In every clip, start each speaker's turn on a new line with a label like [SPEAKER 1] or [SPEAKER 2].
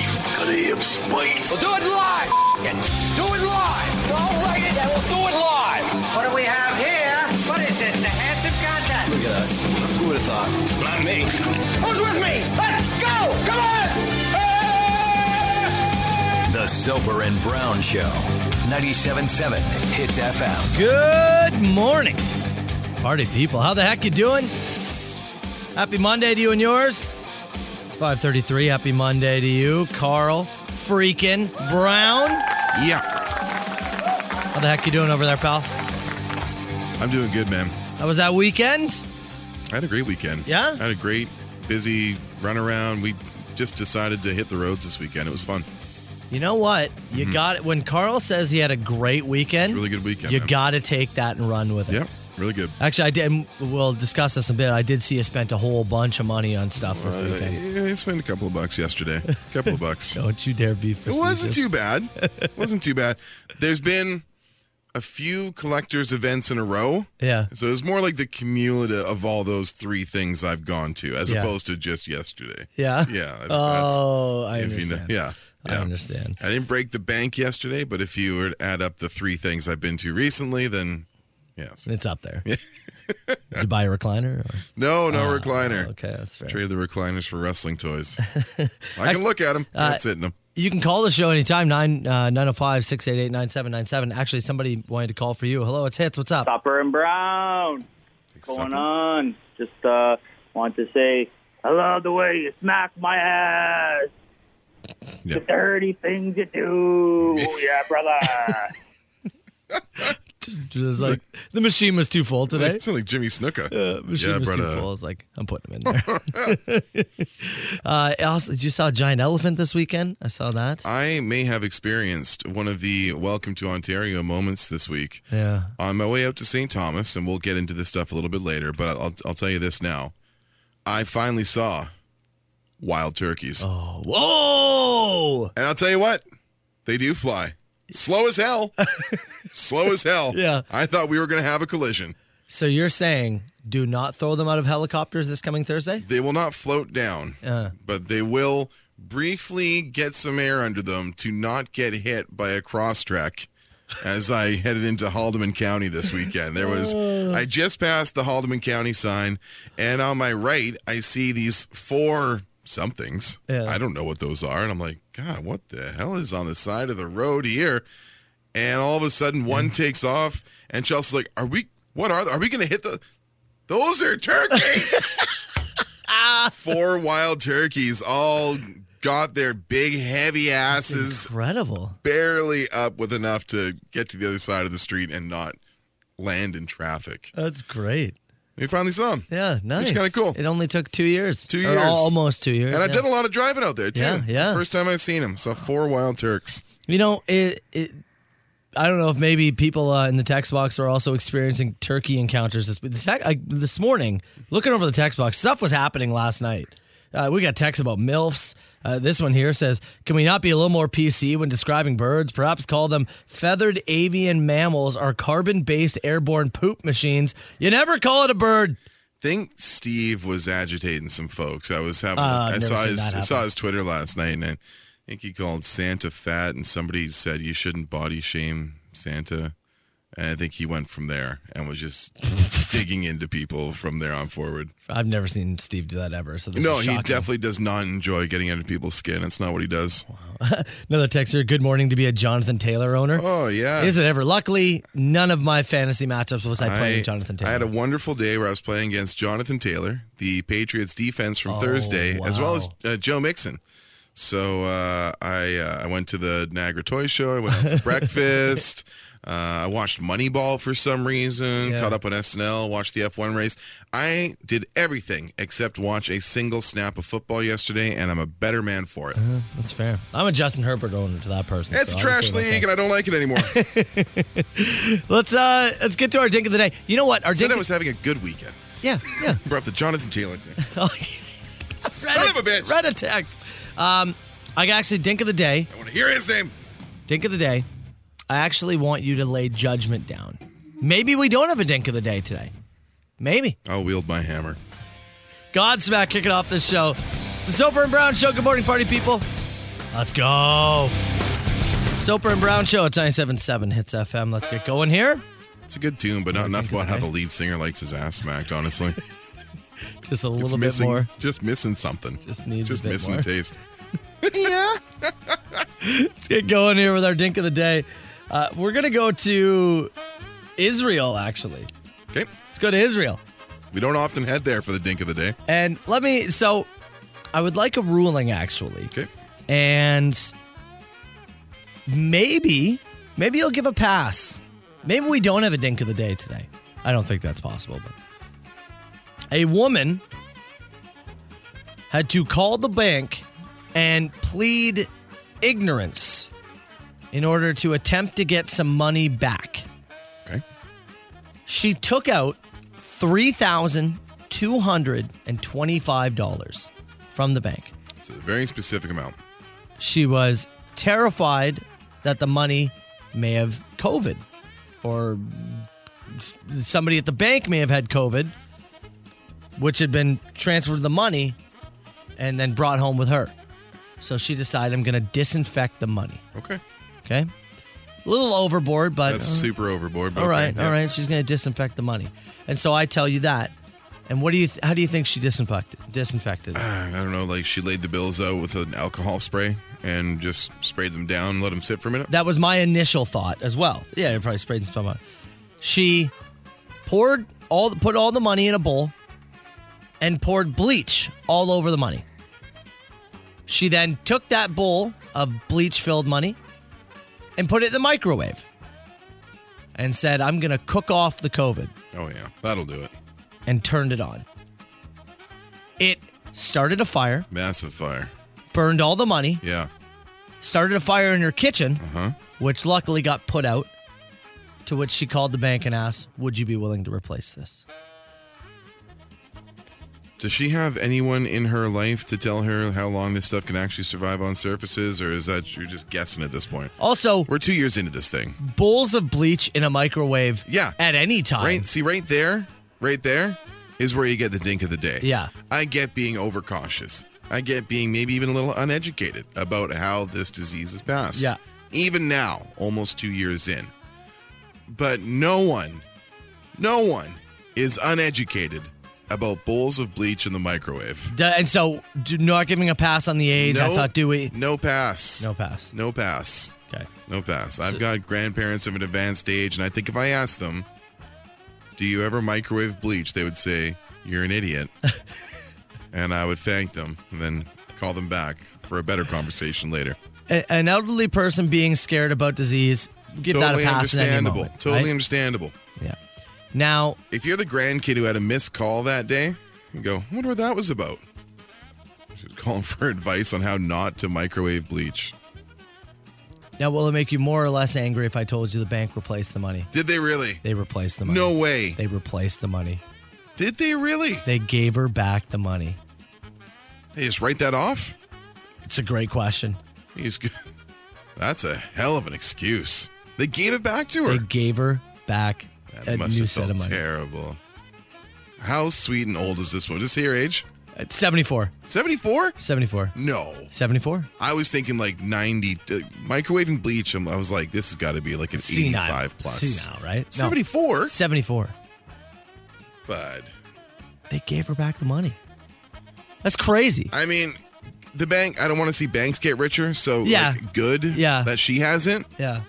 [SPEAKER 1] sea of space.
[SPEAKER 2] We'll do it live. F- it. Do it live. Don't write it, and we'll do it live.
[SPEAKER 3] What do we have here? What is this? The handsome contest.
[SPEAKER 4] Look at us. Who would have thought?
[SPEAKER 2] Not me.
[SPEAKER 3] Who's with me? Let's go. Come on.
[SPEAKER 5] The Soper and Brown Show, 97.7 Hits FM.
[SPEAKER 6] Good morning, party people. How the heck you doing? Happy Monday to you and yours. It's 5:33. Happy Monday to you, Carl freaking Brown.
[SPEAKER 7] Yeah,
[SPEAKER 6] How the heck you doing over there, pal?
[SPEAKER 7] I'm doing good, man.
[SPEAKER 6] How was that weekend?
[SPEAKER 7] I had a great weekend.
[SPEAKER 6] Yeah?
[SPEAKER 7] I had a great, busy runaround. We just decided to hit the roads this weekend. It was fun.
[SPEAKER 6] You know what? You got it. When Carl says he had a great weekend,
[SPEAKER 7] Mm-hmm. Really good weekend.
[SPEAKER 6] you
[SPEAKER 7] man.
[SPEAKER 6] got to take that and run with it.
[SPEAKER 7] Yep, really good.
[SPEAKER 6] Actually, I did. and We'll discuss this in a bit. I did see you spent a whole bunch of money on stuff this
[SPEAKER 7] Uh,
[SPEAKER 6] weekend.
[SPEAKER 7] yeah, I spent a couple of bucks yesterday. A couple of bucks.
[SPEAKER 6] Don't you dare be.
[SPEAKER 7] It wasn't too bad. It wasn't too bad. There's been a few collectors events in a row.
[SPEAKER 6] Yeah.
[SPEAKER 7] So it's more like the cumulative of all those three things I've gone to as
[SPEAKER 6] Yeah.
[SPEAKER 7] opposed to just yesterday.
[SPEAKER 6] Yeah.
[SPEAKER 7] Yeah. that's-
[SPEAKER 6] Oh, I
[SPEAKER 7] if you know-
[SPEAKER 6] understand.
[SPEAKER 7] yeah.
[SPEAKER 6] I
[SPEAKER 7] yeah.
[SPEAKER 6] understand.
[SPEAKER 7] I didn't break the bank yesterday, but if you were to add up the three things I've been to recently, then yes.
[SPEAKER 6] It's up there. Did you buy a recliner? Or? Oh,
[SPEAKER 7] No, no recliner.
[SPEAKER 6] Ah, Okay, that's fair.
[SPEAKER 7] Traded the recliners for wrestling toys. I can look at them.
[SPEAKER 6] Uh,
[SPEAKER 7] Can't sit in them.
[SPEAKER 6] You can call the show anytime, 9, uh, 905 688 9797. Actually, somebody wanted to call for you. Hello, it's Hits. What's up?
[SPEAKER 8] Supper and Brown. What's going on? Just uh, want to say I love the way you smack my ass.
[SPEAKER 7] Yeah.
[SPEAKER 8] The dirty things you do. yeah, brother.
[SPEAKER 6] Just like, the machine was too full today.
[SPEAKER 7] Like, sound like Jimmy Snuka.
[SPEAKER 6] Uh, machine
[SPEAKER 7] Yeah,
[SPEAKER 6] was too
[SPEAKER 7] brother.
[SPEAKER 6] full. I was like, I'm putting them in there. uh, also, you saw a giant elephant this weekend? I saw that.
[SPEAKER 7] I may have experienced one of the welcome to Ontario moments this week.
[SPEAKER 6] Yeah.
[SPEAKER 7] On my way out to St. Thomas, and we'll get into this stuff a little bit later, but I'll, I'll tell you this now. I finally saw wild turkeys.
[SPEAKER 6] Oh, whoa!
[SPEAKER 7] And I'll tell you what, they do fly. Slow as hell. Slow as hell.
[SPEAKER 6] Yeah.
[SPEAKER 7] I thought we were going to have a collision.
[SPEAKER 6] So you're saying do not throw them out of helicopters this coming Thursday?
[SPEAKER 7] They will not float down,
[SPEAKER 6] Uh.
[SPEAKER 7] but they will briefly get some air under them to not get hit by a cross track. As I headed into Haldeman County this weekend, there was I just passed the Haldeman County sign, and on my right I see these four somethings.
[SPEAKER 6] Yeah.
[SPEAKER 7] I don't know what those are, and I'm like, God, what the hell is on the side of the road here? And all of a sudden, one
[SPEAKER 6] Mm.
[SPEAKER 7] takes off, and Chelsea's like, "Are we? What are? Are we going to hit the? Those are turkeys." four wild turkeys all got their big heavy asses
[SPEAKER 6] Incredible.
[SPEAKER 7] barely up with enough to get to the other side of the street and not land in traffic.
[SPEAKER 6] That's great.
[SPEAKER 7] We finally saw them.
[SPEAKER 6] Yeah, nice.
[SPEAKER 7] kinda cool.
[SPEAKER 6] It only took two years.
[SPEAKER 7] Two
[SPEAKER 6] Or
[SPEAKER 7] years.
[SPEAKER 6] almost two years.
[SPEAKER 7] And I
[SPEAKER 6] yeah.
[SPEAKER 7] did a lot of driving out there too.
[SPEAKER 6] Yeah, yeah.
[SPEAKER 7] It's the first time I've seen them. Saw four wild turks.
[SPEAKER 6] You know, it, it. I don't know if maybe people uh, in the text box are also experiencing turkey encounters this. The tec- I, this morning, looking over the text box, stuff was happening last night. Uh, we got texts about milfs. Uh, this one here says, "Can we not be a little more PC when describing birds? Perhaps call them feathered avian mammals or carbon-based airborne poop machines. You never call it a bird."
[SPEAKER 7] think Steve was agitating some folks. I was having.
[SPEAKER 6] Ah,
[SPEAKER 7] I
[SPEAKER 6] I've never
[SPEAKER 7] saw
[SPEAKER 6] seen
[SPEAKER 7] his.
[SPEAKER 6] that
[SPEAKER 7] I saw
[SPEAKER 6] happen.
[SPEAKER 7] his Twitter last night, and I think he called Santa fat, and somebody said you shouldn't body shame Santa. And I think he went from there and was just digging into people from there on forward.
[SPEAKER 6] I've never seen Steve do that ever. So this
[SPEAKER 7] no,
[SPEAKER 6] is
[SPEAKER 7] he
[SPEAKER 6] shocking.
[SPEAKER 7] definitely does not enjoy getting under people's skin. It's not what he does.
[SPEAKER 6] Another text here. Good morning to be a Jonathan Taylor owner.
[SPEAKER 7] Oh yeah.
[SPEAKER 6] Is it ever? Luckily, none of my fantasy matchups was I playing Jonathan Taylor.
[SPEAKER 7] I had a wonderful day where I was playing against Jonathan Taylor, the Patriots defense from Thursday, as well as
[SPEAKER 6] Oh, wow.
[SPEAKER 7] uh, Joe Mixon. So uh, I uh, I went to the Niagara Toy Show. I went out for breakfast. Uh, I watched Moneyball for some reason.
[SPEAKER 6] Yeah.
[SPEAKER 7] Caught up on SNL. Watched the F1 race. I did everything except watch a single snap of football yesterday, and I'm a better man for it.
[SPEAKER 6] That's fair. I'm a Justin Herbert owner to that person.
[SPEAKER 7] It's
[SPEAKER 6] so
[SPEAKER 7] a
[SPEAKER 6] I'm
[SPEAKER 7] trash
[SPEAKER 6] doing okay.
[SPEAKER 7] league, and I don't like it anymore. I
[SPEAKER 6] Let's uh, let's get to our dink of the day. You know what? Our
[SPEAKER 7] said
[SPEAKER 6] dink.
[SPEAKER 7] I was having a good weekend.
[SPEAKER 6] yeah, yeah.
[SPEAKER 7] Brought the Jonathan Taylor thing.
[SPEAKER 6] Oh,
[SPEAKER 7] Son of a bitch!
[SPEAKER 6] Read a text. Um, I actually dink of the day.
[SPEAKER 7] I want to hear his name.
[SPEAKER 6] Dink of the day. I actually want you to lay judgment down. Maybe we don't have a dink of the day today. Maybe.
[SPEAKER 7] I'll wield my hammer.
[SPEAKER 6] Godsmack kicking off this show. The Soper and Brown Show. Good morning, party people. Let's go. Soper and Brown Show. It's 97.7 Hits FM. Let's get going here.
[SPEAKER 7] It's a good tune, but not enough about how the lead singer likes his ass smacked. Honestly,
[SPEAKER 6] Just a
[SPEAKER 7] it's
[SPEAKER 6] little bit
[SPEAKER 7] missing,
[SPEAKER 6] more.
[SPEAKER 7] just missing something.
[SPEAKER 6] Just needs a
[SPEAKER 7] just
[SPEAKER 6] bit
[SPEAKER 7] missing
[SPEAKER 6] more.
[SPEAKER 7] taste.
[SPEAKER 6] Let's get going here with our dink of the day. Uh, we're going to go to Israel, actually.
[SPEAKER 7] Okay,
[SPEAKER 6] Let's go to Israel.
[SPEAKER 7] we don't often head there for the dink of the day.
[SPEAKER 6] And let me, so I would like a ruling, actually.
[SPEAKER 7] Okay,
[SPEAKER 6] and maybe maybe he'll give a pass. Maybe we don't have a dink of the day today. I don't think that's possible, but a woman had to call the bank and plead ignorance in order to attempt to get some money back.
[SPEAKER 7] okay,
[SPEAKER 6] She took out $3,225 from the bank.
[SPEAKER 7] it's a very specific amount.
[SPEAKER 6] She was terrified that the money may have COVID or s- somebody at the bank may have had COVID, which had been transferred the money and then brought home with her. So she decided, I'm going to disinfect the money.
[SPEAKER 7] Okay,
[SPEAKER 6] Okay. A little overboard, but uh,
[SPEAKER 7] that's super overboard. But
[SPEAKER 6] all right,
[SPEAKER 7] okay,
[SPEAKER 6] all
[SPEAKER 7] yeah.
[SPEAKER 6] right. She's going to disinfect the money. And so I tell you that. And what do you, th- how do you think she disinfected, disinfected? it?
[SPEAKER 7] Ah, I don't know. Like she laid the bills out with an alcohol spray and just sprayed them down, let them sit for a minute.
[SPEAKER 6] That was my initial thought as well. Yeah, you probably sprayed some on. She poured all put all the money in a bowl and poured bleach all over the money. She then took that bowl of bleach filled money and put it in the microwave and said, "I'm going to cook off the COVID."
[SPEAKER 7] Oh yeah, that'll do it.
[SPEAKER 6] and turned it on. It started a fire,
[SPEAKER 7] Massive fire.
[SPEAKER 6] burned all the money,
[SPEAKER 7] Yeah.
[SPEAKER 6] started a fire in her kitchen,
[SPEAKER 7] Huh?
[SPEAKER 6] which luckily got put out. To which she called the bank and asked, Would you be willing to replace this?
[SPEAKER 7] Does she have anyone in her life to tell her how long this stuff can actually survive on surfaces, or is that you're just guessing at this point?
[SPEAKER 6] Also,
[SPEAKER 7] We're two years into this thing,
[SPEAKER 6] bowls of bleach in a microwave
[SPEAKER 7] Yeah.
[SPEAKER 6] at any time.
[SPEAKER 7] right? See, right there, right there is where you get the dink of the day.
[SPEAKER 6] Yeah.
[SPEAKER 7] I get being overcautious. I get being maybe even a little uneducated about how this disease is passed.
[SPEAKER 6] Yeah.
[SPEAKER 7] Even now, almost two years in. But no one, no one is uneducated about bowls of bleach in the microwave.
[SPEAKER 6] D- And so, do- not giving a pass on the age, I thought, do we?
[SPEAKER 7] No pass.
[SPEAKER 6] No pass.
[SPEAKER 7] No pass.
[SPEAKER 6] Okay.
[SPEAKER 7] No pass. I've got grandparents of an advanced age, and I think if I asked them, "Do you ever microwave bleach?" they would say, "You're an idiot," and I would thank them, and then call them back for a better conversation later.
[SPEAKER 6] A- an elderly person being scared about disease, give
[SPEAKER 7] totally
[SPEAKER 6] that a pass. in any
[SPEAKER 7] understandable.
[SPEAKER 6] moment,
[SPEAKER 7] totally
[SPEAKER 6] right?
[SPEAKER 7] understandable.
[SPEAKER 6] Yeah. Now,
[SPEAKER 7] If you're the grandkid who had a missed call that day, you go, I "Wonder what that was about." Just calling for advice on how not to microwave bleach.
[SPEAKER 6] Now, will it make you more or less angry if I told you the bank replaced the money?
[SPEAKER 7] Did they really?
[SPEAKER 6] They replaced the money.
[SPEAKER 7] No way.
[SPEAKER 6] They replaced the money.
[SPEAKER 7] Did they really?
[SPEAKER 6] They gave her back the money.
[SPEAKER 7] They just write that off?
[SPEAKER 6] It's a great question.
[SPEAKER 7] He's good. That's a hell of an excuse. They gave it back to her.
[SPEAKER 6] They gave her back
[SPEAKER 7] that
[SPEAKER 6] a
[SPEAKER 7] must
[SPEAKER 6] new
[SPEAKER 7] have
[SPEAKER 6] set
[SPEAKER 7] felt
[SPEAKER 6] of money.
[SPEAKER 7] terrible. How sweet and old is this one? Is this her age?
[SPEAKER 6] It's 74.
[SPEAKER 7] 74?
[SPEAKER 6] 74.
[SPEAKER 7] No.
[SPEAKER 6] 74.
[SPEAKER 7] I was thinking like 90. Uh, microwaving bleach, and I was like, this has got to be like an 85 plus.
[SPEAKER 6] Senile, right? No.
[SPEAKER 7] 74?
[SPEAKER 6] 74.
[SPEAKER 7] Bud.
[SPEAKER 6] They gave her back the money. That's crazy.
[SPEAKER 7] I mean, the bank, I don't want to see banks get richer, so
[SPEAKER 6] Yeah.
[SPEAKER 7] like, good
[SPEAKER 6] Yeah.
[SPEAKER 7] that she hasn't.
[SPEAKER 6] Yeah.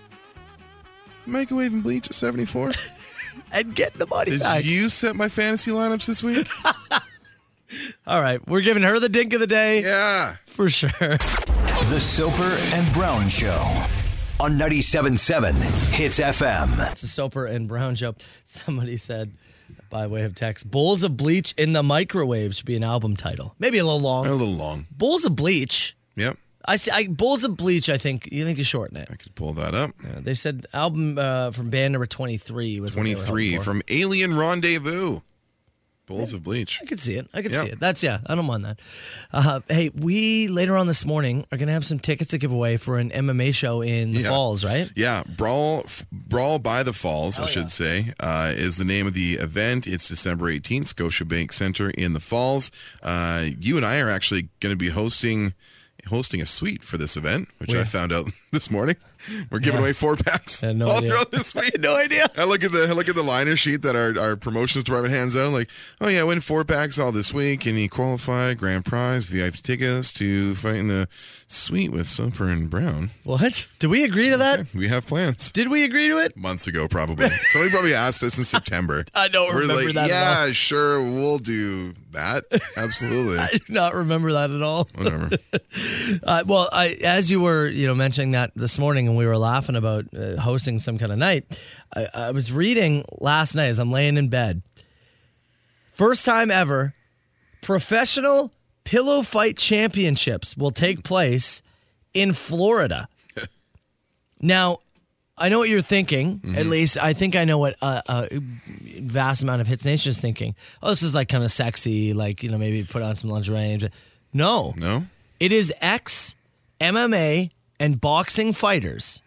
[SPEAKER 7] Microwaving bleach at 74?
[SPEAKER 6] And get the money
[SPEAKER 7] Did
[SPEAKER 6] back.
[SPEAKER 7] you set my fantasy lineups this week?
[SPEAKER 6] All right. We're giving her the dink of the day
[SPEAKER 7] yeah.
[SPEAKER 6] for sure.
[SPEAKER 5] The Soper and Brown Show on 97.7 Hits FM.
[SPEAKER 6] It's a Soper and Brown show. Somebody said, by way of text, "Bowls of Bleach in the Microwave" should be an album title. Maybe a little long.
[SPEAKER 7] A little long.
[SPEAKER 6] Bowls of Bleach.
[SPEAKER 7] Yep.
[SPEAKER 6] I see. I, Bowls of Bleach. I think you think you shorten it.
[SPEAKER 7] I could pull that up.
[SPEAKER 6] Uh, They said album uh, from band number twenty three was what they were
[SPEAKER 7] 23
[SPEAKER 6] hoping for.
[SPEAKER 7] from Alien Rendezvous. Bowls of bleach.
[SPEAKER 6] I could see it. I could
[SPEAKER 7] Yeah.
[SPEAKER 6] see it. That's yeah. I don't mind that. Uh, hey, we later on this morning are gonna have some tickets to give away for an MMA show in the
[SPEAKER 7] Yeah.
[SPEAKER 6] Falls, right?
[SPEAKER 7] Yeah, Brawl f- Brawl by the Falls, I should
[SPEAKER 6] yeah.
[SPEAKER 7] say, uh, is the name of the event. It's December 18th, Scotiabank Center in the Falls. Uh, you and I are actually going to be hosting hosting a suite for this event, which
[SPEAKER 6] We-
[SPEAKER 7] I found out this morning. We're giving away four packs
[SPEAKER 6] I had no
[SPEAKER 7] all
[SPEAKER 6] idea.
[SPEAKER 7] throughout this week.
[SPEAKER 6] No idea.
[SPEAKER 7] I look at the I look at the liner sheet that our, our promotions department hands out. Like, oh yeah, win four packs all this week, and you qualify grand prize VIP tickets to fight in the suite with Soper and Brown.
[SPEAKER 6] What? Did we agree to that?
[SPEAKER 7] We have plans.
[SPEAKER 6] Did we agree to it?
[SPEAKER 7] Months ago, probably somebody probably asked us in September.
[SPEAKER 6] I don't
[SPEAKER 7] We're
[SPEAKER 6] remember
[SPEAKER 7] like,
[SPEAKER 6] that at
[SPEAKER 7] yeah, sure, we'll do that. Absolutely,
[SPEAKER 6] I do not remember that at all.
[SPEAKER 7] whatever.
[SPEAKER 6] Uh, well, I, as you were, you know, mentioning that this morning, and we were laughing about uh, hosting some kind of night. I, I was reading last night as I'm laying in bed. First time ever, professional pillow fight championships will take place in Florida. now, I know what you're thinking. At least I think I know what a, a vast amount of Hits Nation is thinking. Oh, this is like kind of sexy, like you know, maybe put on some lingerie. No,
[SPEAKER 7] No,
[SPEAKER 6] it is ex MMA and boxing fighters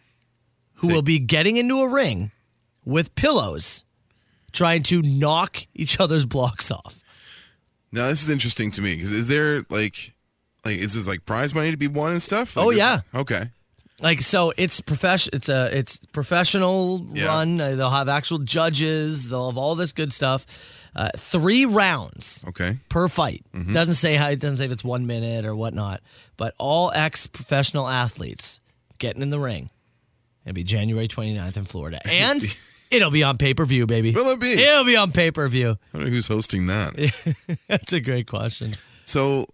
[SPEAKER 6] who will be getting into a ring with pillows trying to knock each other's blocks off.
[SPEAKER 7] now this is interesting to me because is there like, like is this like prize money to be won and stuff? Like,
[SPEAKER 6] Oh,
[SPEAKER 7] this-
[SPEAKER 6] yeah.
[SPEAKER 7] okay.
[SPEAKER 6] Like so it's profession it's a it's professional
[SPEAKER 7] Yeah.
[SPEAKER 6] run. Uh, They'll have actual judges, they'll have all this good stuff. Uh, 3 rounds.
[SPEAKER 7] Okay.
[SPEAKER 6] per fight.
[SPEAKER 7] Mm-hmm.
[SPEAKER 6] Doesn't say how it doesn't say if it's one minute or whatnot, but all ex professional athletes getting in the ring. It'll be January 29th in Florida. And it'll be on pay per view, baby.
[SPEAKER 7] Will it be?
[SPEAKER 6] It'll be on pay per view.
[SPEAKER 7] I wonder who's hosting that.
[SPEAKER 6] That's a great question.
[SPEAKER 7] So,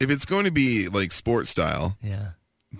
[SPEAKER 7] if it's going to be like sports style,
[SPEAKER 6] Yeah.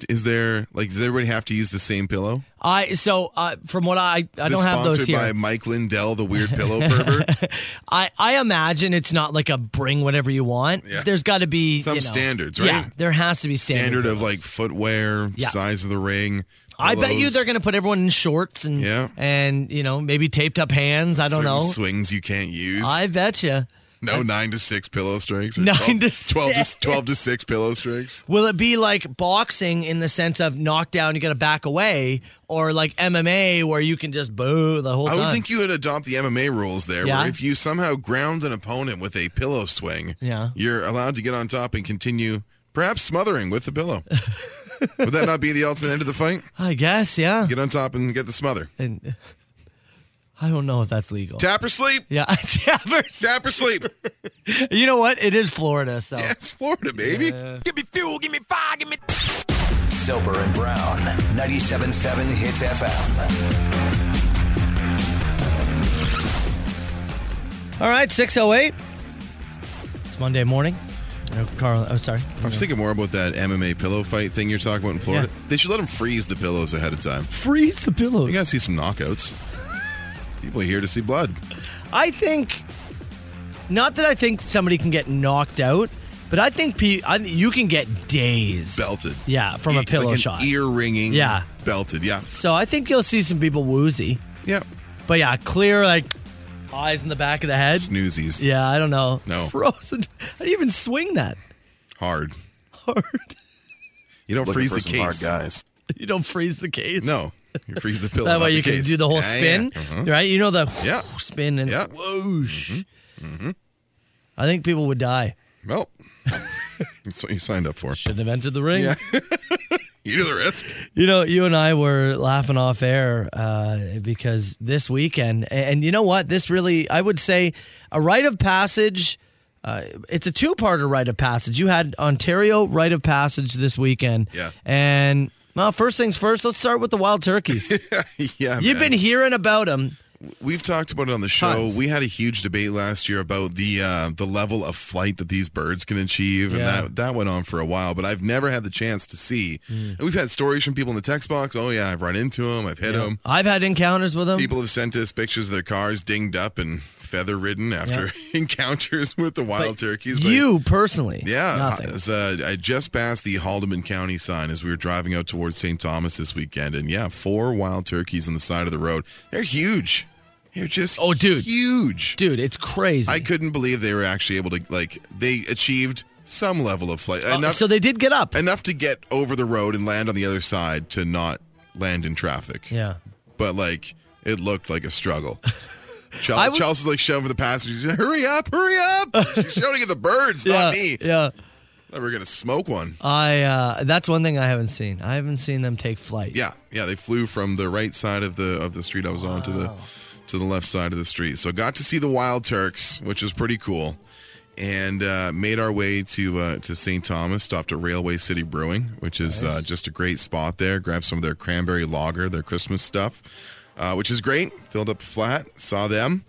[SPEAKER 7] is there like does everybody have to use the same pillow?
[SPEAKER 6] I so uh, from what I I
[SPEAKER 7] This
[SPEAKER 6] don't have those
[SPEAKER 7] sponsored
[SPEAKER 6] here.
[SPEAKER 7] by Mike Lindell, the weird pillow pervert.
[SPEAKER 6] I I imagine it's not like a bring whatever you want.
[SPEAKER 7] Yeah.
[SPEAKER 6] There's got to be
[SPEAKER 7] Some
[SPEAKER 6] you know-
[SPEAKER 7] standards,
[SPEAKER 6] Yeah,
[SPEAKER 7] right?
[SPEAKER 6] there has to be
[SPEAKER 7] Standard
[SPEAKER 6] standard,
[SPEAKER 7] of like footwear,
[SPEAKER 6] Yeah.
[SPEAKER 7] size of the ring.
[SPEAKER 6] I bet you
[SPEAKER 7] pillows,
[SPEAKER 6] they're going to put everyone in shorts and
[SPEAKER 7] Yeah.
[SPEAKER 6] and you know maybe taped up hands. I don't
[SPEAKER 7] certain
[SPEAKER 6] know.
[SPEAKER 7] swings you can't use.
[SPEAKER 6] I bet you.
[SPEAKER 7] no nine to six pillow strikes. or
[SPEAKER 6] Nine
[SPEAKER 7] 12
[SPEAKER 6] to six.
[SPEAKER 7] twelve to twelve to six pillow strikes.
[SPEAKER 6] Will it be like boxing in the sense of knockdown, you got to back away, or like MMA where you can just boo the whole
[SPEAKER 7] I
[SPEAKER 6] time?
[SPEAKER 7] would think you would adopt the MMA rules there,
[SPEAKER 6] Yeah.
[SPEAKER 7] where if you somehow ground an opponent with a pillow swing,
[SPEAKER 6] Yeah.
[SPEAKER 7] you're allowed to get on top and continue, perhaps smothering with the pillow. would that not be the ultimate end of the fight?
[SPEAKER 6] I guess, yeah.
[SPEAKER 7] Get on top and get the smother.
[SPEAKER 6] And I don't know if that's legal.
[SPEAKER 7] Tap or sleep.
[SPEAKER 6] yeah, Tappers.
[SPEAKER 7] Tap or sleep.
[SPEAKER 6] You know what? It is Florida, so
[SPEAKER 7] That's Florida, baby.
[SPEAKER 2] Give me fuel, give me fire, give me.
[SPEAKER 5] Soper and Brown, 97.7 Hits FM.
[SPEAKER 6] all right, six oh eight. It's Monday morning. Oh, Carl, oh sorry.
[SPEAKER 7] I was thinking more about that MMA pillow fight thing you're talking about in Florida.
[SPEAKER 6] Yeah.
[SPEAKER 7] They should let them freeze the pillows ahead of time.
[SPEAKER 6] Freeze the pillows.
[SPEAKER 7] You gotta see some knockouts. People are here to see blood.
[SPEAKER 6] I think, not that I think somebody can get knocked out, but I think pe- I, you can get days.
[SPEAKER 7] Belted. E-,
[SPEAKER 6] Yeah, from a
[SPEAKER 7] Like
[SPEAKER 6] pillow
[SPEAKER 7] an
[SPEAKER 6] shot.
[SPEAKER 7] Ear ringing.
[SPEAKER 6] Yeah.
[SPEAKER 7] Belted. Yeah.
[SPEAKER 6] So I think you'll see some people woozy.
[SPEAKER 7] Yeah.
[SPEAKER 6] But yeah, clear like eyes in the back of the head.
[SPEAKER 7] Snoozies.
[SPEAKER 6] Yeah, I don't know.
[SPEAKER 7] No.
[SPEAKER 6] Frozen. How do you even swing that
[SPEAKER 7] Hard.
[SPEAKER 6] hard?
[SPEAKER 7] You don't freeze the
[SPEAKER 1] for some hard
[SPEAKER 7] case.
[SPEAKER 1] guys.
[SPEAKER 6] you don't freeze the case.
[SPEAKER 7] No. You freeze the pillow.
[SPEAKER 6] That
[SPEAKER 7] not
[SPEAKER 6] way you
[SPEAKER 7] the
[SPEAKER 6] can
[SPEAKER 7] case.
[SPEAKER 6] do the
[SPEAKER 7] Yeah,
[SPEAKER 6] whole
[SPEAKER 7] Uh-huh. yeah,
[SPEAKER 6] spin,
[SPEAKER 7] yeah.
[SPEAKER 6] right? You know the
[SPEAKER 7] Yeah.
[SPEAKER 6] spin and
[SPEAKER 7] Yeah. Mm-hmm.
[SPEAKER 6] whoosh. I think people would die.
[SPEAKER 7] Well, that's what you signed up for.
[SPEAKER 6] Shouldn't have entered the ring.
[SPEAKER 7] Yeah. You do the risk.
[SPEAKER 6] You know, you and I were laughing off air uh, because this weekend, and you know what? This really, I would say, a rite of passage. Uh, it's a two-parter rite of passage. You had Ontario rite of passage this weekend.
[SPEAKER 7] Yeah.
[SPEAKER 6] And well, first things first, let's start with the wild turkeys.
[SPEAKER 7] yeah.
[SPEAKER 6] You've
[SPEAKER 7] man.
[SPEAKER 6] been hearing about them.
[SPEAKER 7] We've talked about it on the show.
[SPEAKER 6] Tons.
[SPEAKER 7] We had a huge debate last year about the uh, the level of flight that these birds can achieve, and
[SPEAKER 6] Yeah.
[SPEAKER 7] that that went on for a while. But I've never had the chance to see.
[SPEAKER 6] Mm.
[SPEAKER 7] And we've had stories from people in the text box. Oh yeah, I've run into them. I've hit them.
[SPEAKER 6] I've had encounters with them.
[SPEAKER 7] People have sent us pictures of their cars dinged up and feather ridden after encounters with the wild turkeys. but-
[SPEAKER 6] you personally,
[SPEAKER 7] yeah,
[SPEAKER 6] nothing.
[SPEAKER 7] I, was, uh, I just passed the Haldeman County sign as we were driving out towards St. Thomas this weekend, and yeah, four wild turkeys on the side of the road. They're huge. They're just
[SPEAKER 6] Oh, dude.
[SPEAKER 7] huge.
[SPEAKER 6] Dude, it's crazy.
[SPEAKER 7] I couldn't believe they were actually able to like they achieved some level of flight
[SPEAKER 6] Uh,
[SPEAKER 7] enough
[SPEAKER 6] so they did get up.
[SPEAKER 7] enough to get over the road and land on the other side to not land in traffic.
[SPEAKER 6] yeah.
[SPEAKER 7] But like it looked like a struggle. Chel-
[SPEAKER 6] I would-
[SPEAKER 7] Chelsea's like shouting for the passengers, hurry up, hurry up! She's shouting at the birds, not
[SPEAKER 6] yeah,
[SPEAKER 7] me.
[SPEAKER 6] Yeah.
[SPEAKER 7] Thought we were gonna smoke one.
[SPEAKER 6] I uh, that's one thing I haven't seen. I haven't seen them take flight.
[SPEAKER 7] Yeah, yeah, they flew from the right side of the of the street I was on to the to the left side of the street. So got to see the Wild Turks, which was pretty cool, and uh, made our way to uh, to St. Thomas. Stopped at Railway City Brewing, which is uh, just a great spot there. Grabbed some of their cranberry lager, their Christmas stuff, uh, which is great. Filled up a flat, saw them,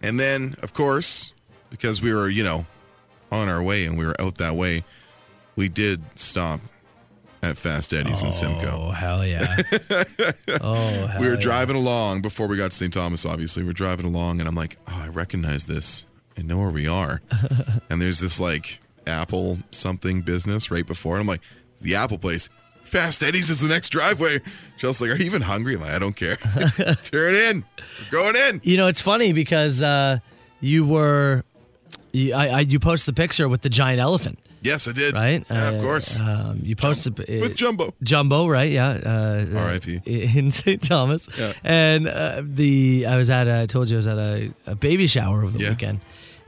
[SPEAKER 7] and then of course because we were you know on our way and we were out that way, we did stop at Fast Eddie's in Simcoe.
[SPEAKER 6] Oh hell yeah! oh, hell
[SPEAKER 7] We were
[SPEAKER 6] yeah.
[SPEAKER 7] driving along before we got to St. Thomas, obviously. We are driving along, and I'm like, oh, I recognize this. I know where we are. and there's this like Apple something business right before. And I'm like, the Apple place. Fast Eddie's is the next driveway. Just like, are you even hungry? I'm like, I don't care. Turn in. We're going in.
[SPEAKER 6] You know, it's funny because uh, you were, you, I, I you posted the picture with the giant elephant,
[SPEAKER 7] Yes, I did.
[SPEAKER 6] right?
[SPEAKER 7] Yeah,
[SPEAKER 6] Uh,
[SPEAKER 7] of course.
[SPEAKER 6] Um, you posted it-
[SPEAKER 7] With Jumbo.
[SPEAKER 6] Jumbo, right? Yeah. Uh,
[SPEAKER 7] R.I.P..
[SPEAKER 6] In St. Thomas.
[SPEAKER 7] Yeah.
[SPEAKER 6] And uh, the I was at a, I told you I was at a, a baby shower over the
[SPEAKER 7] Yeah.
[SPEAKER 6] weekend.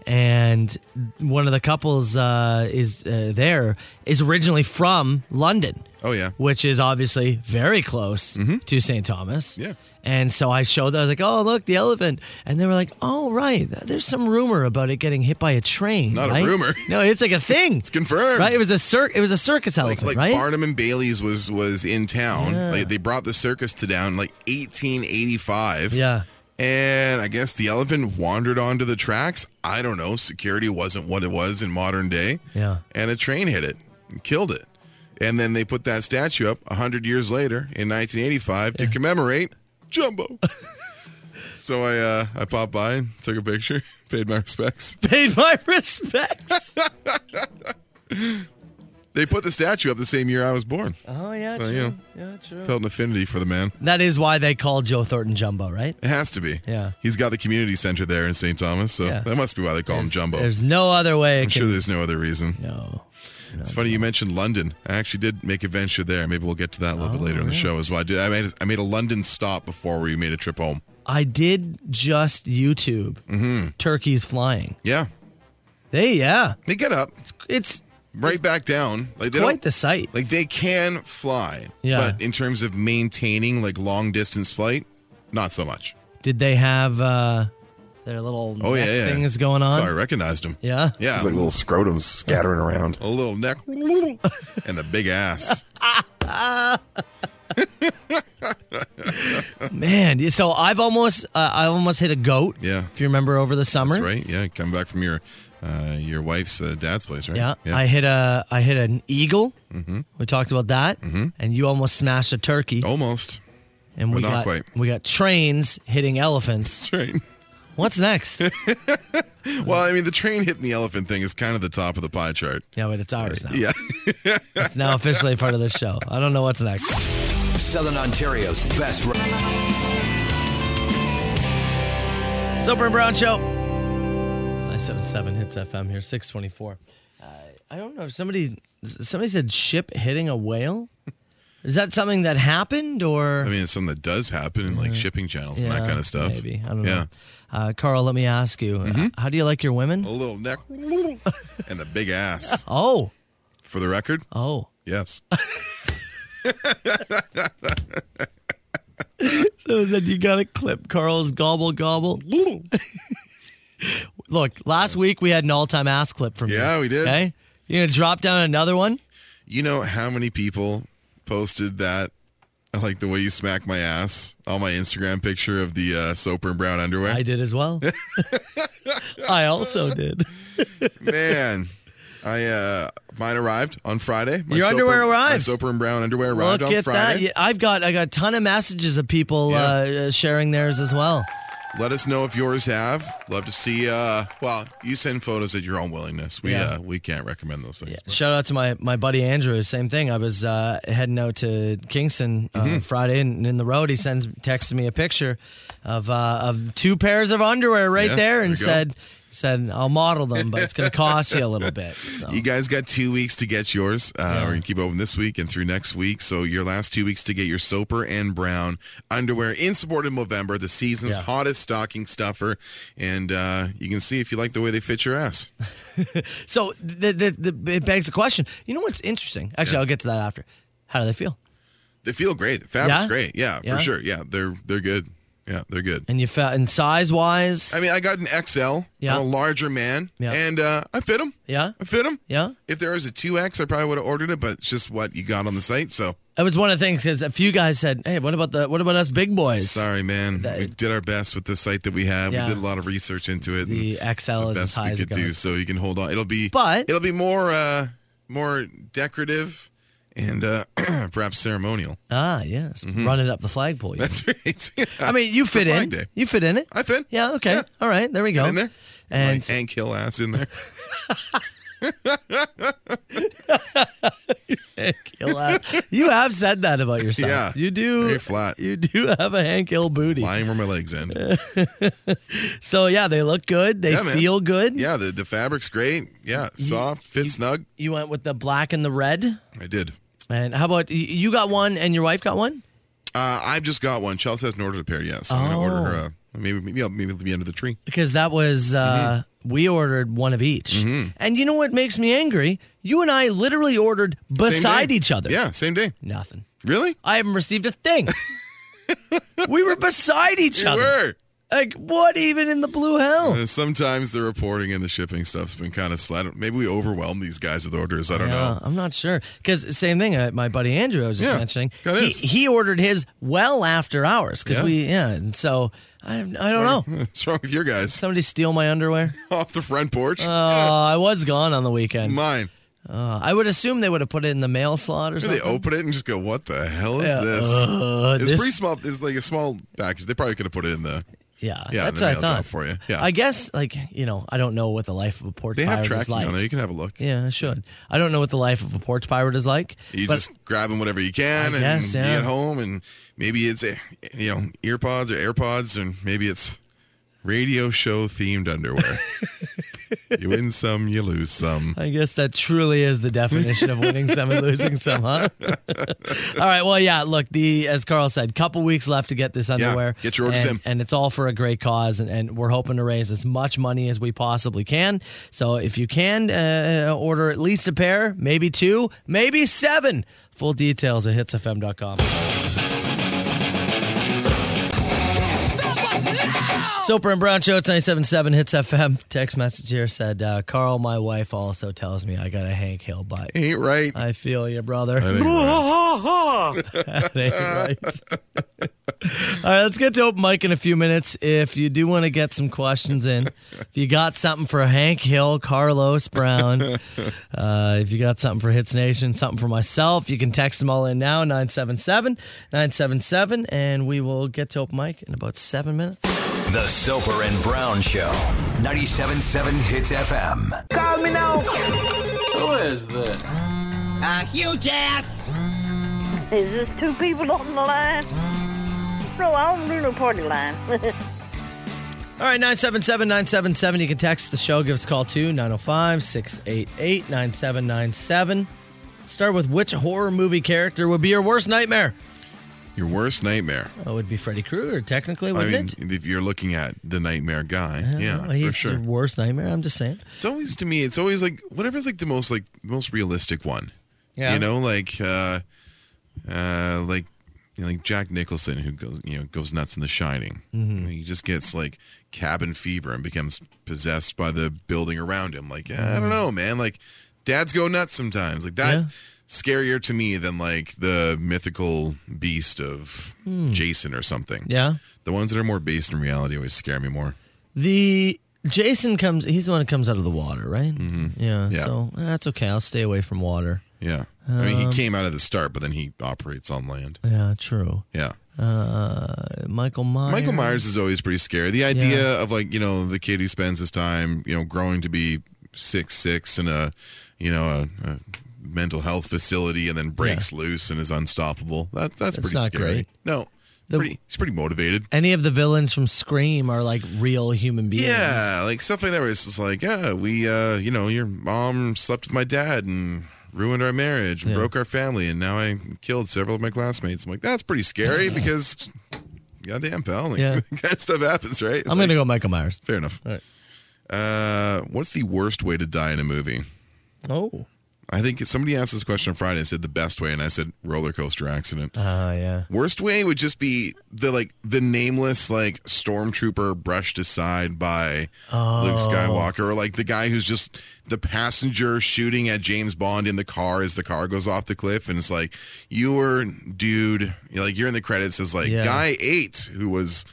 [SPEAKER 6] And one of the couples uh, is uh, there is originally from London.
[SPEAKER 7] Oh, yeah.
[SPEAKER 6] Which is obviously very close to St. Thomas.
[SPEAKER 7] Mm-hmm. Yeah.
[SPEAKER 6] And so I showed them, I was like, oh, look, the elephant. And they were like, oh, right. There's some rumor about it getting hit by a train.
[SPEAKER 7] Not a
[SPEAKER 6] right?
[SPEAKER 7] rumor.
[SPEAKER 6] No, it's like a thing. it's
[SPEAKER 7] confirmed.
[SPEAKER 6] Right? It was a, cir- it was a circus
[SPEAKER 7] like,
[SPEAKER 6] elephant,
[SPEAKER 7] like
[SPEAKER 6] right?
[SPEAKER 7] Barnum and Bailey's was was in town.
[SPEAKER 6] Yeah.
[SPEAKER 7] Like they brought the circus to down like 1885.
[SPEAKER 6] Yeah.
[SPEAKER 7] And I guess the elephant wandered onto the tracks. I don't know. Security wasn't what it was in modern day.
[SPEAKER 6] Yeah.
[SPEAKER 7] And a train hit it and killed it. And then they put that statue up 100 years later in 1985 to commemorate Jumbo. so I uh, I popped by and took a picture, paid my respects.
[SPEAKER 6] paid my respects.
[SPEAKER 7] They put the statue up the same year I was born.
[SPEAKER 6] oh yeah,
[SPEAKER 7] So, true. you know.
[SPEAKER 6] yeah, true.
[SPEAKER 7] Felt an affinity for the man.
[SPEAKER 6] That is why they call Joe Thornton Jumbo, right?
[SPEAKER 7] It has to be.
[SPEAKER 6] Yeah.
[SPEAKER 7] He's got the community center there in St. Thomas, so
[SPEAKER 6] Yeah.
[SPEAKER 7] that must be why they call him Jumbo.
[SPEAKER 6] There's no other way.
[SPEAKER 7] I'm sure there's no other reason.
[SPEAKER 6] no.
[SPEAKER 7] It's funny you mentioned London. I actually did make a venture there. Maybe we'll get to that a little bit
[SPEAKER 6] Oh,
[SPEAKER 7] later in the show as well. I did. I made I made a London stop before we made a trip home.
[SPEAKER 6] I did just YouTube
[SPEAKER 7] Mm-hmm.
[SPEAKER 6] turkeys flying.
[SPEAKER 7] Yeah,
[SPEAKER 6] They yeah,
[SPEAKER 7] they get up
[SPEAKER 6] it's it's
[SPEAKER 7] right back down. Like they
[SPEAKER 6] quite
[SPEAKER 7] don't
[SPEAKER 6] the sight.
[SPEAKER 7] like they can fly.
[SPEAKER 6] Yeah.
[SPEAKER 7] But in terms of maintaining like long distance flight, not so much.
[SPEAKER 6] Did they have uh their little
[SPEAKER 7] Oh
[SPEAKER 6] neck
[SPEAKER 7] yeah, yeah.
[SPEAKER 6] things going on?
[SPEAKER 7] So I recognized him.
[SPEAKER 6] Yeah.
[SPEAKER 7] Yeah,
[SPEAKER 1] Like little scrotums scattering around.
[SPEAKER 7] a little neck and the big ass.
[SPEAKER 6] Man, so I've almost uh, I almost hit a goat.
[SPEAKER 7] Yeah.
[SPEAKER 6] If you remember over the summer.
[SPEAKER 7] That's right. Yeah, come back from your uh, your wife's uh, dad's place, right?
[SPEAKER 6] Yeah, I hit a I hit an eagle.
[SPEAKER 7] Mm-hmm.
[SPEAKER 6] We talked about that, and you almost smashed a turkey.
[SPEAKER 7] almost.
[SPEAKER 6] and we
[SPEAKER 7] but
[SPEAKER 6] got
[SPEAKER 7] not quite.
[SPEAKER 6] we got trains hitting elephants.
[SPEAKER 7] That's right.
[SPEAKER 6] What's next?
[SPEAKER 7] Well, I mean, the train hitting the elephant thing is kind of the top of the pie chart.
[SPEAKER 6] yeah, but it's ours now.
[SPEAKER 7] Yeah.
[SPEAKER 6] It's now officially part of the show. I don't know what's next.
[SPEAKER 5] Southern Ontario's best. ra-
[SPEAKER 6] Soper and Brown Show. 977 hits FM here, 624. Uh, I don't know if somebody somebody said ship hitting a whale. Is that something that happened or
[SPEAKER 7] I mean, it's something that does happen in like shipping channels and
[SPEAKER 6] Mm-hmm. Yeah,
[SPEAKER 7] that kind of stuff.
[SPEAKER 6] Maybe. I don't
[SPEAKER 7] yeah. Mm-hmm.
[SPEAKER 6] know. Uh, Carl, let me ask you. uh, How do you like your women?
[SPEAKER 7] A little neck and the big ass.
[SPEAKER 6] Oh.
[SPEAKER 7] For the record,
[SPEAKER 6] Oh.
[SPEAKER 7] yes.
[SPEAKER 6] So said you gotta clip Carl's gobble gobble. Look, last week we had an all-time ass clip from you.
[SPEAKER 7] Yeah, we did.
[SPEAKER 6] Okay, you gonna drop down another one?
[SPEAKER 7] You know how many people posted that? I like the way you smack my ass on my Instagram picture of the uh, soap and brown underwear.
[SPEAKER 6] I did as well. I also did.
[SPEAKER 7] Man, I uh mine arrived on Friday. My
[SPEAKER 6] Your underwear
[SPEAKER 7] and- My
[SPEAKER 6] arrived.
[SPEAKER 7] Soper and Brown underwear arrived
[SPEAKER 6] Look
[SPEAKER 7] on
[SPEAKER 6] at that!
[SPEAKER 7] Friday.
[SPEAKER 6] Yeah, I've got I got a ton of messages of people
[SPEAKER 7] Yeah.
[SPEAKER 6] uh, sharing theirs as well.
[SPEAKER 7] Let us know if yours have. Love to see. uh Well, you send photos at your own willingness. We
[SPEAKER 6] Yeah.
[SPEAKER 7] uh, we can't recommend those things. but-
[SPEAKER 6] Shout out to my, my buddy Andrew. Same thing. I was uh, heading out to Kingston uh,
[SPEAKER 7] Mm-hmm.
[SPEAKER 6] Friday, and in the road, he sends texted me a picture of uh, of two pairs of underwear right
[SPEAKER 7] Yeah,
[SPEAKER 6] there,
[SPEAKER 7] there
[SPEAKER 6] and
[SPEAKER 7] you go.
[SPEAKER 6] said, said, I'll model them, but it's going to cost you a little bit. So.
[SPEAKER 7] You guys got two weeks to get yours. Uh, We're going to keep it open this week and through next week. So, your last two weeks to get your Soper and Brown underwear in support of November, the season's
[SPEAKER 6] Yeah.
[SPEAKER 7] hottest stocking stuffer. And uh, you can see if you like the way they fit your ass.
[SPEAKER 6] So the, the, the, it begs the question. You know what's interesting? Actually, I'll get to that after. How do they feel?
[SPEAKER 7] They feel great. The fabric's
[SPEAKER 6] Yeah?
[SPEAKER 7] great. Yeah,
[SPEAKER 6] Yeah?
[SPEAKER 7] for sure. Yeah, they're they're good. Yeah, they're good.
[SPEAKER 6] And you felt and size wise,
[SPEAKER 7] I mean, I got an XL.
[SPEAKER 6] Yeah.
[SPEAKER 7] I'm a larger man,
[SPEAKER 6] Yeah.
[SPEAKER 7] and uh, I fit them.
[SPEAKER 6] Yeah?
[SPEAKER 7] I fit them.
[SPEAKER 6] yeah.
[SPEAKER 7] If there was a 2X, I probably would have ordered it, but it's just what you got on the site. So
[SPEAKER 6] That was one of the things because a few guys said, "Hey, what about the what about us big boys?"
[SPEAKER 7] sorry, man.
[SPEAKER 6] That-
[SPEAKER 7] we did our best with the site that we have.
[SPEAKER 6] Yeah.
[SPEAKER 7] We did a lot of research into it.
[SPEAKER 6] The
[SPEAKER 7] and it's
[SPEAKER 6] XL is
[SPEAKER 7] the
[SPEAKER 6] as
[SPEAKER 7] best
[SPEAKER 6] high
[SPEAKER 7] we
[SPEAKER 6] as
[SPEAKER 7] could
[SPEAKER 6] it
[SPEAKER 7] do.
[SPEAKER 6] goes.
[SPEAKER 7] So you can hold on. It'll be,
[SPEAKER 6] But-
[SPEAKER 7] it'll be more, uh, more decorative and uh, perhaps ceremonial.
[SPEAKER 6] Ah, yes, running up the flagpole. you mean.
[SPEAKER 7] Mm-hmm. That's right.
[SPEAKER 6] I mean, you fit
[SPEAKER 7] Flag
[SPEAKER 6] in.
[SPEAKER 7] Day.
[SPEAKER 6] You fit in it.
[SPEAKER 7] I fit.
[SPEAKER 6] Yeah. Okay. All right. There we go.
[SPEAKER 7] in there.
[SPEAKER 6] And
[SPEAKER 7] like Hank Hill ass in there.
[SPEAKER 6] Hill ass. you have said that about yourself.
[SPEAKER 7] Yeah.
[SPEAKER 6] You do.
[SPEAKER 7] Very flat.
[SPEAKER 6] You do have a Hank Hill booty.
[SPEAKER 7] Lying where my legs end.
[SPEAKER 6] So yeah, they look good. They
[SPEAKER 7] Yeah, man.
[SPEAKER 6] feel good.
[SPEAKER 7] Yeah, the, the fabric's great. Yeah, soft, fit snug.
[SPEAKER 6] You went with the black and the red.
[SPEAKER 7] I did.
[SPEAKER 6] And how about y- you got one and your wife got one?
[SPEAKER 7] Uh, I've just got one. Chelsea hasn't ordered a pair yet, so I'm
[SPEAKER 6] Oh.
[SPEAKER 7] gonna order her. A, maybe maybe I'll- maybe it'll be under the tree.
[SPEAKER 6] Because that was uh,
[SPEAKER 7] Mm-hmm.
[SPEAKER 6] we ordered one of each. And you know what makes me angry? You and I literally ordered
[SPEAKER 7] Same
[SPEAKER 6] beside
[SPEAKER 7] day.
[SPEAKER 6] each other.
[SPEAKER 7] Yeah, same day.
[SPEAKER 6] Nothing.
[SPEAKER 7] Really?
[SPEAKER 6] I haven't received a thing. we were beside each
[SPEAKER 7] You
[SPEAKER 6] other.
[SPEAKER 7] were.
[SPEAKER 6] Like what even in the blue hell?
[SPEAKER 7] Uh, Sometimes the reporting and the shipping stuff's been kind of slight. Maybe we overwhelmed these guys with orders. I don't
[SPEAKER 6] Yeah,
[SPEAKER 7] know.
[SPEAKER 6] I'm not sure. Because same thing, uh, my buddy Andrew, I was just
[SPEAKER 7] Yeah,
[SPEAKER 6] mentioning.
[SPEAKER 7] got
[SPEAKER 6] He,
[SPEAKER 7] his.
[SPEAKER 6] he ordered his well after ours because
[SPEAKER 7] Yeah.
[SPEAKER 6] we, yeah. And so I, I don't know.
[SPEAKER 7] What's wrong with your guys?
[SPEAKER 6] Somebody steal my underwear?
[SPEAKER 7] Off the front porch?
[SPEAKER 6] Oh, I was gone on the weekend.
[SPEAKER 7] Mine.
[SPEAKER 6] Uh, I would assume they would have put it in the mail slot or
[SPEAKER 7] Did
[SPEAKER 6] something.
[SPEAKER 7] they open it and just go, "What the hell is
[SPEAKER 6] uh-huh. Yeah,
[SPEAKER 7] this?"
[SPEAKER 6] uh,
[SPEAKER 7] it's
[SPEAKER 6] this-
[SPEAKER 7] pretty small. It's like a small package. They probably could have put it in the.
[SPEAKER 6] Yeah,
[SPEAKER 7] Yeah,
[SPEAKER 6] that's
[SPEAKER 7] the
[SPEAKER 6] what I
[SPEAKER 7] mail drop
[SPEAKER 6] thought
[SPEAKER 7] for you. Yeah.
[SPEAKER 6] I guess like you know, I don't know what the life of a porch
[SPEAKER 7] They have
[SPEAKER 6] pirate is
[SPEAKER 7] tracking
[SPEAKER 6] like.
[SPEAKER 7] on there. You can have a look.
[SPEAKER 6] Yeah, I should. I don't know what the life of a porch pirate is like.
[SPEAKER 7] You
[SPEAKER 6] but
[SPEAKER 7] just grabbing whatever you can
[SPEAKER 6] I
[SPEAKER 7] and
[SPEAKER 6] guess,
[SPEAKER 7] be
[SPEAKER 6] yeah.
[SPEAKER 7] at home, and maybe it's eh, you know earpods or AirPods, and maybe it's radio show themed underwear. you win some, you lose some.
[SPEAKER 6] I guess that truly is the definition of winning some and losing some, huh? all right. Well, yeah. Look, the as Carl said, couple weeks left to get this underwear.
[SPEAKER 7] get your orders
[SPEAKER 6] and,
[SPEAKER 7] in.
[SPEAKER 6] and it's all for a great cause, and, and we're hoping to raise as much money as we possibly can. So if you can uh, order at least a pair, maybe two, maybe seven. Full details at hitsfm.com. Soper and Brown Show, it's 97.7 Hits FM. Text message here said, uh, Carl, my wife also tells me I got a Hank Hill butt.
[SPEAKER 7] Ain't right.
[SPEAKER 6] I feel you, brother.
[SPEAKER 7] That ain't right.
[SPEAKER 6] That ain't right. All right, let's get to open mic in a few minutes. If you do want to get some questions in, if you got something for Hank Hill, Carlos Brown, uh, if you got something for Hits Nation, something for myself, you can text them all in now 977 977, and we will get to open mic in about seven minutes.
[SPEAKER 5] The Soper and Brown Show. 97.7 Hits FM.
[SPEAKER 4] Is this two people on the line? No, I don't do no party line.
[SPEAKER 6] All right, 977 977. You can text the show, give us a call too, 905 688 9797. Start with which horror movie character would be your worst nightmare?
[SPEAKER 7] Your worst nightmare.
[SPEAKER 6] That would be Freddy Krueger, technically,
[SPEAKER 7] I
[SPEAKER 6] wouldn't
[SPEAKER 7] mean,
[SPEAKER 6] it?
[SPEAKER 7] if you're looking at the nightmare guy, yeah,
[SPEAKER 6] Oh, he's
[SPEAKER 7] for sure.
[SPEAKER 6] your worst nightmare. I'm just saying.
[SPEAKER 7] It's always to me. It's always like whatever's like the most like most realistic one.
[SPEAKER 6] Yeah.
[SPEAKER 7] You know, like uh, uh, like you know, like Jack Nicholson who goes you know goes nuts in The Shining.
[SPEAKER 6] Mm-hmm.
[SPEAKER 7] And He just gets like cabin fever and becomes possessed by the building around him. Like I don't know, man. Like dads go nuts sometimes. Like that's
[SPEAKER 6] Mm-hmm. Yeah.
[SPEAKER 7] scarier to me than like the mythical beast of Jason or something.
[SPEAKER 6] Hmm. Yeah.
[SPEAKER 7] The ones that are more based in reality always scare me more.
[SPEAKER 6] The Jason comes, he's the one that comes out of the water, right? Mm-hmm. Yeah,
[SPEAKER 7] Yeah.
[SPEAKER 6] So eh, that's okay. I'll stay away from water.
[SPEAKER 7] Yeah. I mean, he
[SPEAKER 6] Um,
[SPEAKER 7] came out of the start, but then he operates on land.
[SPEAKER 6] Yeah, true.
[SPEAKER 7] Yeah.
[SPEAKER 6] Uh, Michael Myers.
[SPEAKER 7] Michael Myers is always pretty scary. The idea of like, you know, the kid who spends his time, you know, growing to be six six in a you know, a, a mental health facility and then breaks loose and is unstoppable. That that's, pretty
[SPEAKER 6] not
[SPEAKER 7] scary.
[SPEAKER 6] great.
[SPEAKER 7] No.
[SPEAKER 6] The-
[SPEAKER 7] pretty, he's pretty motivated.
[SPEAKER 6] Any of the villains from Scream are like real human beings.
[SPEAKER 7] Yeah, like stuff like that where it's just like, yeah, we, uh, you know, your mom slept with my dad and ruined our marriage and
[SPEAKER 6] Yeah.
[SPEAKER 7] broke our family, and now I killed several of my classmates. I'm like, that's pretty scary because, goddamn, pal, like,
[SPEAKER 6] Yeah.
[SPEAKER 7] that stuff happens, right?
[SPEAKER 6] I'm
[SPEAKER 7] Like,
[SPEAKER 6] gonna go Michael Myers.
[SPEAKER 7] Fair enough.
[SPEAKER 6] All right.
[SPEAKER 7] Uh, what's the worst way to die in a movie?
[SPEAKER 6] Oh.
[SPEAKER 7] I think somebody asked this question on Friday. I said the best way, and I said roller coaster accident.
[SPEAKER 6] Ah, yeah.
[SPEAKER 7] Worst way would just be the like the nameless like stormtrooper brushed aside by Luke
[SPEAKER 6] Oh.
[SPEAKER 7] Skywalker, or like the guy who's just the passenger shooting at James Bond in the car as the car goes off the cliff, and it's like you were dude, you know, like you're in the credits as like
[SPEAKER 6] Yeah.
[SPEAKER 7] guy eight who was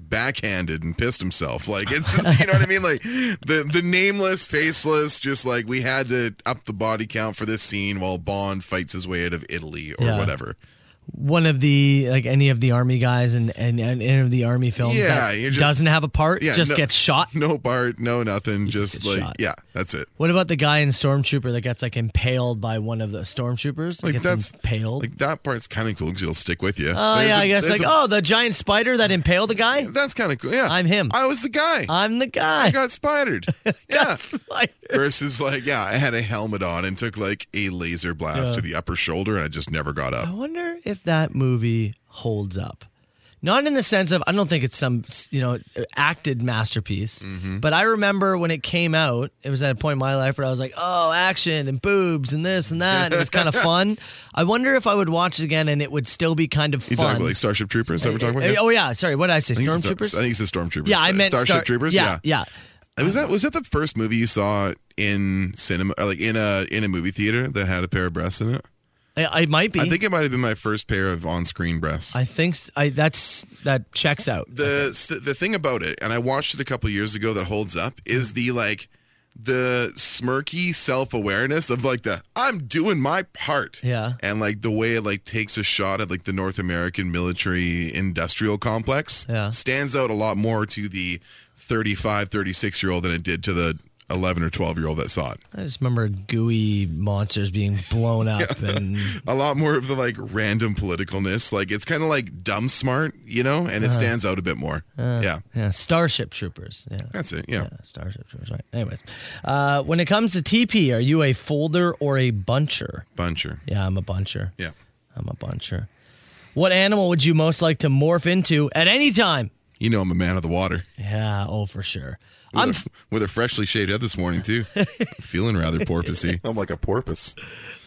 [SPEAKER 7] backhanded and pissed himself. Like it's just you know what I mean. Like the the nameless, faceless, just like we had to up the body count for this scene while Bond fights his way out of Italy or
[SPEAKER 6] Yeah.
[SPEAKER 7] whatever.
[SPEAKER 6] one of the like any of the army guys and and, and any of the army films
[SPEAKER 7] Yeah,
[SPEAKER 6] that
[SPEAKER 7] you're just-
[SPEAKER 6] doesn't have a part
[SPEAKER 7] yeah,
[SPEAKER 6] just
[SPEAKER 7] no-
[SPEAKER 6] gets shot.
[SPEAKER 7] No Bart, no nothing. Just
[SPEAKER 6] get
[SPEAKER 7] like
[SPEAKER 6] shot.
[SPEAKER 7] yeah, that's it.
[SPEAKER 6] What about the guy in Stormtrooper that gets like impaled by one of the stormtroopers?
[SPEAKER 7] Like
[SPEAKER 6] gets
[SPEAKER 7] that's
[SPEAKER 6] impaled.
[SPEAKER 7] Like that part's kind of cool because it'll stick with you.
[SPEAKER 6] oh
[SPEAKER 7] There's
[SPEAKER 6] yeah,
[SPEAKER 7] a-
[SPEAKER 6] I guess
[SPEAKER 7] there's
[SPEAKER 6] like
[SPEAKER 7] a-
[SPEAKER 6] oh the giant spider that impaled the guy.
[SPEAKER 7] that's kind of cool. Yeah,
[SPEAKER 6] I'm him.
[SPEAKER 7] I was the guy. I
[SPEAKER 6] I'm the guy.
[SPEAKER 7] got spidered. yeah.
[SPEAKER 6] Got spider.
[SPEAKER 7] Versus like yeah, I had a helmet on and took like a laser blast
[SPEAKER 6] Yeah.
[SPEAKER 7] to the upper shoulder and I just never got up.
[SPEAKER 6] I wonder if that movie holds up. Not in the sense of I don't think it's some you know acted masterpiece,
[SPEAKER 7] Mm-hmm.
[SPEAKER 6] but I remember when it came out, it was at a point in my life where I was like, oh, action and boobs and this and that. And it was kind of fun. I wonder if I would watch it again and it would still be kind of
[SPEAKER 7] You
[SPEAKER 6] fun.
[SPEAKER 7] talking about like Starship Troopers? Is that what we're talking
[SPEAKER 6] Eh,
[SPEAKER 7] about?
[SPEAKER 6] oh yeah, sorry, what did I say?
[SPEAKER 7] I think it's the-
[SPEAKER 6] Stormtroopers.
[SPEAKER 7] I think it's the Stormtroopers.
[SPEAKER 6] yeah, I
[SPEAKER 7] Star-
[SPEAKER 6] meant
[SPEAKER 7] Starship
[SPEAKER 6] Star-
[SPEAKER 7] Troopers.
[SPEAKER 6] Yeah, yeah.
[SPEAKER 7] Uh, Was that was that the first movie you saw in cinema, or like in a in a movie theater that had a pair of breasts in it?
[SPEAKER 6] I, I might be.
[SPEAKER 7] I think it might have been my first pair of on screen breasts.
[SPEAKER 6] I think s- I- that's that checks out.
[SPEAKER 7] the s- the thing about it, and I watched it a couple years ago that holds up
[SPEAKER 6] Mm-hmm.
[SPEAKER 7] is the like the smirky self awareness of like the I'm doing my part.
[SPEAKER 6] Yeah.
[SPEAKER 7] And like the way it like takes a shot at like the North American military industrial complex
[SPEAKER 6] Yeah.
[SPEAKER 7] stands out a lot more to the 35, 36 year old than it did to the 11 or 12 year old that saw it.
[SPEAKER 6] I just remember gooey monsters being blown up and
[SPEAKER 7] a lot more of the like random politicalness. Like it's kind of like dumb smart, you know, and
[SPEAKER 6] Uh-huh.
[SPEAKER 7] it stands out a bit more. yeah,
[SPEAKER 6] Yeah, Starship Troopers. Yeah.
[SPEAKER 7] that's it. Yeah.
[SPEAKER 6] Uh. Yeah, Starship Troopers. Right. Anyways, uh, when it comes to TP, are you a folder or a buncher?
[SPEAKER 7] buncher.
[SPEAKER 6] Yeah, I'm a buncher.
[SPEAKER 7] Yeah,
[SPEAKER 6] I'm a buncher. What animal would you most like to morph into at any time?
[SPEAKER 7] you know I'm a man of the water.
[SPEAKER 6] Yeah, oh for sure.
[SPEAKER 7] With,
[SPEAKER 6] I'm
[SPEAKER 7] a, with a freshly shaved head this morning too, feeling rather porpoisey.
[SPEAKER 1] I'm like a porpoise.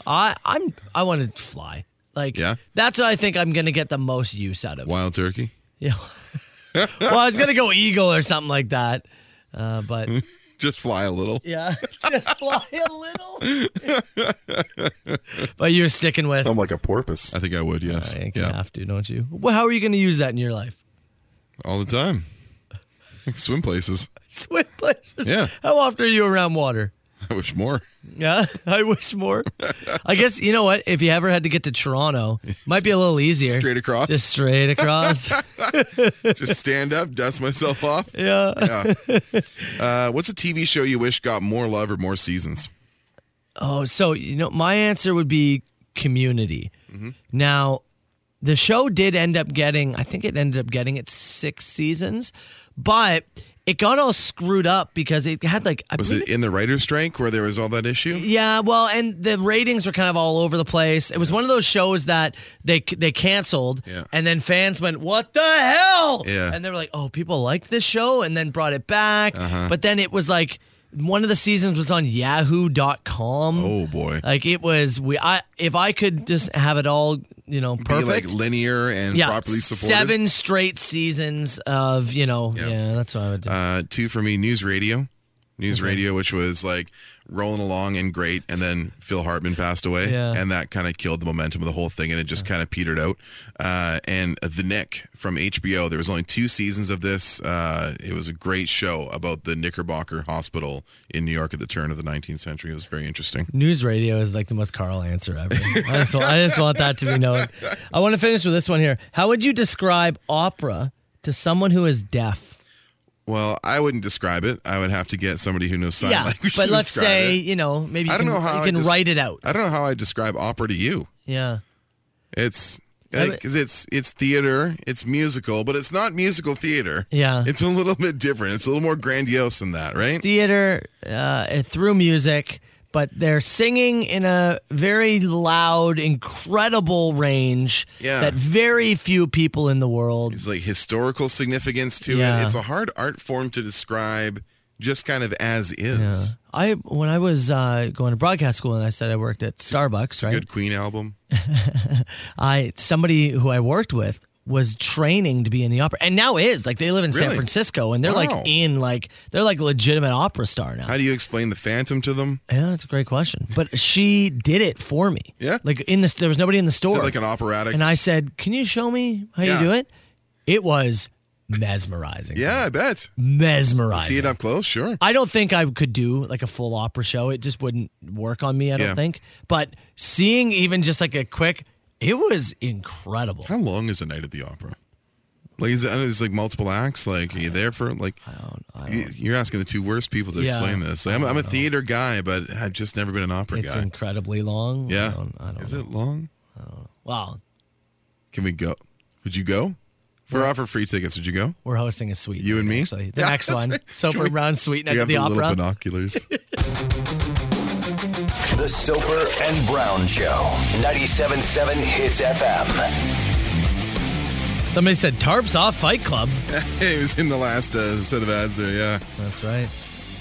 [SPEAKER 6] I I'm I want to fly. Like
[SPEAKER 7] Yeah?
[SPEAKER 6] that's what I think I'm gonna get the most use out of.
[SPEAKER 7] Wild turkey.
[SPEAKER 6] Yeah. well, I was gonna go eagle or something like that, uh, but
[SPEAKER 7] Just fly a little.
[SPEAKER 6] yeah, just fly a little. but you're sticking with
[SPEAKER 1] I'm like a porpoise.
[SPEAKER 7] I think I would. Yes.
[SPEAKER 6] I think you
[SPEAKER 7] Oh, yeah.
[SPEAKER 6] have to, don't you? Well, how are you going to use that in your life?
[SPEAKER 7] All the time. Swim places.
[SPEAKER 6] Swim places.
[SPEAKER 7] Yeah.
[SPEAKER 6] How often are you around water?
[SPEAKER 7] I wish more.
[SPEAKER 6] Yeah, I wish more. I guess you know what. If you ever had to get to Toronto, might be a little easier.
[SPEAKER 7] Straight across.
[SPEAKER 6] Just straight across.
[SPEAKER 7] Just stand up, dust myself off.
[SPEAKER 6] yeah.
[SPEAKER 7] Yeah. Uh, what's a TV show you wish got more love or more seasons?
[SPEAKER 6] Oh, so you know, my answer would be Community. Now, the show did end up getting, I think it ended up getting its six seasons, but it got all screwed up because it had like I
[SPEAKER 7] Was
[SPEAKER 6] believe
[SPEAKER 7] it in the writer's strike where there was all that issue?
[SPEAKER 6] Yeah, well, and the ratings were kind of all over the place. It was one of those shows that they they canceled,
[SPEAKER 7] Yeah.
[SPEAKER 6] and then fans went, "What the hell?"
[SPEAKER 7] Yeah.
[SPEAKER 6] and they were like, "Oh, people like this show," and then brought it back.
[SPEAKER 7] Uh-huh.
[SPEAKER 6] But then it was like one of the seasons was on Yahoo.com.
[SPEAKER 7] Oh boy.
[SPEAKER 6] Like it was we I if I could just have it all, you know,
[SPEAKER 7] Be
[SPEAKER 6] perfect.
[SPEAKER 7] like linear and properly supported.
[SPEAKER 6] seven straight seasons of you know,
[SPEAKER 7] Yeah.
[SPEAKER 6] yeah, that's what I would do.
[SPEAKER 7] Uh, two for me, news radio. News radio, which was like rolling along and great, and then Phil Hartman passed away,
[SPEAKER 6] Yeah.
[SPEAKER 7] and that kind of killed the momentum of the whole thing, and it just kind of petered out. Uh, and The Nick from HBO, there was only two seasons of this. Uh, it was a great show about the Knickerbocker Hospital in New York at the turn of the 19th century. It was very interesting.
[SPEAKER 6] News radio is like the most Carl answer ever. I just, want, I just want that to be known. I want to finish with this one here. How would you describe opera to someone who is deaf?
[SPEAKER 7] Well, I wouldn't describe it. I would have to get somebody who knows sign
[SPEAKER 6] yeah,
[SPEAKER 7] language.
[SPEAKER 6] but
[SPEAKER 7] to
[SPEAKER 6] let's
[SPEAKER 7] describe
[SPEAKER 6] say
[SPEAKER 7] it.
[SPEAKER 6] you know maybe you
[SPEAKER 7] I don't
[SPEAKER 6] can,
[SPEAKER 7] know how
[SPEAKER 6] you
[SPEAKER 7] I
[SPEAKER 6] can
[SPEAKER 7] des-
[SPEAKER 6] write it out.
[SPEAKER 7] I don't know how I describe opera to you.
[SPEAKER 6] yeah,
[SPEAKER 7] It's because it's it's theater, it's musical, but it's not musical theater.
[SPEAKER 6] Yeah.
[SPEAKER 7] it's a little bit different. It's a little more grandiose than that, right?
[SPEAKER 6] theater uh, through music, but they're singing in a very loud, incredible range
[SPEAKER 7] Yeah.
[SPEAKER 6] that very few people in the world.
[SPEAKER 7] It's like historical significance to
[SPEAKER 6] Yeah.
[SPEAKER 7] it. It's a hard art form to describe, just kind of as is.
[SPEAKER 6] I when I was uh, going to broadcast school and I said I worked at Starbucks, right?
[SPEAKER 7] Good Queen album.
[SPEAKER 6] I somebody who I worked with was training to be in the opera and now is like they live in San
[SPEAKER 7] Really?
[SPEAKER 6] Francisco and they're
[SPEAKER 7] Wow.
[SPEAKER 6] like in like they're like legitimate opera star now.
[SPEAKER 7] How do you explain the Phantom to them?
[SPEAKER 6] yeah, that's a great question. But she did it for me.
[SPEAKER 7] Yeah?
[SPEAKER 6] Like in this there was nobody in the store.
[SPEAKER 7] Is it like an operatic?
[SPEAKER 6] and I said, "Can you show me how
[SPEAKER 7] Yeah.
[SPEAKER 6] you do it?" It was mesmerizing.
[SPEAKER 7] yeah, I bet.
[SPEAKER 6] mesmerizing.
[SPEAKER 7] See it uh, up close, sure.
[SPEAKER 6] I don't think I could do like a full opera show. It just wouldn't work on me. I don't
[SPEAKER 7] Yeah.
[SPEAKER 6] think. But seeing even just like a quick, it was incredible.
[SPEAKER 7] How long is a night at the opera? Like is it, is it like multiple acts? Like are you there for like? you- You're asking the two worst people to
[SPEAKER 6] Yeah,
[SPEAKER 7] explain this. Like, I'm, I'm a theater guy, but I've just never been an opera
[SPEAKER 6] It's
[SPEAKER 7] guy.
[SPEAKER 6] incredibly long.
[SPEAKER 7] yeah,
[SPEAKER 6] I don't, I don't
[SPEAKER 7] is
[SPEAKER 6] know.
[SPEAKER 7] it long?
[SPEAKER 6] Wow,
[SPEAKER 7] Can we go? Would you go? If we're offered free tickets, would you go?
[SPEAKER 6] we're hosting a suite.
[SPEAKER 7] You and me?
[SPEAKER 6] Actually, the
[SPEAKER 7] Yeah,
[SPEAKER 6] next
[SPEAKER 7] that's
[SPEAKER 6] one,
[SPEAKER 7] right. Can
[SPEAKER 6] Soper
[SPEAKER 7] we-
[SPEAKER 6] Brown Suite
[SPEAKER 7] we
[SPEAKER 6] next to
[SPEAKER 7] have
[SPEAKER 6] the
[SPEAKER 7] the little
[SPEAKER 6] opera.
[SPEAKER 7] binoculars.
[SPEAKER 5] The Soper and Brown Show. 97.7 Hits FM.
[SPEAKER 6] Somebody said tarps off Fight Club.
[SPEAKER 7] it was in the last uh, set of ads there. Yeah,
[SPEAKER 6] That's right.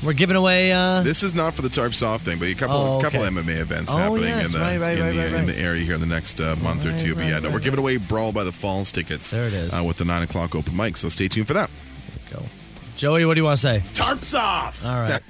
[SPEAKER 6] We're giving away. Uh,
[SPEAKER 7] this is not for the tarp soft thing, but a couple
[SPEAKER 6] Oh,
[SPEAKER 7] a couple
[SPEAKER 6] okay.
[SPEAKER 7] MMA events
[SPEAKER 6] Oh,
[SPEAKER 7] happening
[SPEAKER 6] yes,
[SPEAKER 7] in the
[SPEAKER 6] right, right,
[SPEAKER 7] in,
[SPEAKER 6] right,
[SPEAKER 7] the
[SPEAKER 6] right,
[SPEAKER 7] in
[SPEAKER 6] right.
[SPEAKER 7] the area here in the next uh, month or
[SPEAKER 6] Right,
[SPEAKER 7] two. But yeah,
[SPEAKER 6] right,
[SPEAKER 7] no,
[SPEAKER 6] right,
[SPEAKER 7] we're giving away Brawl by the Falls tickets.
[SPEAKER 6] There it is.
[SPEAKER 7] uh, with the nine o'clock open mic. So stay tuned for that.
[SPEAKER 6] go. Joey, what do you want to say?
[SPEAKER 2] Tarps off.
[SPEAKER 6] All right.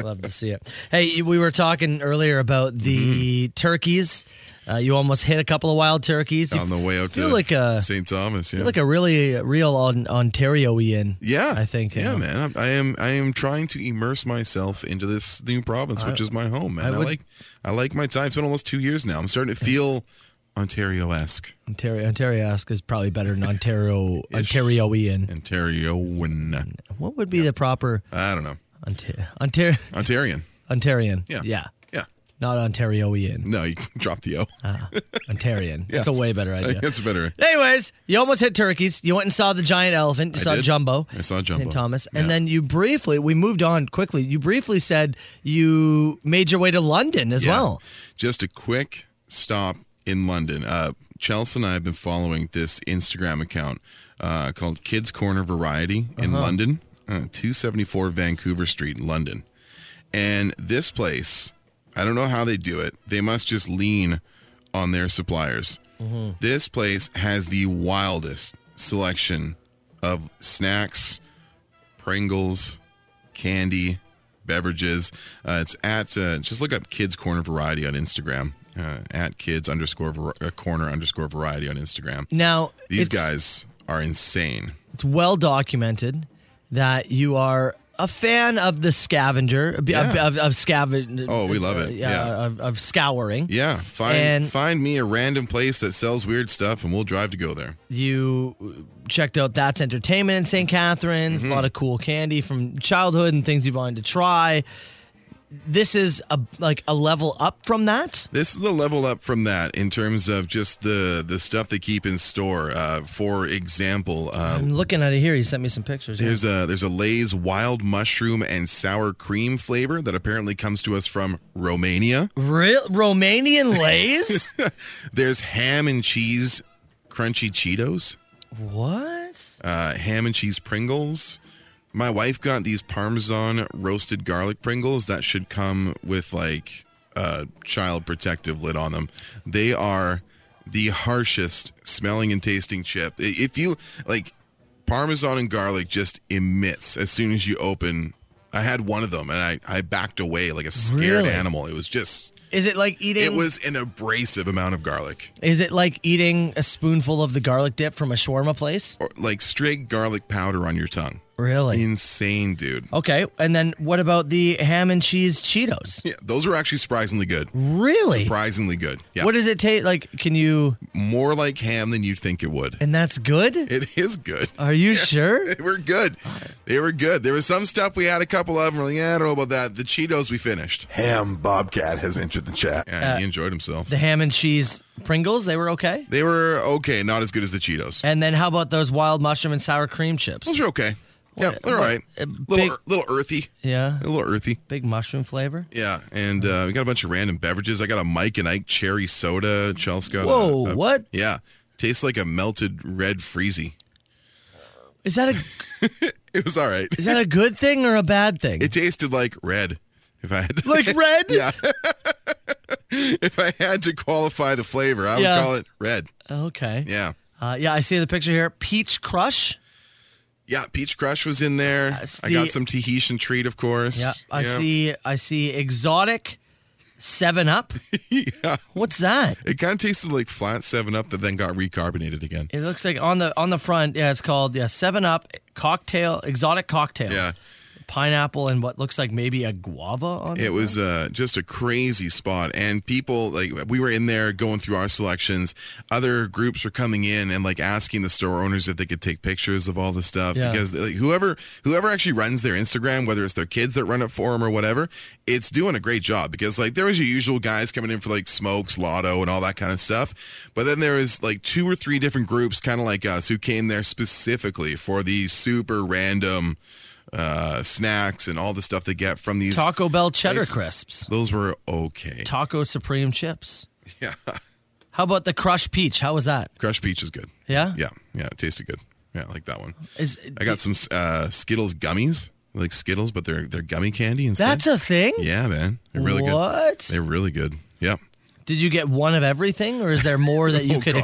[SPEAKER 6] Love to see it. Hey, we were talking earlier about the
[SPEAKER 7] Mm-hmm.
[SPEAKER 6] turkeys. Uh, you almost hit a couple of wild turkeys. You
[SPEAKER 7] on the way out
[SPEAKER 6] feel
[SPEAKER 7] to
[SPEAKER 6] like a-
[SPEAKER 7] St. Thomas. Yeah,
[SPEAKER 6] feel like a really real on, Ontarioian.
[SPEAKER 7] yeah,
[SPEAKER 6] I think. you
[SPEAKER 7] Yeah,
[SPEAKER 6] know.
[SPEAKER 7] man. I'm, I am. I am trying to immerse myself into this new province, which is my home, man.
[SPEAKER 6] I
[SPEAKER 7] I,
[SPEAKER 6] would-
[SPEAKER 7] like. I like my time. It's been almost two years now. I'm starting to feel Ontario-esque,
[SPEAKER 6] Ontario Ontarioask is probably better than Ontario Ontarioian.
[SPEAKER 7] Ontarioan.
[SPEAKER 6] What would be the proper
[SPEAKER 7] I don't know,
[SPEAKER 6] Ontario Ontar-
[SPEAKER 7] Ontarian.
[SPEAKER 6] Ontarian?
[SPEAKER 7] Yeah.
[SPEAKER 6] yeah,
[SPEAKER 7] Yeah.
[SPEAKER 6] not Ontarioian.
[SPEAKER 7] No, you drop the O.
[SPEAKER 6] Ontarian.
[SPEAKER 7] Yes.
[SPEAKER 6] That's Uh, a way better idea.
[SPEAKER 7] That's better.
[SPEAKER 6] Anyways, you almost hit turkeys. You went and saw the giant elephant. You
[SPEAKER 7] I
[SPEAKER 6] saw
[SPEAKER 7] did.
[SPEAKER 6] Jumbo.
[SPEAKER 7] I saw Jumbo.
[SPEAKER 6] St. Thomas. And
[SPEAKER 7] Yeah.
[SPEAKER 6] then you briefly, we moved on quickly. You briefly said you made your way to London as
[SPEAKER 7] Yeah.
[SPEAKER 6] well.
[SPEAKER 7] Just a quick stop in London. Uh, Chelsea and I have been following this Instagram account uh, called Kids Corner Variety in London, uh, 274 Vancouver Street, London. And this place, I don't know how they do it. They must just lean on their suppliers. This place has the wildest selection of snacks, Pringles, candy, beverages. Uh, it's at uh, just look up Kids Corner Variety on Instagram. Uh, at kids underscore var- uh, corner underscore variety on Instagram.
[SPEAKER 6] Now,
[SPEAKER 7] These
[SPEAKER 6] it's,
[SPEAKER 7] guys are insane.
[SPEAKER 6] it's well documented that you are a fan of the scavenger, of-
[SPEAKER 7] Yeah.
[SPEAKER 6] of, of, of scavenger.
[SPEAKER 7] Oh, we love it. Yeah.
[SPEAKER 6] Of, of scouring.
[SPEAKER 7] Yeah, find
[SPEAKER 6] And-
[SPEAKER 7] find me a random place that sells weird stuff, and we'll drive to go there.
[SPEAKER 6] You checked out That's Entertainment in St. Catharines, a lot of cool candy from childhood and things you've wanted to try. This is a like a level up from that.
[SPEAKER 7] This is a level up from that in terms of just the the stuff they keep in store. Uh, for example, uh,
[SPEAKER 6] I'm looking at it here. He sent me some pictures. yeah.
[SPEAKER 7] There's a there's a Lay's wild mushroom and sour cream flavor that apparently comes to us from Romania.
[SPEAKER 6] Real Romanian Lays?
[SPEAKER 7] There's ham and cheese crunchy Cheetos,
[SPEAKER 6] what?
[SPEAKER 7] uh, ham and cheese Pringles. My wife got these Parmesan roasted garlic Pringles that should come with like a child protective lid on them. They are the harshest smelling and tasting chip. I- If you like Parmesan and garlic just emits as soon as you open. I had one of them and I, I backed away like a scared
[SPEAKER 6] Really?
[SPEAKER 7] animal. It was just,
[SPEAKER 6] Is it like eating?
[SPEAKER 7] it was an abrasive amount of garlic.
[SPEAKER 6] Is it like eating a spoonful of the garlic dip from a shawarma place?
[SPEAKER 7] or like straight garlic powder on your tongue.
[SPEAKER 6] Really? Oh.
[SPEAKER 7] Insane, dude.
[SPEAKER 6] Okay. And then what about the ham and cheese Cheetos?
[SPEAKER 7] Yeah, those are actually surprisingly good.
[SPEAKER 6] Really?
[SPEAKER 7] Surprisingly good. Yeah.
[SPEAKER 6] What does it taste like? Can you?
[SPEAKER 7] More like ham than you'd think it would.
[SPEAKER 6] And that's good.
[SPEAKER 7] It is good.
[SPEAKER 6] Are you sure?
[SPEAKER 7] They were good. They were good. There was some stuff we had a couple of. and We're like, yeah, I don't know about that. The Cheetos we finished.
[SPEAKER 1] Ham Bobcat has entered the chat.
[SPEAKER 7] Yeah,
[SPEAKER 6] Uh,
[SPEAKER 7] he enjoyed himself.
[SPEAKER 6] The ham and cheese Pringles, they were okay.
[SPEAKER 7] They were okay, not as good as the Cheetos.
[SPEAKER 6] And then how about those wild mushroom and sour cream chips?
[SPEAKER 7] Those are okay. Yeah,
[SPEAKER 6] What-
[SPEAKER 7] they're all
[SPEAKER 6] what-
[SPEAKER 7] right.
[SPEAKER 6] uh,
[SPEAKER 7] little,
[SPEAKER 6] big-
[SPEAKER 7] ear- little earthy.
[SPEAKER 6] Yeah.
[SPEAKER 7] A little earthy.
[SPEAKER 6] Big mushroom flavor.
[SPEAKER 7] Yeah, and uh, we got a bunch of random beverages. I got a Mike and Ike cherry soda. Chelsea got a-
[SPEAKER 6] Whoa,
[SPEAKER 7] a-
[SPEAKER 6] what?
[SPEAKER 7] Yeah, tastes like a melted red freezy.
[SPEAKER 6] Is that a
[SPEAKER 7] It was all right.
[SPEAKER 6] is that a good thing or a bad thing?
[SPEAKER 7] It tasted like red. If I had to,
[SPEAKER 6] like red.
[SPEAKER 7] yeah, if I had to qualify the flavor, I would
[SPEAKER 6] Yeah.
[SPEAKER 7] call it red.
[SPEAKER 6] Okay.
[SPEAKER 7] Yeah,
[SPEAKER 6] Uh, yeah, I see the picture here. Peach Crush.
[SPEAKER 7] yeah. Peach Crush was in there.
[SPEAKER 6] That's
[SPEAKER 7] I got
[SPEAKER 6] the-
[SPEAKER 7] some Tahitian treat, of course.
[SPEAKER 6] Yeah, I see. I see exotic Seven Up. What's that?
[SPEAKER 7] It kind of tasted like flat Seven Up that then got recarbonated again.
[SPEAKER 6] It looks like on the on the front. Yeah, it's called yeah Seven Up cocktail exotic cocktail.
[SPEAKER 7] Yeah.
[SPEAKER 6] pineapple and what looks like maybe a guava on
[SPEAKER 7] It
[SPEAKER 6] it.
[SPEAKER 7] was uh, just a crazy spot, and people like we were in there going through our selections. Other groups were coming in and like asking the store owners if they could take pictures of all the stuff
[SPEAKER 6] Yeah.
[SPEAKER 7] because like, whoever whoever actually runs their Instagram, whether it's their kids that run it for them or whatever, it's doing a great job because like there was your usual guys coming in for like smokes, lotto, and all that kind of stuff, but then there was like two or three different groups, kind of like us, who came there specifically for the super random uh snacks and all the stuff they get from these
[SPEAKER 6] Taco Bell cheddar
[SPEAKER 7] Nice.
[SPEAKER 6] crisps.
[SPEAKER 7] those were okay.
[SPEAKER 6] Taco Supreme chips.
[SPEAKER 7] Yeah.
[SPEAKER 6] How about the crushed peach? How was that?
[SPEAKER 7] Crushed peach is good.
[SPEAKER 6] Yeah?
[SPEAKER 7] Yeah. Yeah. It tasted good. Yeah. I like that one.
[SPEAKER 6] Is
[SPEAKER 7] I got some uh, Skittles gummies, like Skittles, but they're they're gummy candy instead.
[SPEAKER 6] That's a thing?
[SPEAKER 7] yeah, man. They're really good.
[SPEAKER 6] what?
[SPEAKER 7] They're really good. Yeah.
[SPEAKER 6] Did you get one of everything or is there more that you
[SPEAKER 7] Oh,
[SPEAKER 6] could
[SPEAKER 7] God,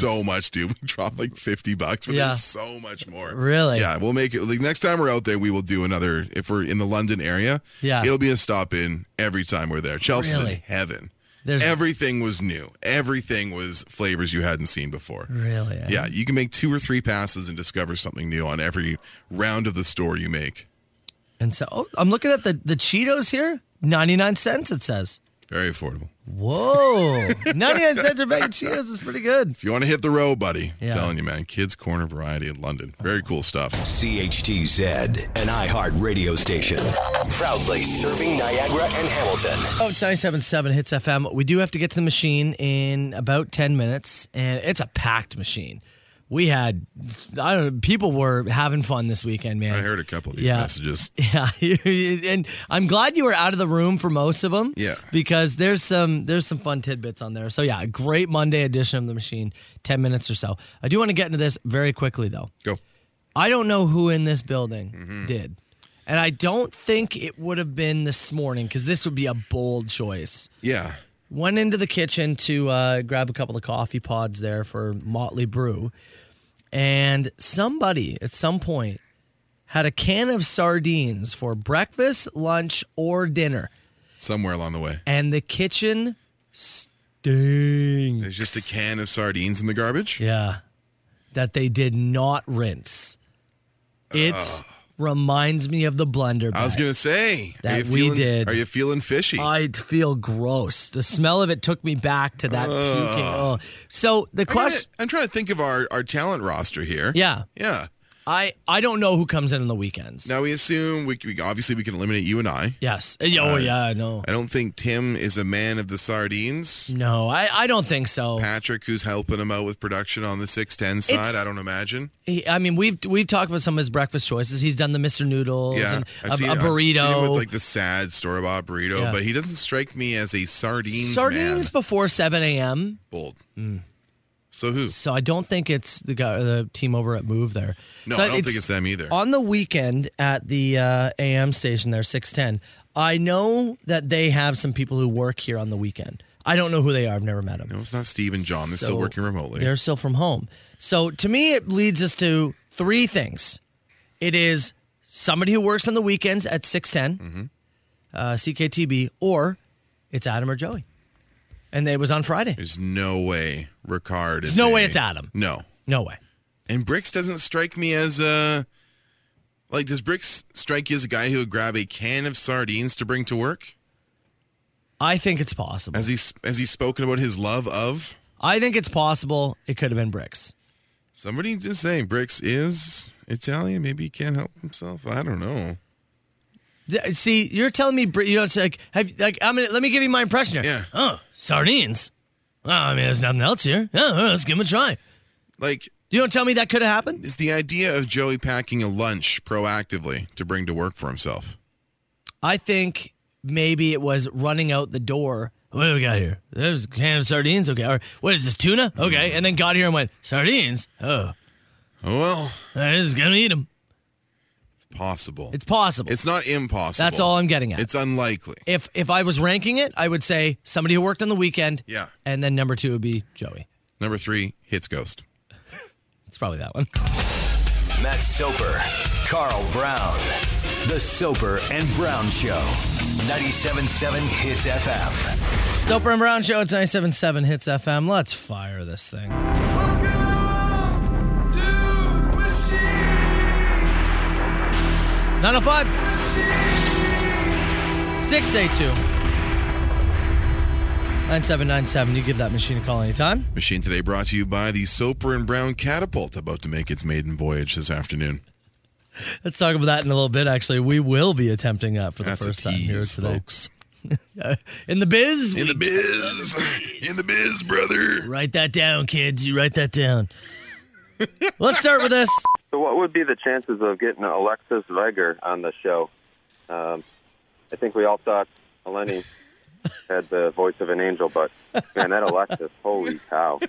[SPEAKER 7] There's so much, dude. We dropped like 50 bucks, but
[SPEAKER 6] Yeah.
[SPEAKER 7] there's so much more.
[SPEAKER 6] Really?
[SPEAKER 7] Yeah. We'll make it. Like, next time we're out there, we will do another. If we're in the London area,
[SPEAKER 6] Yeah.
[SPEAKER 7] it'll be a stop in every time we're there. Chelsea's in
[SPEAKER 6] Really?
[SPEAKER 7] heaven.
[SPEAKER 6] There's-
[SPEAKER 7] Everything was new. Everything was flavors you hadn't seen before.
[SPEAKER 6] Really? eh?
[SPEAKER 7] Yeah, you can make two or three passes and discover something new on every round of the store you make.
[SPEAKER 6] And so oh, I'm looking at the, the Cheetos here. 99 cents it says.
[SPEAKER 7] Very affordable.
[SPEAKER 6] Whoa. 99 cents a bag of Cheetos is pretty good.
[SPEAKER 7] If you want to hit the road, buddy,
[SPEAKER 6] Yeah.
[SPEAKER 7] I'm telling you, man, Kids Corner Variety in London. Very cool stuff.
[SPEAKER 5] CHTZ, an iHeart radio station. Proudly serving Niagara and Hamilton.
[SPEAKER 6] Oh, it's 97.7 Hits FM. We do have to get to the machine in about 10 minutes, and it's a packed machine. We had, I don't know, people were having fun this weekend, man.
[SPEAKER 7] I heard a couple of these
[SPEAKER 6] Yeah.
[SPEAKER 7] messages.
[SPEAKER 6] Yeah, and I'm glad you were out of the room for most of them.
[SPEAKER 7] Yeah.
[SPEAKER 6] because there's some there's some fun tidbits on there. So yeah, a great Monday edition of the machine. Ten minutes or so. I do want to get into this very quickly though.
[SPEAKER 7] Go.
[SPEAKER 6] I don't know who in this building did, and I don't think it would have been this morning because this would be a bold choice.
[SPEAKER 7] Yeah.
[SPEAKER 6] Went into the kitchen to uh, grab a couple of coffee pods there for Motley Brew, and somebody at some point had a can of sardines for breakfast, lunch, or dinner,
[SPEAKER 7] Somewhere along the way.
[SPEAKER 6] and the kitchen stinks.
[SPEAKER 7] There's just a can of sardines in the garbage.
[SPEAKER 6] Yeah, that they did not rinse. It reminds me of the blender.
[SPEAKER 7] I was
[SPEAKER 6] bag.
[SPEAKER 7] going to say,
[SPEAKER 6] That
[SPEAKER 7] are you
[SPEAKER 6] we
[SPEAKER 7] feeling,
[SPEAKER 6] did. Uh,
[SPEAKER 7] Are you feeling fishy?
[SPEAKER 6] I feel gross. The smell of it took me back to that puking. Oh. So the
[SPEAKER 7] I gotta-
[SPEAKER 6] question,
[SPEAKER 7] I'm trying to think of our, our talent roster here.
[SPEAKER 6] yeah,
[SPEAKER 7] Yeah.
[SPEAKER 6] I I don't know who comes in on the weekends.
[SPEAKER 7] Now we assume we, we obviously we can eliminate you and I.
[SPEAKER 6] Yes. Oh
[SPEAKER 7] Uh,
[SPEAKER 6] yeah. No.
[SPEAKER 7] I don't think Tim is a man of the sardines.
[SPEAKER 6] No. I I don't think so.
[SPEAKER 7] Patrick, who's helping him out with production on the 610 side, I don't imagine.
[SPEAKER 6] He, I mean, we've we've talked about some of his breakfast choices. He's done the Mr. Noodles
[SPEAKER 7] Yeah.
[SPEAKER 6] and
[SPEAKER 7] I've
[SPEAKER 6] a,
[SPEAKER 7] seen-
[SPEAKER 6] a
[SPEAKER 7] I've
[SPEAKER 6] burrito.
[SPEAKER 7] seen him with like the sad store bought burrito,
[SPEAKER 6] Yeah.
[SPEAKER 7] but he doesn't strike me as a sardines,
[SPEAKER 6] Sardines Mm.
[SPEAKER 7] man.
[SPEAKER 6] before 7 a.m.
[SPEAKER 7] Bold. So who?
[SPEAKER 6] So I don't think it's the guy, the team over at Move there.
[SPEAKER 7] No,
[SPEAKER 6] So
[SPEAKER 7] I don't think it's them either.
[SPEAKER 6] On the weekend at the uh, AM station there, 610, I know that they have some people who work here on the weekend. I don't know who they are. I've never met them.
[SPEAKER 7] no, it's not Steve and John. They're still
[SPEAKER 6] So
[SPEAKER 7] working remotely.
[SPEAKER 6] They're still from home. So to me, it leads us to three things. It is somebody who works on the weekends at
[SPEAKER 7] Mm-hmm.
[SPEAKER 6] 610, uh, CKTB, or it's Adam or Joey. And it was on Friday.
[SPEAKER 7] There's no way Ricard is.
[SPEAKER 6] There's no way
[SPEAKER 7] a-
[SPEAKER 6] it's Adam.
[SPEAKER 7] No.
[SPEAKER 6] No way.
[SPEAKER 7] And Bricks doesn't strike me as a Like, does Bricks strike you as a guy who would grab a can of sardines to bring to work?
[SPEAKER 6] I think it's possible.
[SPEAKER 7] Has he has he spoken about his love of?
[SPEAKER 6] I think it's possible. It could have been bricks.
[SPEAKER 7] Somebody just saying Bricks is Italian. Maybe he can't help himself. I don't know.
[SPEAKER 6] Th- See, you're telling me Bri- you know it's like have like I'm gonna let me give you my impression. here.
[SPEAKER 7] Yeah.
[SPEAKER 6] Oh, sardines. Oh, I mean, there's nothing else here. Oh, oh, let's give them a try.
[SPEAKER 7] Like,
[SPEAKER 6] You don't tell me that could have happened.
[SPEAKER 7] is the idea of Joey packing a lunch proactively to bring to work for himself?
[SPEAKER 6] I think maybe it was running out the door. What do we got here? There's a can of sardines. Okay. Or what is this tuna? Okay. And then got here and went sardines. Oh,
[SPEAKER 7] Oh, well,
[SPEAKER 6] I just gonna eat them.
[SPEAKER 7] it's possible.
[SPEAKER 6] It's possible.
[SPEAKER 7] It's not impossible.
[SPEAKER 6] That's all I'm getting at.
[SPEAKER 7] It's unlikely.
[SPEAKER 6] if if I was ranking it, I would say somebody who worked on the weekend.
[SPEAKER 7] Yeah.
[SPEAKER 6] And then number two would be Joey.
[SPEAKER 7] Number three hits Ghost.
[SPEAKER 6] It's probably that one.
[SPEAKER 5] Matt Soper, Carl Brown. The Soper and Brown Show. 97.7 Hits FM.
[SPEAKER 6] Soper and Brown Show. It's 97.7 Hits FM. Let's fire this thing. Nine oh five. Six eight two. Nine seven nine seven. You give that machine a call anytime.
[SPEAKER 7] Machine today brought to you by the Soper and Brown Catapult, about to make its maiden voyage this afternoon.
[SPEAKER 6] Let's talk about that in a little bit. Actually, we will be attempting that for the
[SPEAKER 7] That's a
[SPEAKER 6] first time here
[SPEAKER 7] tease,
[SPEAKER 6] today
[SPEAKER 7] folks.
[SPEAKER 6] in the biz.
[SPEAKER 7] In the biz, in the biz, brother.
[SPEAKER 6] Write that down, kids. You write that down. Let's start with this.
[SPEAKER 9] So, what would be the chances of getting Alexis Reger on the show? Um, I think we all thought Eleni had the voice of an angel, but man, that Alexis, holy cow!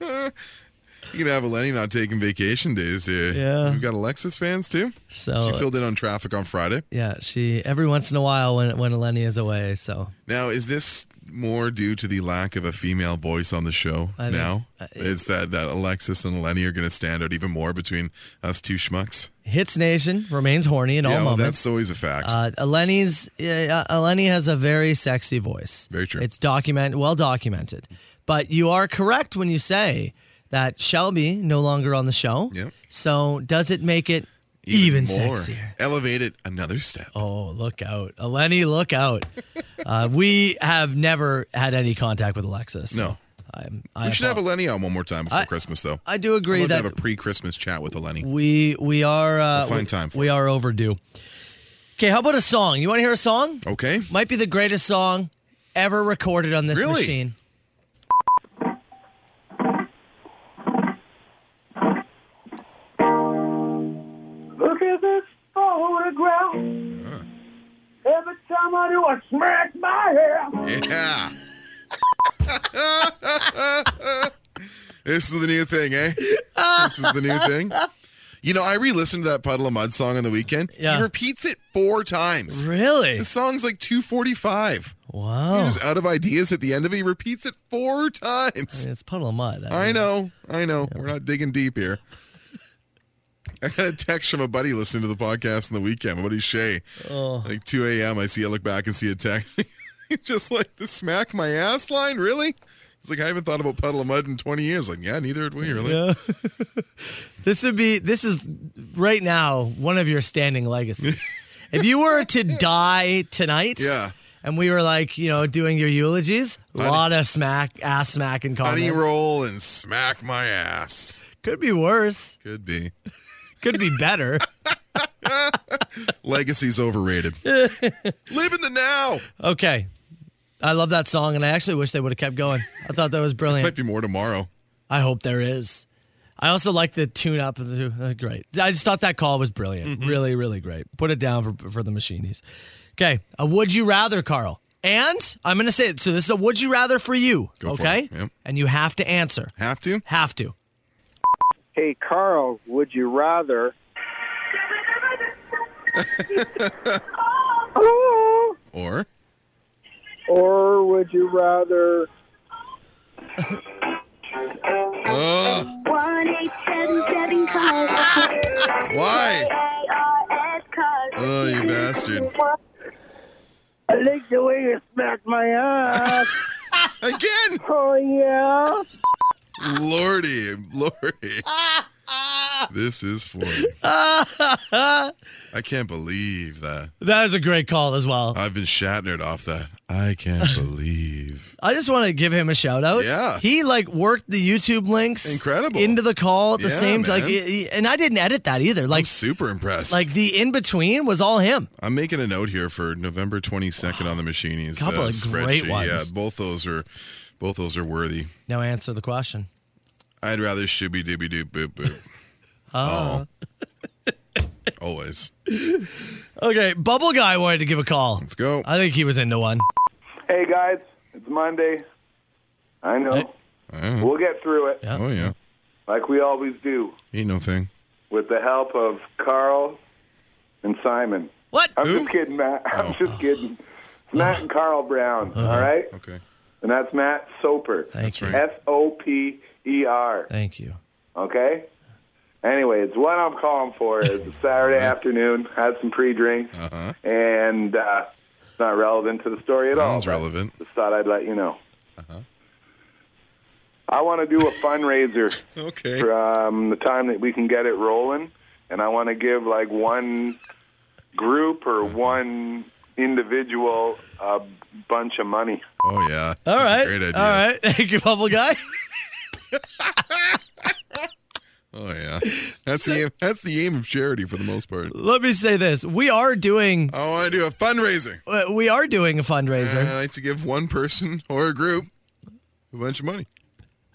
[SPEAKER 7] You can have a Lenny not taking vacation days here.
[SPEAKER 6] Yeah.
[SPEAKER 7] we've got Alexis fans too.
[SPEAKER 6] So
[SPEAKER 7] She filled in on traffic on Friday.
[SPEAKER 6] yeah, she every once in a while when when Eleni is away. So
[SPEAKER 7] Now, is this more due to the lack of a female voice on the show
[SPEAKER 6] I think-
[SPEAKER 7] now?
[SPEAKER 6] I-
[SPEAKER 7] it's that that Alexis and Lenny are going to stand out even more between us two schmucks.
[SPEAKER 6] Hits Nation remains horny in all
[SPEAKER 7] yeah, well,
[SPEAKER 6] moments.
[SPEAKER 7] that's always a fact.
[SPEAKER 6] Oh, Uh, Eleni's uh, Eleni has a very sexy voice.
[SPEAKER 7] Very true.
[SPEAKER 6] It's document well documented. But you are correct when you say that Shelby no longer on the show.
[SPEAKER 7] Yep.
[SPEAKER 6] So does it make it even, sexier?
[SPEAKER 7] Elevate it another step.
[SPEAKER 6] Oh, look out. Eleni, look out. uh, we have never had any contact with Alexis. so
[SPEAKER 7] No.
[SPEAKER 6] I'm, I,
[SPEAKER 7] we should have a
[SPEAKER 6] apo-
[SPEAKER 7] Lenny on one more time before
[SPEAKER 6] I-
[SPEAKER 7] Christmas, though.
[SPEAKER 6] I do
[SPEAKER 7] I'd
[SPEAKER 6] agree
[SPEAKER 7] love to have
[SPEAKER 6] that
[SPEAKER 7] a pre-Christmas chat with a Lenny.
[SPEAKER 6] we we are uh,
[SPEAKER 7] We'll find
[SPEAKER 6] we-
[SPEAKER 7] time for
[SPEAKER 6] we are overdue. Okay, how about a song? You want to hear a song?
[SPEAKER 7] Okay.
[SPEAKER 6] Might be the greatest song ever recorded on this
[SPEAKER 7] Really?
[SPEAKER 6] machine.
[SPEAKER 8] Look at this photograph. Every time I do, I smack my hair.
[SPEAKER 7] Yeah. this is the new thing, eh? This is the new thing. You know, I re-listened to that Puddle of Mud song on the weekend.
[SPEAKER 6] Yeah.
[SPEAKER 7] He repeats it four times.
[SPEAKER 6] Really?
[SPEAKER 7] The song's like 245.
[SPEAKER 6] Wow.
[SPEAKER 7] He's out of ideas at the end of it. He repeats it four times.
[SPEAKER 6] It's puddle of mud.
[SPEAKER 7] I know, I know. We're not digging deep here. I got a text from a buddy listening to the podcast on the weekend. My buddy Shay. Like 2 a.m. I see, I look back and see a text. Just like the smack my ass line, really? It's like I haven't thought about puddle of mud in 20 years. Like, yeah, neither had we, really.
[SPEAKER 6] Yeah. this would be this is right now one of your standing legacies. if you were to die tonight,
[SPEAKER 7] Yeah.
[SPEAKER 6] and we were like, you know, doing your eulogies, a lot of smack, ass smack, and
[SPEAKER 7] Honey
[SPEAKER 6] comments.
[SPEAKER 7] roll and smack my ass.
[SPEAKER 6] Could be worse.
[SPEAKER 7] Could be.
[SPEAKER 6] Could be better.
[SPEAKER 7] Legacy's overrated. Live in the now.
[SPEAKER 6] okay. I love that song, and I actually wish they would have kept going. I thought that was
[SPEAKER 7] Might
[SPEAKER 6] brilliant.
[SPEAKER 7] be more tomorrow.
[SPEAKER 6] I hope there is. I also like the tune up. Of the, uh, great. I just thought that call was brilliant.
[SPEAKER 7] Mm-hmm.
[SPEAKER 6] Really, really great. Put it down for, for the machinies. Okay. A would you rather, Carl? And I'm going to say it. So this is a would you rather for you.
[SPEAKER 7] Go for
[SPEAKER 6] okay.
[SPEAKER 7] it. Yep.
[SPEAKER 6] And you have to answer.
[SPEAKER 7] Have to?
[SPEAKER 6] Have to.
[SPEAKER 9] Hey, Carl, would you rather?
[SPEAKER 7] Or?
[SPEAKER 9] Or would you rather?
[SPEAKER 7] Ugh. Why? Oh, you bastard.
[SPEAKER 8] I like the way you smack my ass.
[SPEAKER 7] Again!
[SPEAKER 8] oh, yeah.
[SPEAKER 7] Lordy, Lordy. This is funny. I can't believe that.
[SPEAKER 6] That is a great call as well.
[SPEAKER 7] I've been shattered off that. I can't believe.
[SPEAKER 6] I just want to give him a shout out.
[SPEAKER 7] Yeah.
[SPEAKER 6] He like worked the YouTube links
[SPEAKER 7] Incredible.
[SPEAKER 6] into the call at the
[SPEAKER 7] Yeah,
[SPEAKER 6] same time. Like,
[SPEAKER 7] man.
[SPEAKER 6] he- he- and I didn't edit that either.
[SPEAKER 7] I'm
[SPEAKER 6] Like,
[SPEAKER 7] super impressed.
[SPEAKER 6] like the in between was all him.
[SPEAKER 7] I'm making a note here for November 22nd on the Machinies
[SPEAKER 6] Couple
[SPEAKER 7] uh,
[SPEAKER 6] of
[SPEAKER 7] spreadsheet.
[SPEAKER 6] great ones.
[SPEAKER 7] Yeah, both those are, both those are worthy.
[SPEAKER 6] Now answer the question.
[SPEAKER 7] I'd rather shooby dooby doo boop boop. Oh. Always.
[SPEAKER 6] Okay, Bubble Guy wanted to give a call.
[SPEAKER 7] Let's go.
[SPEAKER 6] I think he was into one.
[SPEAKER 10] Hey guys, it's Monday. I know.
[SPEAKER 6] Hey.
[SPEAKER 7] Yeah.
[SPEAKER 10] We'll get through it,
[SPEAKER 7] Oh yeah.
[SPEAKER 10] like we always do,
[SPEAKER 7] Ain't no thing.
[SPEAKER 10] with the help of Carl and Simon.
[SPEAKER 6] What?
[SPEAKER 10] I'm
[SPEAKER 7] Who?
[SPEAKER 10] just kidding, Matt. I'm
[SPEAKER 7] Oh.
[SPEAKER 10] just kidding. It's Matt and Carl Brown, all right?
[SPEAKER 7] Okay.
[SPEAKER 10] And that's Matt Soper.
[SPEAKER 6] Thank you.
[SPEAKER 7] right.
[SPEAKER 10] S O P E R.
[SPEAKER 6] Thank you.
[SPEAKER 10] Okay? Anyways, what I'm calling for is it's Saturday afternoon, had some pre drinks,
[SPEAKER 7] Uh-huh.
[SPEAKER 10] and uh, it's not relevant to the story at all.
[SPEAKER 7] Sounds
[SPEAKER 10] but
[SPEAKER 7] relevant. Uh-huh.
[SPEAKER 10] Just thought I'd let you know. I want to do a fundraiser
[SPEAKER 7] Okay.
[SPEAKER 10] from the time that we can get it rolling, and I want to give like one group or
[SPEAKER 7] Uh-huh.
[SPEAKER 10] one individual a bunch of money.
[SPEAKER 7] Oh yeah.
[SPEAKER 6] All
[SPEAKER 7] That's a
[SPEAKER 6] right.
[SPEAKER 7] great idea.
[SPEAKER 6] All right. Thank you, Bubble Guy.
[SPEAKER 7] Oh yeah. That's the aim, that's the aim of charity for the most part.
[SPEAKER 6] Let me say this: we are doing
[SPEAKER 7] I want to do a fundraiser.
[SPEAKER 6] uh, we are doing a
[SPEAKER 7] And
[SPEAKER 6] fundraiser.
[SPEAKER 7] I like to give one person or a group a bunch of money.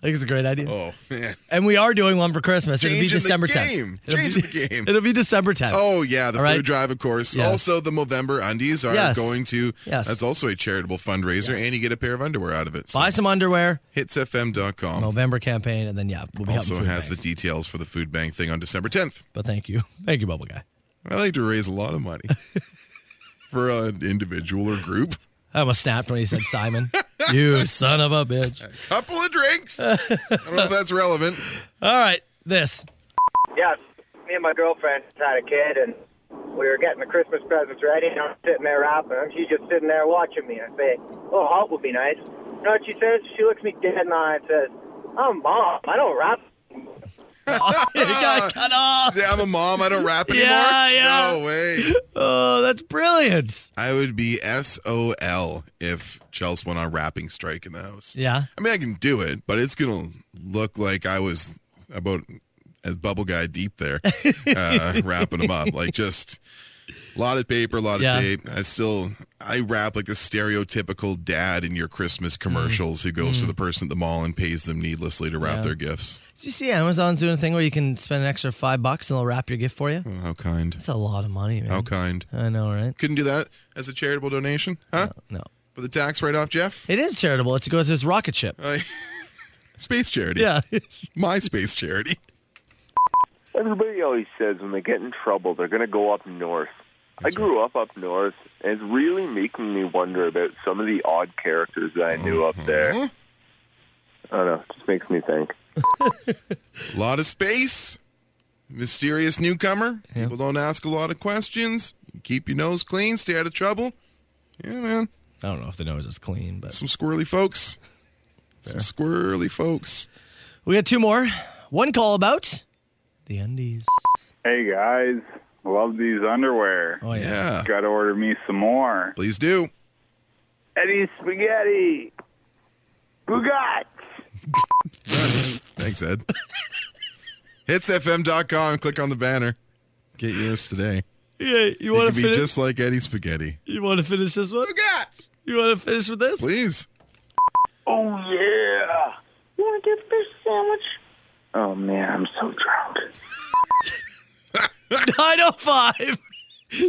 [SPEAKER 6] I think it's a great idea,
[SPEAKER 7] Oh man.
[SPEAKER 6] and we are doing one for Christmas. It'll be
[SPEAKER 7] Changing the
[SPEAKER 6] December
[SPEAKER 7] game.
[SPEAKER 6] 10th. It'll
[SPEAKER 7] Changing
[SPEAKER 6] be-
[SPEAKER 7] the game.
[SPEAKER 6] It'll be December 10th.
[SPEAKER 7] Oh yeah, the
[SPEAKER 6] All
[SPEAKER 7] food
[SPEAKER 6] right.
[SPEAKER 7] drive, of course.
[SPEAKER 6] Yes.
[SPEAKER 7] Also, the Movember undies are
[SPEAKER 6] Yes.
[SPEAKER 7] going to.
[SPEAKER 6] Yes.
[SPEAKER 7] That's also a charitable fundraiser, and you get a pair of underwear out of it. So
[SPEAKER 6] Buy some underwear.
[SPEAKER 7] hitsfm.com.
[SPEAKER 6] November campaign, and then yeah, we'll be
[SPEAKER 7] also
[SPEAKER 6] helping food
[SPEAKER 7] has
[SPEAKER 6] banks.
[SPEAKER 7] the details for the food bank thing on December 10th.
[SPEAKER 6] But thank you, thank you, Bubble Guy.
[SPEAKER 7] I like to raise a lot of money for an individual or group.
[SPEAKER 6] I almost snapped when he said Simon. you son of a bitch.
[SPEAKER 7] Couple of drinks. I don't know if that's relevant.
[SPEAKER 6] All right, this.
[SPEAKER 3] Yeah, me and my girlfriend had a kid, and we were getting the Christmas presents ready, and I'm sitting there wrapping them. She's just sitting there watching me. I say, "Oh, help would be nice." You know what she says? She looks me dead in the eye and says, "I'm mom. I don't wrap."
[SPEAKER 6] It got cut off.
[SPEAKER 7] Say, I'm a mom. I don't rap anymore.
[SPEAKER 6] Yeah, yeah.
[SPEAKER 7] No way.
[SPEAKER 6] Oh, that's brilliant.
[SPEAKER 7] I would be SOL if Chelsea went on a rapping strike in the house.
[SPEAKER 6] Yeah.
[SPEAKER 7] I mean, I can do it, but it's gonna look like I was about as bubble guy deep there, uh, wrapping them up. Like just a lot of paper, a lot of
[SPEAKER 6] Yeah.
[SPEAKER 7] tape. I still I rap like the stereotypical dad in your Christmas
[SPEAKER 6] Mm.
[SPEAKER 7] commercials who goes to the person at the mall and pays them needlessly to wrap
[SPEAKER 6] Yeah.
[SPEAKER 7] their gifts.
[SPEAKER 6] Did you see Amazon's doing a thing where you can spend an extra five bucks and they'll wrap your gift for you?
[SPEAKER 7] Oh, how kind.
[SPEAKER 6] That's a lot of money, man.
[SPEAKER 7] How kind.
[SPEAKER 6] I know, right?
[SPEAKER 7] Couldn't do that as a charitable donation, huh?
[SPEAKER 6] No.
[SPEAKER 7] For the tax write off, Jeff?
[SPEAKER 6] It is charitable. It's, it goes to his rocket ship.
[SPEAKER 7] Uh, space charity.
[SPEAKER 6] Yeah.
[SPEAKER 7] My space charity.
[SPEAKER 9] Everybody always says when they get in trouble, they're going to go up north. I grew up up north, and it's really making me wonder about some of the odd characters that I knew up there. I don't know. It just makes me think.
[SPEAKER 7] A lot of space. Mysterious newcomer. People don't ask a lot of questions. Keep your nose clean. Stay out of trouble. Yeah, man.
[SPEAKER 6] I don't know if the nose is clean, but
[SPEAKER 7] Some squirrely folks. Some squirrely folks.
[SPEAKER 6] we got two more. One call about the undies.
[SPEAKER 10] Hey guys, love these underwear.
[SPEAKER 6] Oh, yeah.
[SPEAKER 7] Yeah.
[SPEAKER 10] Gotta order me some more.
[SPEAKER 7] Please do.
[SPEAKER 10] Eddie Spaghetti! Bugatti!
[SPEAKER 7] Thanks, Ed. Hitsfm.com. Click on the banner. Get yours today.
[SPEAKER 6] Yeah, you
[SPEAKER 7] You
[SPEAKER 6] want
[SPEAKER 7] can
[SPEAKER 6] to
[SPEAKER 7] be
[SPEAKER 6] finish?
[SPEAKER 7] just like Eddie Spaghetti.
[SPEAKER 6] You want to finish this one?
[SPEAKER 7] Bugatti.
[SPEAKER 6] You want to finish with this?
[SPEAKER 7] Please.
[SPEAKER 10] Oh yeah!
[SPEAKER 4] You want to get a fish sandwich?
[SPEAKER 10] Oh man, I'm so drunk.
[SPEAKER 6] 905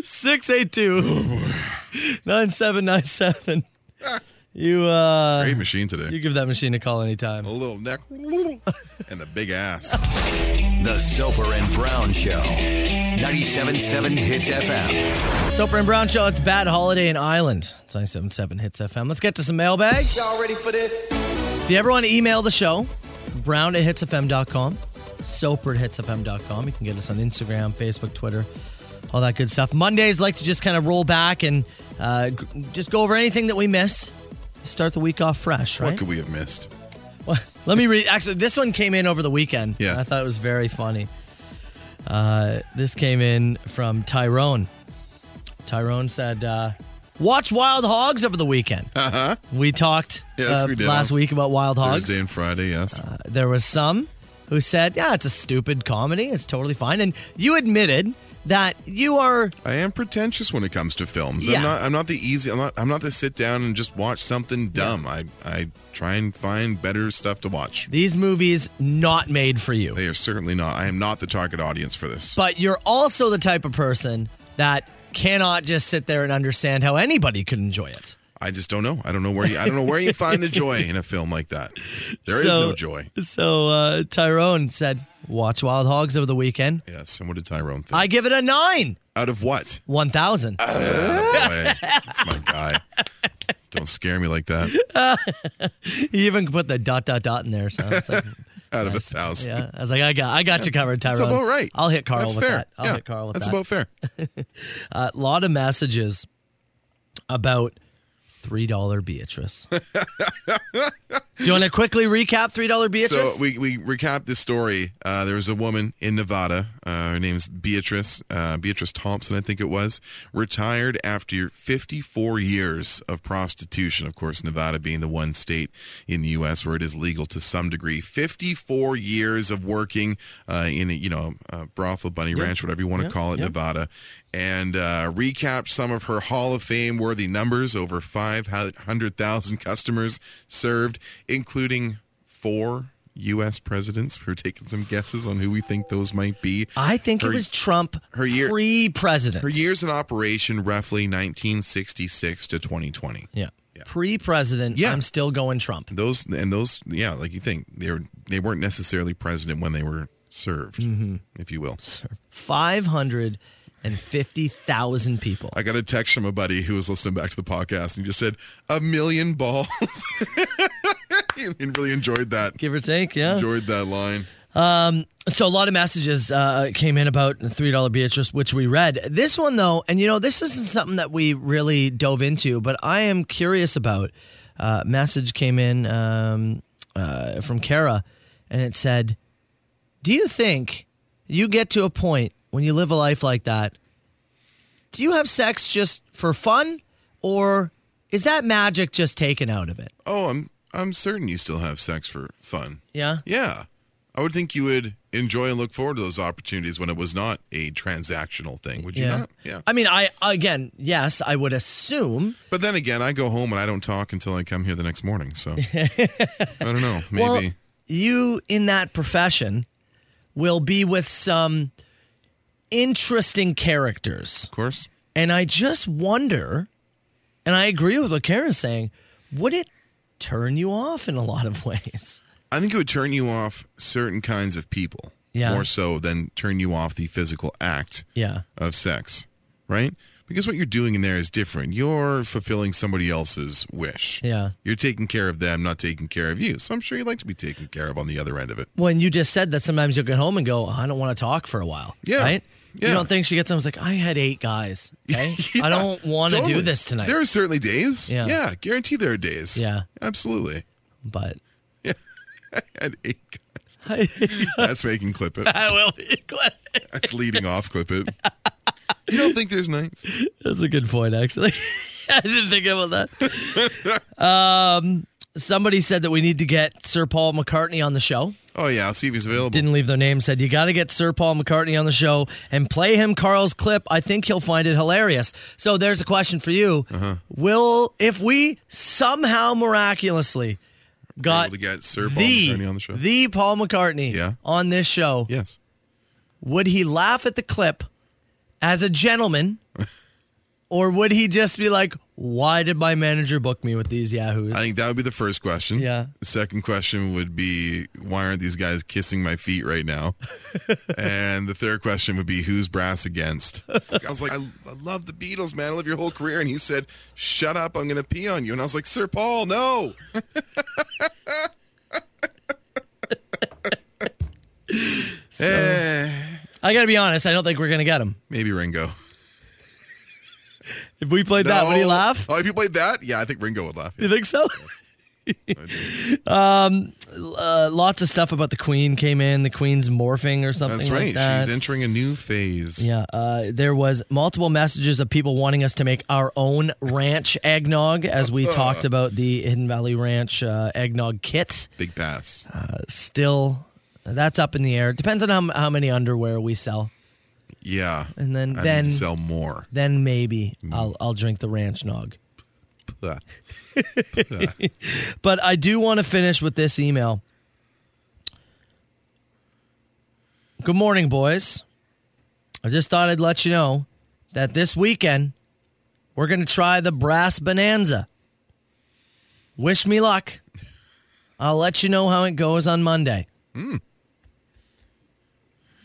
[SPEAKER 6] 682
[SPEAKER 7] Oh,
[SPEAKER 6] 9797.
[SPEAKER 7] Ah.
[SPEAKER 6] You uh
[SPEAKER 7] Great machine
[SPEAKER 6] you
[SPEAKER 7] today.
[SPEAKER 6] give that machine a call anytime.
[SPEAKER 7] A little neck and the big ass.
[SPEAKER 5] The Soper and Brown Show. 97.7 Hits FM.
[SPEAKER 6] Soper and Brown Show, it's Bad Holiday in Ireland. It's 977 Hits FM. Let's get to some mailbag. Y'all ready for this? If you ever want to email the show, brown at hitsfm.com, soper at hitsfm.com. You can get us on Instagram, Facebook, Twitter, all that good stuff. Mondays like to just kind of roll back and uh, g- just go over anything that we missed. Start the week off fresh,
[SPEAKER 7] What
[SPEAKER 6] right?
[SPEAKER 7] could we have missed?
[SPEAKER 6] Well, let me read. Actually, this one came in over the weekend.
[SPEAKER 7] Yeah.
[SPEAKER 6] I thought it was very funny. Uh, this came in from Tyrone. Tyrone said, uh, "Watch Wild Hogs over the weekend."
[SPEAKER 7] Uh-huh.
[SPEAKER 6] We talked
[SPEAKER 7] Yes,
[SPEAKER 6] uh,
[SPEAKER 7] we did.
[SPEAKER 6] last week about Wild Hogs.
[SPEAKER 7] Thursday and Friday, yes.
[SPEAKER 6] There was some who said, "Yeah, it's a stupid comedy. It's totally fine." And you admitted that you are
[SPEAKER 7] I am pretentious when it comes to films.
[SPEAKER 6] Yeah.
[SPEAKER 7] I'm not I'm not the easy I'm not I'm not the sit down and just watch something dumb. I I try and find better stuff to watch.
[SPEAKER 6] these movies not made for you.
[SPEAKER 7] They are certainly not. I am not the target audience for this.
[SPEAKER 6] But you're also the type of person that cannot just sit there and understand how anybody could enjoy it.
[SPEAKER 7] I just don't know. I don't know where you I don't know where you find the joy in a film like that. There is
[SPEAKER 6] So-
[SPEAKER 7] no joy.
[SPEAKER 6] So uh, Tyrone said, "Watch Wild Hogs over the weekend."
[SPEAKER 7] Yes, and what did Tyrone think?
[SPEAKER 6] I give it a nine,
[SPEAKER 7] Out of what?
[SPEAKER 6] one thousand.
[SPEAKER 7] Uh, Attaboy. That's my guy. Don't scare me like that.
[SPEAKER 6] he even put the dot dot dot in there. So it's like,
[SPEAKER 7] Out of a thousand.
[SPEAKER 6] yeah, I was like, I got, I got you covered, Tyrone.
[SPEAKER 7] That's about right.
[SPEAKER 6] I'll hit Carl
[SPEAKER 7] That's
[SPEAKER 6] with
[SPEAKER 7] fair.
[SPEAKER 6] that. I'll
[SPEAKER 7] yeah,
[SPEAKER 6] hit Carl with
[SPEAKER 7] that's
[SPEAKER 6] that.
[SPEAKER 7] about fair.
[SPEAKER 6] a lot of messages about three dollar Beatrice. Do you want to quickly recap three dollar Beatrice?
[SPEAKER 7] So we, we recap this story. Uh, there was a woman in Nevada. Uh, her name's Beatrice, uh, Beatrice Thompson, I think it was, retired after 54 years of prostitution. Of course, Nevada being the one state in the U.S. where it is legal to some degree. 54 years of working uh, in a, you know a brothel, bunny ranch, whatever you want to
[SPEAKER 6] Yeah.
[SPEAKER 7] call it,
[SPEAKER 6] Yeah.
[SPEAKER 7] Nevada. And uh, recapped some of her Hall of Fame worthy numbers over 500,000 customers served, including four U.S. presidents. We're taking some guesses on who we think those might be.
[SPEAKER 6] I think
[SPEAKER 7] her-
[SPEAKER 6] it was Trump
[SPEAKER 7] her year-
[SPEAKER 6] pre-president.
[SPEAKER 7] Her years in operation roughly 1966 to 2020.
[SPEAKER 6] Yeah. Pre-president,
[SPEAKER 7] Yeah.
[SPEAKER 6] I'm still going Trump.
[SPEAKER 7] Those and those, yeah, like you think they were they weren't necessarily president when they were served,
[SPEAKER 6] Mm-hmm.
[SPEAKER 7] if you will.
[SPEAKER 6] 550,000 people.
[SPEAKER 7] I got a text from a buddy who was listening back to the podcast and he just said a million balls. and really enjoyed that.
[SPEAKER 6] Give or take, yeah.
[SPEAKER 7] Enjoyed that line.
[SPEAKER 6] So a lot of messages uh, came in about three dollar Beatrice, which we read. This one though, and you know, this isn't something that we really dove into, but I am curious about. Uh, message came in um, uh, from Kara, and it said, "Do you think you get to a point when you live a life like that? Do you have sex just for fun, or is that magic just taken out of it?
[SPEAKER 7] Oh, I'm I'm certain you still have sex for fun.
[SPEAKER 6] Yeah,
[SPEAKER 7] Yeah. I would think you would enjoy and look forward to those opportunities when it was not a transactional thing, would you not? Yeah.
[SPEAKER 6] I mean, I again, yes, I would assume."
[SPEAKER 7] But then again, I go home and I don't talk until I come here the next morning. So I don't know. Maybe.
[SPEAKER 6] Well, you in that profession will be with some interesting characters.
[SPEAKER 7] of course.
[SPEAKER 6] And I just wonder, and I agree with what Karen's saying, would it turn you off in a lot of ways?
[SPEAKER 7] I think it would turn you off certain kinds of people
[SPEAKER 6] Yeah.
[SPEAKER 7] more so than turn you off the physical act
[SPEAKER 6] Yeah.
[SPEAKER 7] of sex, right? Because what you're doing in there is different. You're fulfilling somebody else's wish.
[SPEAKER 6] Yeah.
[SPEAKER 7] You're taking care of them, not taking care of you. So I'm sure you'd like to be taken care of on the other end of it.
[SPEAKER 6] When you just said that sometimes you'll get home and go, I don't want to talk for a while.
[SPEAKER 7] Yeah.
[SPEAKER 6] Right?
[SPEAKER 7] Yeah.
[SPEAKER 6] You don't think she gets home and is like, I had eight guys. Okay.
[SPEAKER 7] Yeah,
[SPEAKER 6] I don't want to
[SPEAKER 7] totally.
[SPEAKER 6] do this tonight.
[SPEAKER 7] There are certainly days. Yeah.
[SPEAKER 6] Yeah.
[SPEAKER 7] guarantee there are days.
[SPEAKER 6] Yeah.
[SPEAKER 7] Absolutely.
[SPEAKER 6] but
[SPEAKER 7] And eight guys.
[SPEAKER 6] I,
[SPEAKER 7] That's making clip it.
[SPEAKER 6] I will be glad.
[SPEAKER 7] That's leading off clip it. You don't think there's nights?
[SPEAKER 6] That's a good point, actually. I didn't think about that. um, somebody said that we need to get Sir Paul McCartney on the show.
[SPEAKER 7] Oh yeah, I'll see if he's available.
[SPEAKER 6] Didn't leave their name. Said you got to get Sir Paul McCartney on the show and play him Carl's clip. I think he'll find it hilarious. So there's a question for you.
[SPEAKER 7] Uh-huh.
[SPEAKER 6] Will if we somehow miraculously got
[SPEAKER 7] able to get Sir Paul
[SPEAKER 6] the
[SPEAKER 7] McCartney on the show?
[SPEAKER 6] the Paul McCartney
[SPEAKER 7] Yeah.
[SPEAKER 6] on this show,
[SPEAKER 7] yes.
[SPEAKER 6] would he laugh at the clip as a gentleman or would he just be like why did my manager book me with these yahoos
[SPEAKER 7] I think that would be the first question.
[SPEAKER 6] Yeah.
[SPEAKER 7] The second question would be why aren't these guys kissing my feet right now? and the third question would be who's brass against? I was like, I, I love the Beatles, man. I love your whole career. And he said, Shut up, I'm gonna pee on you. And I was like, Sir Paul, no. Eh,
[SPEAKER 6] i gotta be honest i don't think we're gonna get him
[SPEAKER 7] maybe Ringo.
[SPEAKER 6] if we played that would he
[SPEAKER 7] No.
[SPEAKER 6] laugh
[SPEAKER 7] Oh, if you played that, yeah, I think Ringo would laugh.
[SPEAKER 6] you think so um, uh, lots of stuff about the Queen came in. The Queen's morphing or something.
[SPEAKER 7] That's
[SPEAKER 6] like
[SPEAKER 7] right.
[SPEAKER 6] that.
[SPEAKER 7] She's entering a new phase.
[SPEAKER 6] Yeah, uh, there was multiple messages of people wanting us to make our own ranch eggnog, as we talked about the Hidden Valley Ranch uh, eggnog kits.
[SPEAKER 7] Big pass.
[SPEAKER 6] Uh, still, that's up in the air. Depends on how, how many underwear we sell,
[SPEAKER 7] Yeah.
[SPEAKER 6] and then
[SPEAKER 7] I
[SPEAKER 6] then
[SPEAKER 7] need to sell Mm. more.
[SPEAKER 6] Then maybe I'll I'll drink the ranch nog.
[SPEAKER 7] Blah.
[SPEAKER 6] but I do want to finish with this email. Good morning, boys. I just thought I'd let you know that this weekend we're going to try the Brass Bonanza. Wish me luck. I'll let you know how it goes on Monday.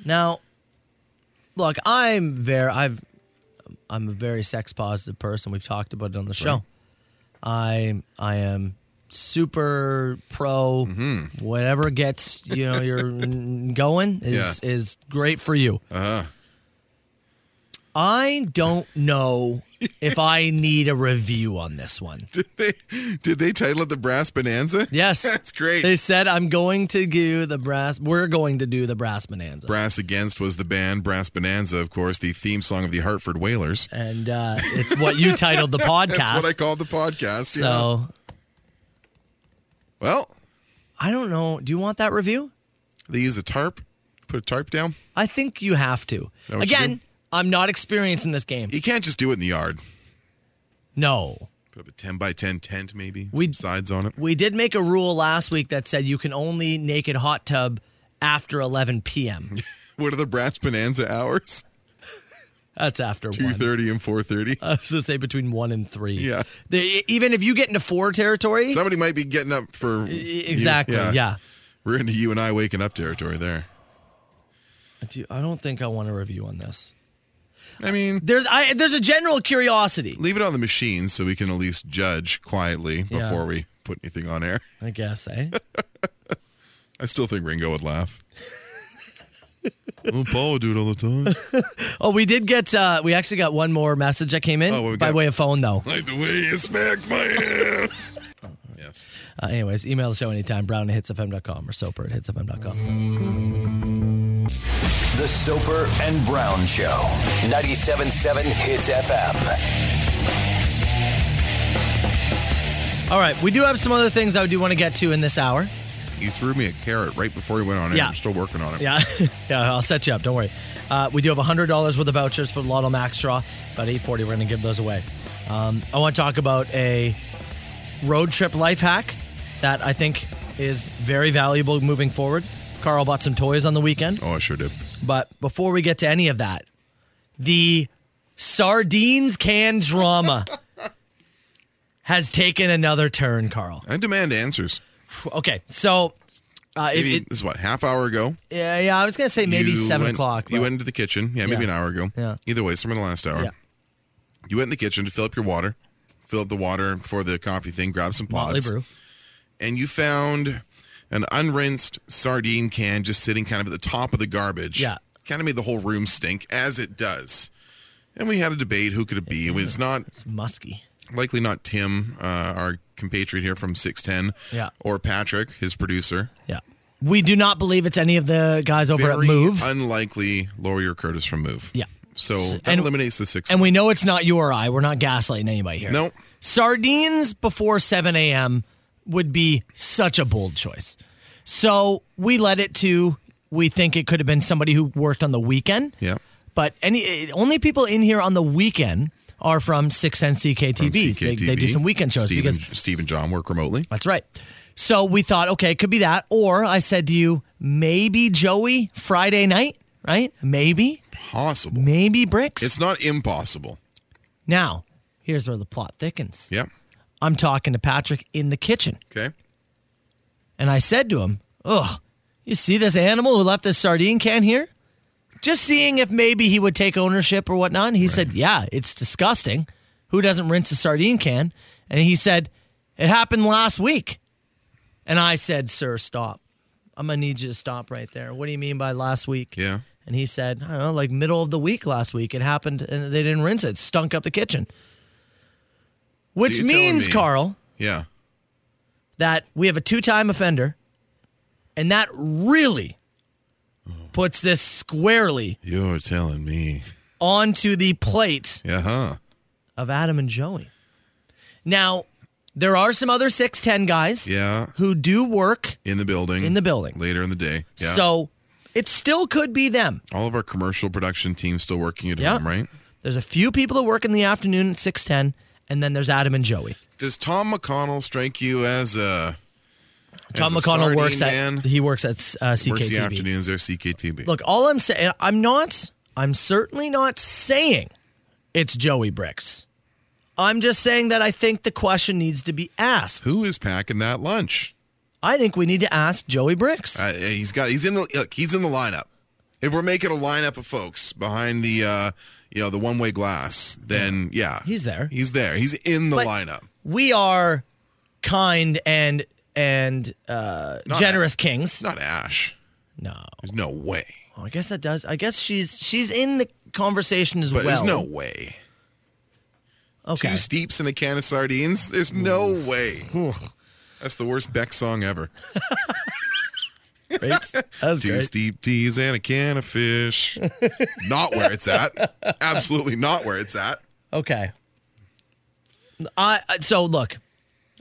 [SPEAKER 6] Now, look, I'm very I've I'm a very sex positive person. We've talked about it on the show. I I am super pro whatever gets you know you're going is is great for you.
[SPEAKER 7] Uh-huh.
[SPEAKER 6] I don't know if I need a review on this one.
[SPEAKER 7] Did they did they title it the Brass Bonanza?
[SPEAKER 6] Yes.
[SPEAKER 7] That's great.
[SPEAKER 6] They said I'm going to do the brass we're going to do the brass bonanza.
[SPEAKER 7] Brass Against was the band. Brass Bonanza, of course, the theme song of the Hartford Whalers.
[SPEAKER 6] And uh, it's what you titled the podcast.
[SPEAKER 7] That's what I called the podcast. yeah.
[SPEAKER 6] so
[SPEAKER 7] Well,
[SPEAKER 6] I don't know. Do you want that review?
[SPEAKER 7] they use a tarp. Put a tarp down.
[SPEAKER 6] I think you have to.
[SPEAKER 7] that what you E-
[SPEAKER 6] Again, I'm not experienced in this game.
[SPEAKER 7] You can't just do it in the yard.
[SPEAKER 6] No.
[SPEAKER 7] Put up a ten by ten tent, maybe.
[SPEAKER 6] We-
[SPEAKER 7] some sides on it.
[SPEAKER 6] We did make a rule last week that said you can only naked hot tub after 11 p.m.
[SPEAKER 7] What are the Brass Bonanza hours?
[SPEAKER 6] That's after
[SPEAKER 7] Two
[SPEAKER 6] 1.
[SPEAKER 7] thirty and four thirty.
[SPEAKER 6] I was going to say between 1 and 3.
[SPEAKER 7] Yeah.
[SPEAKER 6] The, e, even if you get into 4 territory,
[SPEAKER 7] Somebody might be getting up for
[SPEAKER 6] e- exactly,
[SPEAKER 7] you-
[SPEAKER 6] yeah.
[SPEAKER 7] We're into you and I waking up territory there.
[SPEAKER 6] I do- I don't think I want a review on this.
[SPEAKER 7] I mean,
[SPEAKER 6] There's I there's a general curiosity,
[SPEAKER 7] leave it on the machine so we can at least judge quietly
[SPEAKER 6] Yeah.
[SPEAKER 7] before we put anything on air.
[SPEAKER 6] I guess, eh?
[SPEAKER 7] I still think Ringo would laugh. well, Paul would do it all the time.
[SPEAKER 6] oh, we did get uh we actually got one more message that came in
[SPEAKER 7] Oh, well, we
[SPEAKER 6] by
[SPEAKER 7] got-
[SPEAKER 6] way of phone though.
[SPEAKER 7] Like the way you smacked my ass. yes.
[SPEAKER 6] Uh, anyways, email the show anytime, brown at hitsfm.com or soper at hitsfm.com.
[SPEAKER 5] The Soper and Brown Show. 97.7 Hits FM.
[SPEAKER 6] All right, we do have some other things I do want to get to in this hour.
[SPEAKER 7] You threw me a carrot right before you went on air.
[SPEAKER 6] Yeah.
[SPEAKER 7] I'm still working on it.
[SPEAKER 6] Yeah, yeah, I'll set you up. Don't worry. Uh, we do have hundred dollars worth of vouchers for Lotto Max Straw. About eight forty, we're going to give those away. Um, I want to talk about a road trip life hack that I think is very valuable moving forward. Carl bought some toys on the weekend,
[SPEAKER 7] Oh, I sure did.
[SPEAKER 6] but before we get to any of that, the sardines can drama has taken another turn, Carl.
[SPEAKER 7] I demand answers.
[SPEAKER 6] Okay, so. Uh, it-
[SPEAKER 7] Maybe
[SPEAKER 6] it-
[SPEAKER 7] this is what half hour ago.
[SPEAKER 6] yeah, yeah, I was gonna say maybe
[SPEAKER 7] you
[SPEAKER 6] seven
[SPEAKER 7] went-
[SPEAKER 6] o'clock.
[SPEAKER 7] You
[SPEAKER 6] but-
[SPEAKER 7] went into the kitchen. Yeah, maybe
[SPEAKER 6] Yeah.
[SPEAKER 7] an hour ago.
[SPEAKER 6] Yeah.
[SPEAKER 7] Either way, somewhere in the last hour.
[SPEAKER 6] Yeah.
[SPEAKER 7] You went in the kitchen to fill up your water, fill up the water for the coffee thing, grab some
[SPEAKER 6] Motley
[SPEAKER 7] pods,
[SPEAKER 6] Brew.
[SPEAKER 7] and you found an unrinsed sardine can just sitting kind of at the top of the garbage.
[SPEAKER 6] Yeah.
[SPEAKER 7] Kind of made the whole room stink, as it does. And we had a debate who could it be? It was not
[SPEAKER 6] musky.
[SPEAKER 7] likely not Tim, uh, our compatriot here from 610,
[SPEAKER 6] Yeah.
[SPEAKER 7] or Patrick, his producer.
[SPEAKER 6] Yeah. We do not believe it's any of the guys over
[SPEAKER 7] Very
[SPEAKER 6] at Move.
[SPEAKER 7] unlikely Lori or Curtis from Move.
[SPEAKER 6] Yeah.
[SPEAKER 7] So that
[SPEAKER 6] and-
[SPEAKER 7] eliminates the six.
[SPEAKER 6] and we know it's not you or I. We're not gaslighting anybody here.
[SPEAKER 7] No.
[SPEAKER 6] Sardines before 7 a.m. would be such a bold choice. So we let it to, we think it could have been somebody who worked on the weekend.
[SPEAKER 7] Yeah.
[SPEAKER 6] But any eh, only people in here on the weekend are from 610
[SPEAKER 7] from
[SPEAKER 6] CKTVs. They, they do
[SPEAKER 7] CKTV.
[SPEAKER 6] some weekend shows
[SPEAKER 7] Steve
[SPEAKER 6] because
[SPEAKER 7] and, Steve and John work remotely.
[SPEAKER 6] That's right. So we thought, okay, it could be that. Or I said to you, maybe Joey Friday night, right? Maybe,
[SPEAKER 7] Possible.
[SPEAKER 6] maybe Bricks.
[SPEAKER 7] It's not impossible.
[SPEAKER 6] now, here's where the plot thickens.
[SPEAKER 7] Yeah.
[SPEAKER 6] I'm talking to Patrick in the kitchen,
[SPEAKER 7] Okay.
[SPEAKER 6] and I said to him, ugh, you see this animal who left this sardine can here? Just seeing if maybe he would take ownership or whatnot. And he said, yeah, it's disgusting. Who doesn't rinse a sardine can? And he said, it happened last week. And I said, Sir, stop. I'm going to need you to stop right there. What do you mean by last week?
[SPEAKER 7] Yeah.
[SPEAKER 6] And he said, I don't know, like middle of the week last week. It happened and they didn't rinse it. It stunk up the kitchen. Which
[SPEAKER 7] you're telling
[SPEAKER 6] means,
[SPEAKER 7] me-
[SPEAKER 6] Carl,
[SPEAKER 7] Yeah.
[SPEAKER 6] that we have a two time offender, and that really puts this squarely
[SPEAKER 7] You're telling me.
[SPEAKER 6] onto the plate
[SPEAKER 7] Yeah, huh?
[SPEAKER 6] of Adam and Joey. Now, there are some other 6'10 guys
[SPEAKER 7] Yeah.
[SPEAKER 6] who do work
[SPEAKER 7] In the building.
[SPEAKER 6] in the building.
[SPEAKER 7] Later in the day. Yeah.
[SPEAKER 6] So it still could be them.
[SPEAKER 7] all of our commercial production team still working at
[SPEAKER 6] Yeah.
[SPEAKER 7] home, right?
[SPEAKER 6] There's a few people that work in the afternoon at 6'10, and then there's Adam and Joey.
[SPEAKER 7] Does Tom McConnell strike you as a
[SPEAKER 6] Tom
[SPEAKER 7] as a
[SPEAKER 6] McConnell
[SPEAKER 7] sardine
[SPEAKER 6] works
[SPEAKER 7] man?
[SPEAKER 6] at he works at uh, CKTV.
[SPEAKER 7] Works the afternoons there, CKTB.
[SPEAKER 6] Look, all I'm saying, I'm not, I'm certainly not saying it's Joey Bricks. I'm just saying that I think the question needs to be asked.
[SPEAKER 7] Who is packing that lunch?
[SPEAKER 6] I think we need to ask Joey Bricks.
[SPEAKER 7] Uh, he's got. He's in the. Look, he's in the lineup. If we're making a lineup of folks behind the, uh, you know, the one-way glass, then yeah,
[SPEAKER 6] He's there.
[SPEAKER 7] He's there. He's in the
[SPEAKER 6] But-
[SPEAKER 7] lineup.
[SPEAKER 6] We are kind and and uh,
[SPEAKER 7] Not
[SPEAKER 6] generous kings.
[SPEAKER 7] It's not Ash.
[SPEAKER 6] No,
[SPEAKER 7] There's no way.
[SPEAKER 6] Oh, I guess that does. I guess she's she's in the conversation as
[SPEAKER 7] But
[SPEAKER 6] well.
[SPEAKER 7] there's no way.
[SPEAKER 6] okay.
[SPEAKER 7] Two steeps and a can of sardines. There's no way.
[SPEAKER 6] Ooh,
[SPEAKER 7] That's the worst Beck song ever.
[SPEAKER 6] great. That was
[SPEAKER 7] Two
[SPEAKER 6] great.
[SPEAKER 7] steep teas and a can of fish. not where it's at. Absolutely not where it's at.
[SPEAKER 6] Okay. I I- so look,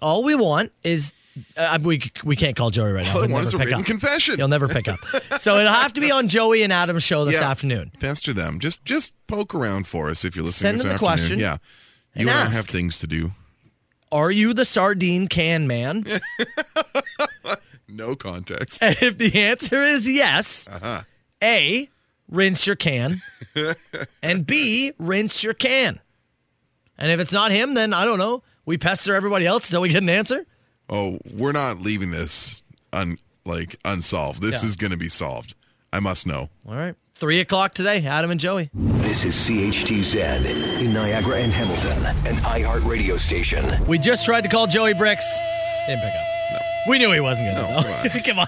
[SPEAKER 6] all we want is uh, we we can't call Joey right now.
[SPEAKER 7] All I
[SPEAKER 6] He'll
[SPEAKER 7] want is
[SPEAKER 6] never
[SPEAKER 7] a
[SPEAKER 6] pick
[SPEAKER 7] written
[SPEAKER 6] up.
[SPEAKER 7] confession.
[SPEAKER 6] He'll never pick up. So it'll have to be on Joey and Adam's show this
[SPEAKER 7] Yeah.
[SPEAKER 6] afternoning.
[SPEAKER 7] Pester them. Just just poke around for us if you're listening
[SPEAKER 6] Send
[SPEAKER 7] this
[SPEAKER 6] them the
[SPEAKER 7] afternoon.
[SPEAKER 6] question
[SPEAKER 7] yeah. You
[SPEAKER 6] and
[SPEAKER 7] and I
[SPEAKER 6] ask.
[SPEAKER 7] have things to do.
[SPEAKER 6] Are you the sardine can man?
[SPEAKER 7] No context.
[SPEAKER 6] And if the answer is yes, A, rinse your can, and B, rinse your can. And if it's not him, then I don't know. We pester everybody else until we get an answer.
[SPEAKER 7] Oh, we're not leaving this un like unsolved. This
[SPEAKER 6] Yeah.
[SPEAKER 7] is gonna be solved. I must know.
[SPEAKER 6] All right. Three o'clock today, Adam and Joey.
[SPEAKER 5] This is CHTZ in Niagara and Hamilton, an iHeart radio station.
[SPEAKER 6] We just tried to call Joey Bricks. Didn't pick up. We knew he wasn't going to.
[SPEAKER 7] No, come on.
[SPEAKER 6] come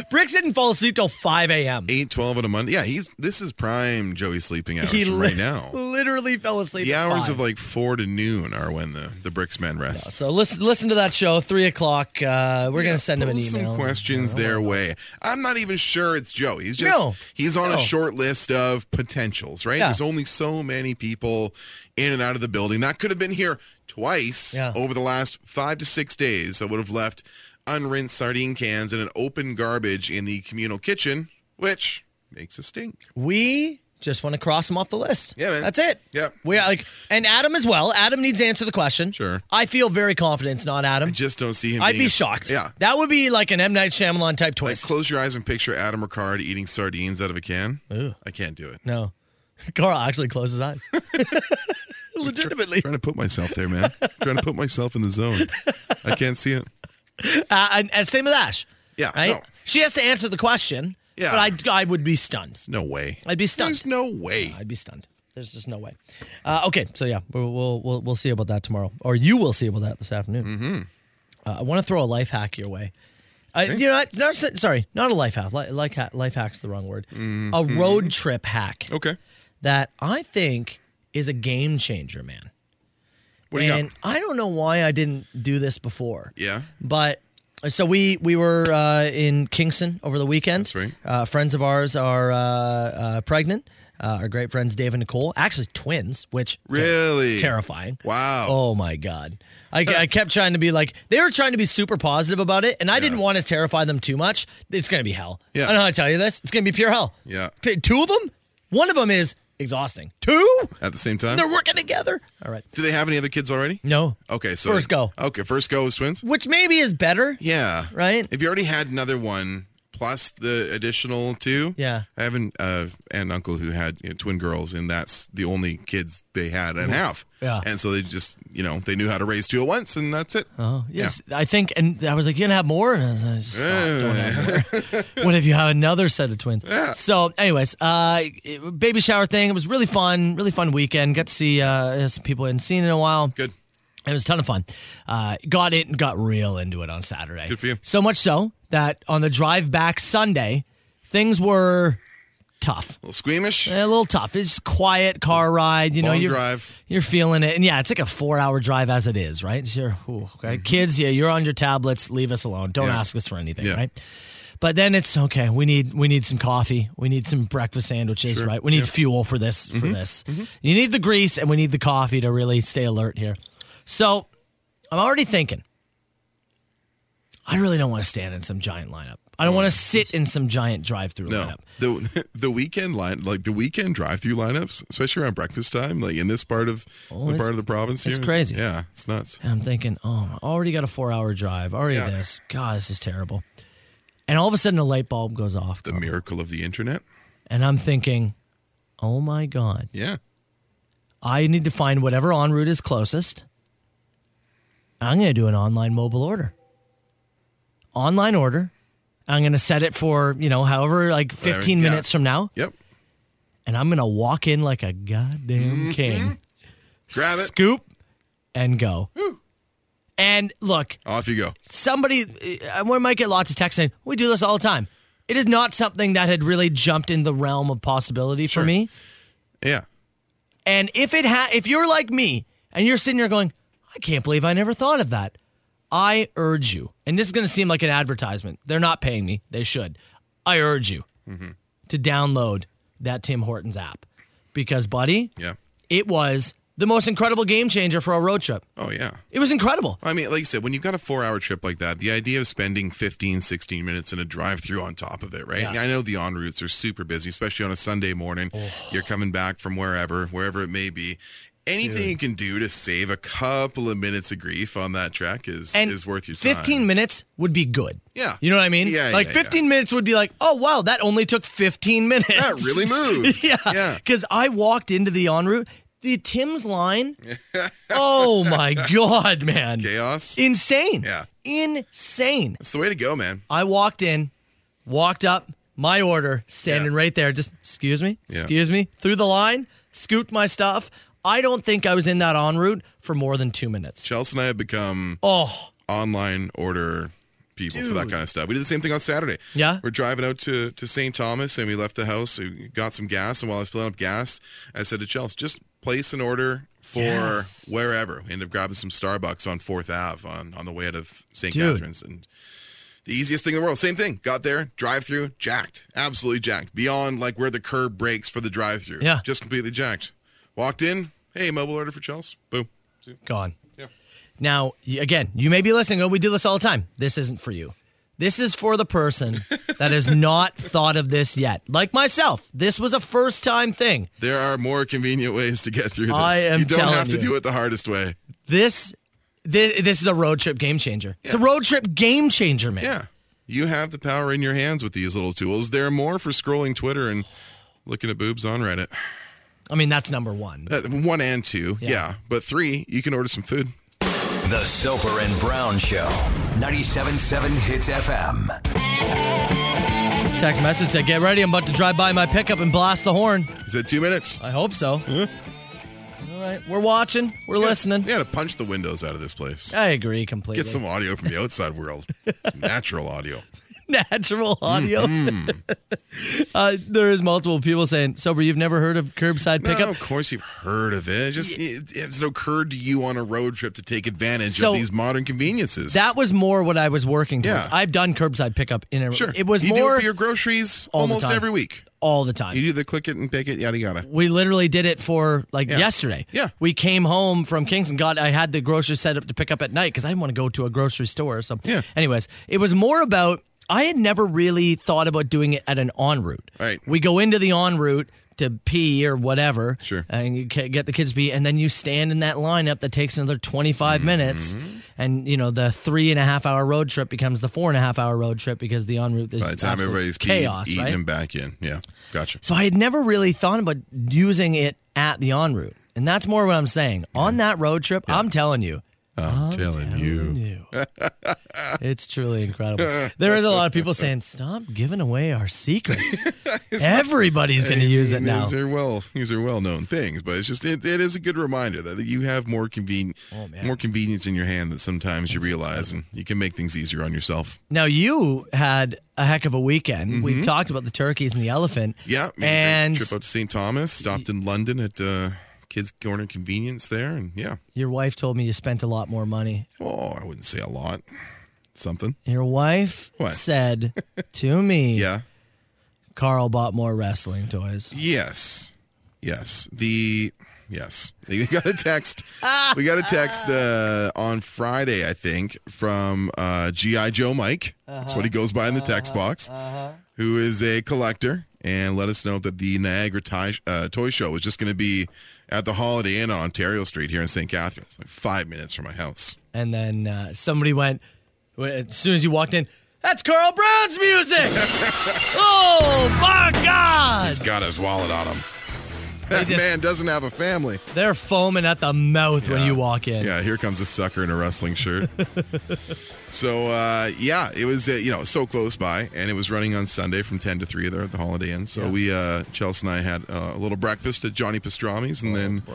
[SPEAKER 6] on. Bricks didn't fall asleep till 5 a.m.
[SPEAKER 7] Eight twelve on a Monday. Yeah, he's this is prime Joey sleeping hours from
[SPEAKER 6] li-
[SPEAKER 7] right now.
[SPEAKER 6] literally fell asleep.
[SPEAKER 7] The
[SPEAKER 6] at
[SPEAKER 7] hours
[SPEAKER 6] five.
[SPEAKER 7] of like four to noon are when the, the bricks men rest.
[SPEAKER 6] So listen, listen to that show, 3 o'clock. Uh, we're going to send him an
[SPEAKER 7] Pose
[SPEAKER 6] email.
[SPEAKER 7] Some questions their way. I'm not even sure it's Joe. He's just
[SPEAKER 6] No.
[SPEAKER 7] he's on
[SPEAKER 6] No.
[SPEAKER 7] a short list of potentials, right?
[SPEAKER 6] Yeah.
[SPEAKER 7] There's only so many people in and out of the building. That could have been here twice
[SPEAKER 6] Yeah.
[SPEAKER 7] over the last five to six days. I would have left unrinsed sardine cans and an open garbage in the communal kitchen, which makes a stink.
[SPEAKER 6] We just want to cross him off the list.
[SPEAKER 7] Yeah, man.
[SPEAKER 6] That's it.
[SPEAKER 7] Yep.
[SPEAKER 6] We like and Adam as well. Adam needs to answer the question.
[SPEAKER 7] Sure.
[SPEAKER 6] I feel very confident it's not Adam.
[SPEAKER 7] I just don't see him.
[SPEAKER 6] I'd
[SPEAKER 7] being
[SPEAKER 6] be
[SPEAKER 7] a-
[SPEAKER 6] shocked.
[SPEAKER 7] Yeah.
[SPEAKER 6] That would be like an M Night Shyamalan type
[SPEAKER 7] Like
[SPEAKER 6] twist.
[SPEAKER 7] close your eyes and picture Adam Ricard eating sardines out of a can.
[SPEAKER 6] Ew.
[SPEAKER 7] I can't do it.
[SPEAKER 6] no. Carl actually closed his eyes. Legitimately.
[SPEAKER 7] Trying to put myself there, man. Trying to put myself in the zone. I can't see it.
[SPEAKER 6] Uh, and, and same with Ash.
[SPEAKER 7] Yeah,
[SPEAKER 6] Right?
[SPEAKER 7] no.
[SPEAKER 6] She has to answer the question.
[SPEAKER 7] Yeah.
[SPEAKER 6] But I I would be stunned.
[SPEAKER 7] No way.
[SPEAKER 6] I'd be stunned.
[SPEAKER 7] There's no way.
[SPEAKER 6] I'd be stunned. There's just no way. Uh, okay, so yeah, we'll, we'll we'll we'll see about that tomorrow, or you will see about that this afternoon. Mm-hmm. Uh, I want to throw a life hack your way. Uh, You know, what? not, s- sorry, not a life hack. Li- Like ha- life hack's the wrong word. A
[SPEAKER 7] Mm-hmm.
[SPEAKER 6] road trip hack
[SPEAKER 7] Okay.
[SPEAKER 6] that I think is a game changer, man.
[SPEAKER 7] What do you
[SPEAKER 6] And
[SPEAKER 7] got?
[SPEAKER 6] I don't know why I didn't do this before.
[SPEAKER 7] Yeah.
[SPEAKER 6] But so we we were uh, in Kingston over the weekend.
[SPEAKER 7] That's right.
[SPEAKER 6] Uh, friends of ours are uh, uh, pregnant. Uh, our great friends Dave and Nicole, actually twins, which
[SPEAKER 7] Really?
[SPEAKER 6] terrifying.
[SPEAKER 7] Wow.
[SPEAKER 6] Oh my god. I, I kept trying to be like they were trying to be super positive about it, and I didn't want to terrify them too much. It's gonna be hell.
[SPEAKER 7] Yeah.
[SPEAKER 6] I don't know how to tell you this. It's gonna be pure hell.
[SPEAKER 7] Yeah.
[SPEAKER 6] P- Two of them. One of them is exhausting. Two.
[SPEAKER 7] At the same time?
[SPEAKER 6] They're working together. All right.
[SPEAKER 7] Do they have any other kids already?
[SPEAKER 6] No.
[SPEAKER 7] Okay, so
[SPEAKER 6] First go.
[SPEAKER 7] Okay, first go is twins?
[SPEAKER 6] Which maybe is better.
[SPEAKER 7] Yeah.
[SPEAKER 6] Right?
[SPEAKER 7] If you already had another one plus the additional two.
[SPEAKER 6] Yeah.
[SPEAKER 7] I have an uh, aunt and uncle who had you know, twin girls, and that's the only kids they had and have.
[SPEAKER 6] Yeah.
[SPEAKER 7] And so they just, you know, they knew how to raise two at once, and that's it.
[SPEAKER 6] Oh yes, I think, and I was like, "You gonna have more?" And I was like, just stop,
[SPEAKER 7] Uh,
[SPEAKER 6] don't have more. what if you have another set of twins? So, anyways, uh, it- baby shower thing. It was really fun, really fun weekend. Got to see uh, some people I hadn't seen in a while.
[SPEAKER 7] Good.
[SPEAKER 6] It was a ton of fun. Uh, got it and got real into it on Saturday.
[SPEAKER 7] Good for you.
[SPEAKER 6] So much so that on the drive back Sunday, things were tough.
[SPEAKER 7] A little squeamish?
[SPEAKER 6] A little tough. It's quiet car ride. You know,
[SPEAKER 7] Long
[SPEAKER 6] you're,
[SPEAKER 7] drive.
[SPEAKER 6] You're feeling it, and yeah, it's like a four-hour drive as it is, right? So you're, ooh, okay, kids. Yeah, you're on your tablets. Leave us alone. Don't
[SPEAKER 7] Mm-hmm. Yeah.
[SPEAKER 6] ask us for anything,
[SPEAKER 7] Yeah.
[SPEAKER 6] right? But then it's okay. We need we need some coffee. We need some breakfast sandwiches,
[SPEAKER 7] Sure.
[SPEAKER 6] right? We need
[SPEAKER 7] Yeah. Mm-hmm.
[SPEAKER 6] fuel for this for this. You need the grease, and we need the coffee to really stay alert here. So I'm already thinking. I really don't want to stand in some giant lineup. I don't want to sit in some giant drive-through
[SPEAKER 7] Mm. No,
[SPEAKER 6] lineup.
[SPEAKER 7] the the weekend line, like the weekend drive-through lineups, especially around breakfast time, like in this part of the
[SPEAKER 6] Oh, it's-
[SPEAKER 7] part of the province
[SPEAKER 6] it's
[SPEAKER 7] here.
[SPEAKER 6] crazy.
[SPEAKER 7] Yeah, it's nuts.
[SPEAKER 6] And I'm thinking, oh, I already got a four hour drive. Already
[SPEAKER 7] Yeah.
[SPEAKER 6] this. God, this is terrible. And all of a sudden, a light bulb goes off.
[SPEAKER 7] The miracle of the internet.
[SPEAKER 6] And I'm thinking, oh my God,
[SPEAKER 7] Yeah,
[SPEAKER 6] I need to find whatever en route is closest. I'm going to do an online mobile order. Online order. I'm going to set it for, you know, however, like 15
[SPEAKER 7] yeah.
[SPEAKER 6] minutes from now.
[SPEAKER 7] yep.
[SPEAKER 6] And I'm going to walk in like a goddamn king.
[SPEAKER 7] Mm-hmm. Grab it.
[SPEAKER 6] Scoop and go. And look,
[SPEAKER 7] Off you go.
[SPEAKER 6] somebody uh, we might get lots of texts saying we do this all the time it is not something that had really jumped in the realm of possibility
[SPEAKER 7] Sure.
[SPEAKER 6] for me
[SPEAKER 7] Yeah,
[SPEAKER 6] and if it ha- if you're like me and you're sitting there going i can't believe i never thought of that i urge you and this is going to seem like an advertisement they're not paying me they should i urge you
[SPEAKER 7] Mm-hmm.
[SPEAKER 6] to download that tim hortons app because buddy
[SPEAKER 7] yeah.
[SPEAKER 6] it was the most incredible game changer for a road trip
[SPEAKER 7] Oh yeah.
[SPEAKER 6] it was incredible
[SPEAKER 7] I mean, like you said, when you've got a four hour trip like that, the idea of spending 15, 16 minutes in a drive through on top of it, right?
[SPEAKER 6] Yeah.
[SPEAKER 7] I know the en routes are super busy, especially on a Sunday morning.
[SPEAKER 6] Oh.
[SPEAKER 7] You're coming back from wherever, wherever it may be. Anything you can do to save a couple of minutes of grief on that track is,
[SPEAKER 6] and
[SPEAKER 7] is worth your time.
[SPEAKER 6] 15 minutes would be good.
[SPEAKER 7] Yeah.
[SPEAKER 6] You know what I mean?
[SPEAKER 7] Yeah,
[SPEAKER 6] Like
[SPEAKER 7] yeah,
[SPEAKER 6] 15 minutes would be like, oh, wow, that only took 15 minutes.
[SPEAKER 7] That really moved.
[SPEAKER 6] yeah.
[SPEAKER 7] Yeah.
[SPEAKER 6] Because I walked into the en route. The Tim's line. oh my God, man.
[SPEAKER 7] Chaos.
[SPEAKER 6] Insane.
[SPEAKER 7] Yeah.
[SPEAKER 6] Insane.
[SPEAKER 7] That's the way to go, man.
[SPEAKER 6] I walked in, walked up, my order standing
[SPEAKER 7] Yeah.
[SPEAKER 6] right there. Just excuse me,
[SPEAKER 7] Yeah.
[SPEAKER 6] excuse me, through the line, scooped my stuff. I don't think I was in that en route for more than two minutes.
[SPEAKER 7] Chelsea and I have become
[SPEAKER 6] Oh,
[SPEAKER 7] online order people for that kind of stuff. We did the same thing on Saturday.
[SPEAKER 6] Yeah?
[SPEAKER 7] We're driving out to, to St. Thomas and we left the house. We got some gas. And while I was filling up gas, I said to Chelsea, just place an order for
[SPEAKER 6] Yes.
[SPEAKER 7] wherever. We ended up grabbing some Starbucks on 4th Ave on, on the way out of St.
[SPEAKER 6] Dude.
[SPEAKER 7] Catherine's. And the easiest thing in the world. Same thing. Got there, drive through, jacked. Absolutely jacked. Beyond like where the curb breaks for the drive through.
[SPEAKER 6] Yeah.
[SPEAKER 7] Just completely jacked. Walked in. Hey, mobile order for Chelsea. Boom.
[SPEAKER 6] gone.
[SPEAKER 7] Yeah.
[SPEAKER 6] Now, y- again, you may be listening. Oh, we do this all the time. This isn't for you. This is for the person that has not thought of this yet. Like myself, this was a first time thing.
[SPEAKER 7] There are more convenient ways to get through this.
[SPEAKER 6] I am
[SPEAKER 7] you don't
[SPEAKER 6] telling
[SPEAKER 7] have to
[SPEAKER 6] you.
[SPEAKER 7] do it the hardest way.
[SPEAKER 6] This this, this is a road trip game changer. It's a
[SPEAKER 7] Yeah.
[SPEAKER 6] road trip game changer, man.
[SPEAKER 7] Yeah. You have the power in your hands with these little tools. There are more for scrolling Twitter and looking at boobs on Reddit.
[SPEAKER 6] I mean, that's number one.
[SPEAKER 7] Uh, one and two. Yeah. But three, you can order some food.
[SPEAKER 5] The Soper and Brown Show. 97.7 Hits FM.
[SPEAKER 6] Text message said, Get ready. I'm about to drive by my pickup and blast the horn.
[SPEAKER 7] Is that two minutes?
[SPEAKER 6] I hope so. All right. We're watching, we're listening.
[SPEAKER 7] We got to punch the windows out of this place.
[SPEAKER 6] I agree completely.
[SPEAKER 7] Get some audio from the outside world. It's natural audio.
[SPEAKER 6] natural audio.
[SPEAKER 7] Mm-hmm.
[SPEAKER 6] uh, there is multiple people saying, "Sober, you've never heard of curbside
[SPEAKER 7] No,
[SPEAKER 6] pickup."
[SPEAKER 7] of course you've heard of it. Just it, it's occurred to you on a road trip to take advantage
[SPEAKER 6] So,
[SPEAKER 7] of these modern conveniences.
[SPEAKER 6] That was more what I was working towards.
[SPEAKER 7] Yeah.
[SPEAKER 6] I've done curbside pickup in a.
[SPEAKER 7] sure.
[SPEAKER 6] It was
[SPEAKER 7] you do
[SPEAKER 6] more
[SPEAKER 7] it for your groceries
[SPEAKER 6] all the
[SPEAKER 7] almost
[SPEAKER 6] time.
[SPEAKER 7] every week.
[SPEAKER 6] all the time.
[SPEAKER 7] You do the click it and pick it, yada yada.
[SPEAKER 6] we literally did it for like
[SPEAKER 7] Yeah.
[SPEAKER 6] yesterday.
[SPEAKER 7] Yeah.
[SPEAKER 6] We came home from Kingston. God, I had the groceries set up to pick up at night because I didn't want to go to a grocery store or something.
[SPEAKER 7] Yeah.
[SPEAKER 6] Anyways, it was more about I had never really thought about doing it at an en route.
[SPEAKER 7] Right.
[SPEAKER 6] We go into the en route to pee or whatever.
[SPEAKER 7] Sure.
[SPEAKER 6] And you ca- get the kids to pee, and then you stand in that lineup that takes another 25
[SPEAKER 7] Mm-hmm.
[SPEAKER 6] minutes. And you know the three and a half hour road trip becomes the four and a half hour road trip because the en route is
[SPEAKER 7] By the time
[SPEAKER 6] absolute
[SPEAKER 7] everybody's peed,
[SPEAKER 6] chaos,
[SPEAKER 7] eating
[SPEAKER 6] right?
[SPEAKER 7] them back in. Yeah. Gotcha.
[SPEAKER 6] So I had never really thought about using it at the en route. And that's more what I'm saying. On that road trip, I'm telling you,
[SPEAKER 7] I'm, telling, you.
[SPEAKER 6] It's truly incredible. There is a lot of people saying, "Stop giving away our secrets." Everybody's going to use it now.
[SPEAKER 7] These are well, these are well-known things, but it's just it, it is a good reminder that you have more conven-
[SPEAKER 6] Oh,
[SPEAKER 7] more convenience in your hand that sometimes you realize, and you can make things easier on yourself.
[SPEAKER 6] Now you had a heck of a weekend. We've talked about the turkeys and the elephant.
[SPEAKER 7] Mm-hmm. Yeah, made a great
[SPEAKER 6] and
[SPEAKER 7] trip up to St. Thomas, stopped in London at uh, Kids Corner Convenience there, and yeah,
[SPEAKER 6] your wife told me you spent a lot more money.
[SPEAKER 7] oh, I wouldn't say a lot, something.
[SPEAKER 6] Your wife
[SPEAKER 7] What?
[SPEAKER 6] said to me,
[SPEAKER 7] Yeah.
[SPEAKER 6] Carl bought more wrestling toys."
[SPEAKER 7] Yes. Yes. The yes. We got a text. we got a text uh, on Friday, I think, from uh, GI Joe Mike. That's what he goes by in the text
[SPEAKER 6] Uh-huh.
[SPEAKER 7] box. Who is a collector and let us know that the Niagara Ti- uh, Toy Show is just going to be at the Holiday Inn on Ontario Street here in St. Catharines, like five minutes from my house.
[SPEAKER 6] And then uh, somebody went w- as soon as you walked in. That's Carl Brown's music. oh my God!
[SPEAKER 7] He's got his wallet on him.
[SPEAKER 6] They
[SPEAKER 7] That
[SPEAKER 6] just-
[SPEAKER 7] man doesn't have a family.
[SPEAKER 6] They're foaming at the mouth when
[SPEAKER 7] Yeah.
[SPEAKER 6] you walk in.
[SPEAKER 7] Yeah, here comes a sucker in a wrestling shirt. so uh, yeah, it was uh, you know so close by, and it was running on Sunday from ten to three there at the Holiday Inn. So we uh, Chelsea and I had uh, a little breakfast at Johnny Pastrami's, and then
[SPEAKER 6] Oh,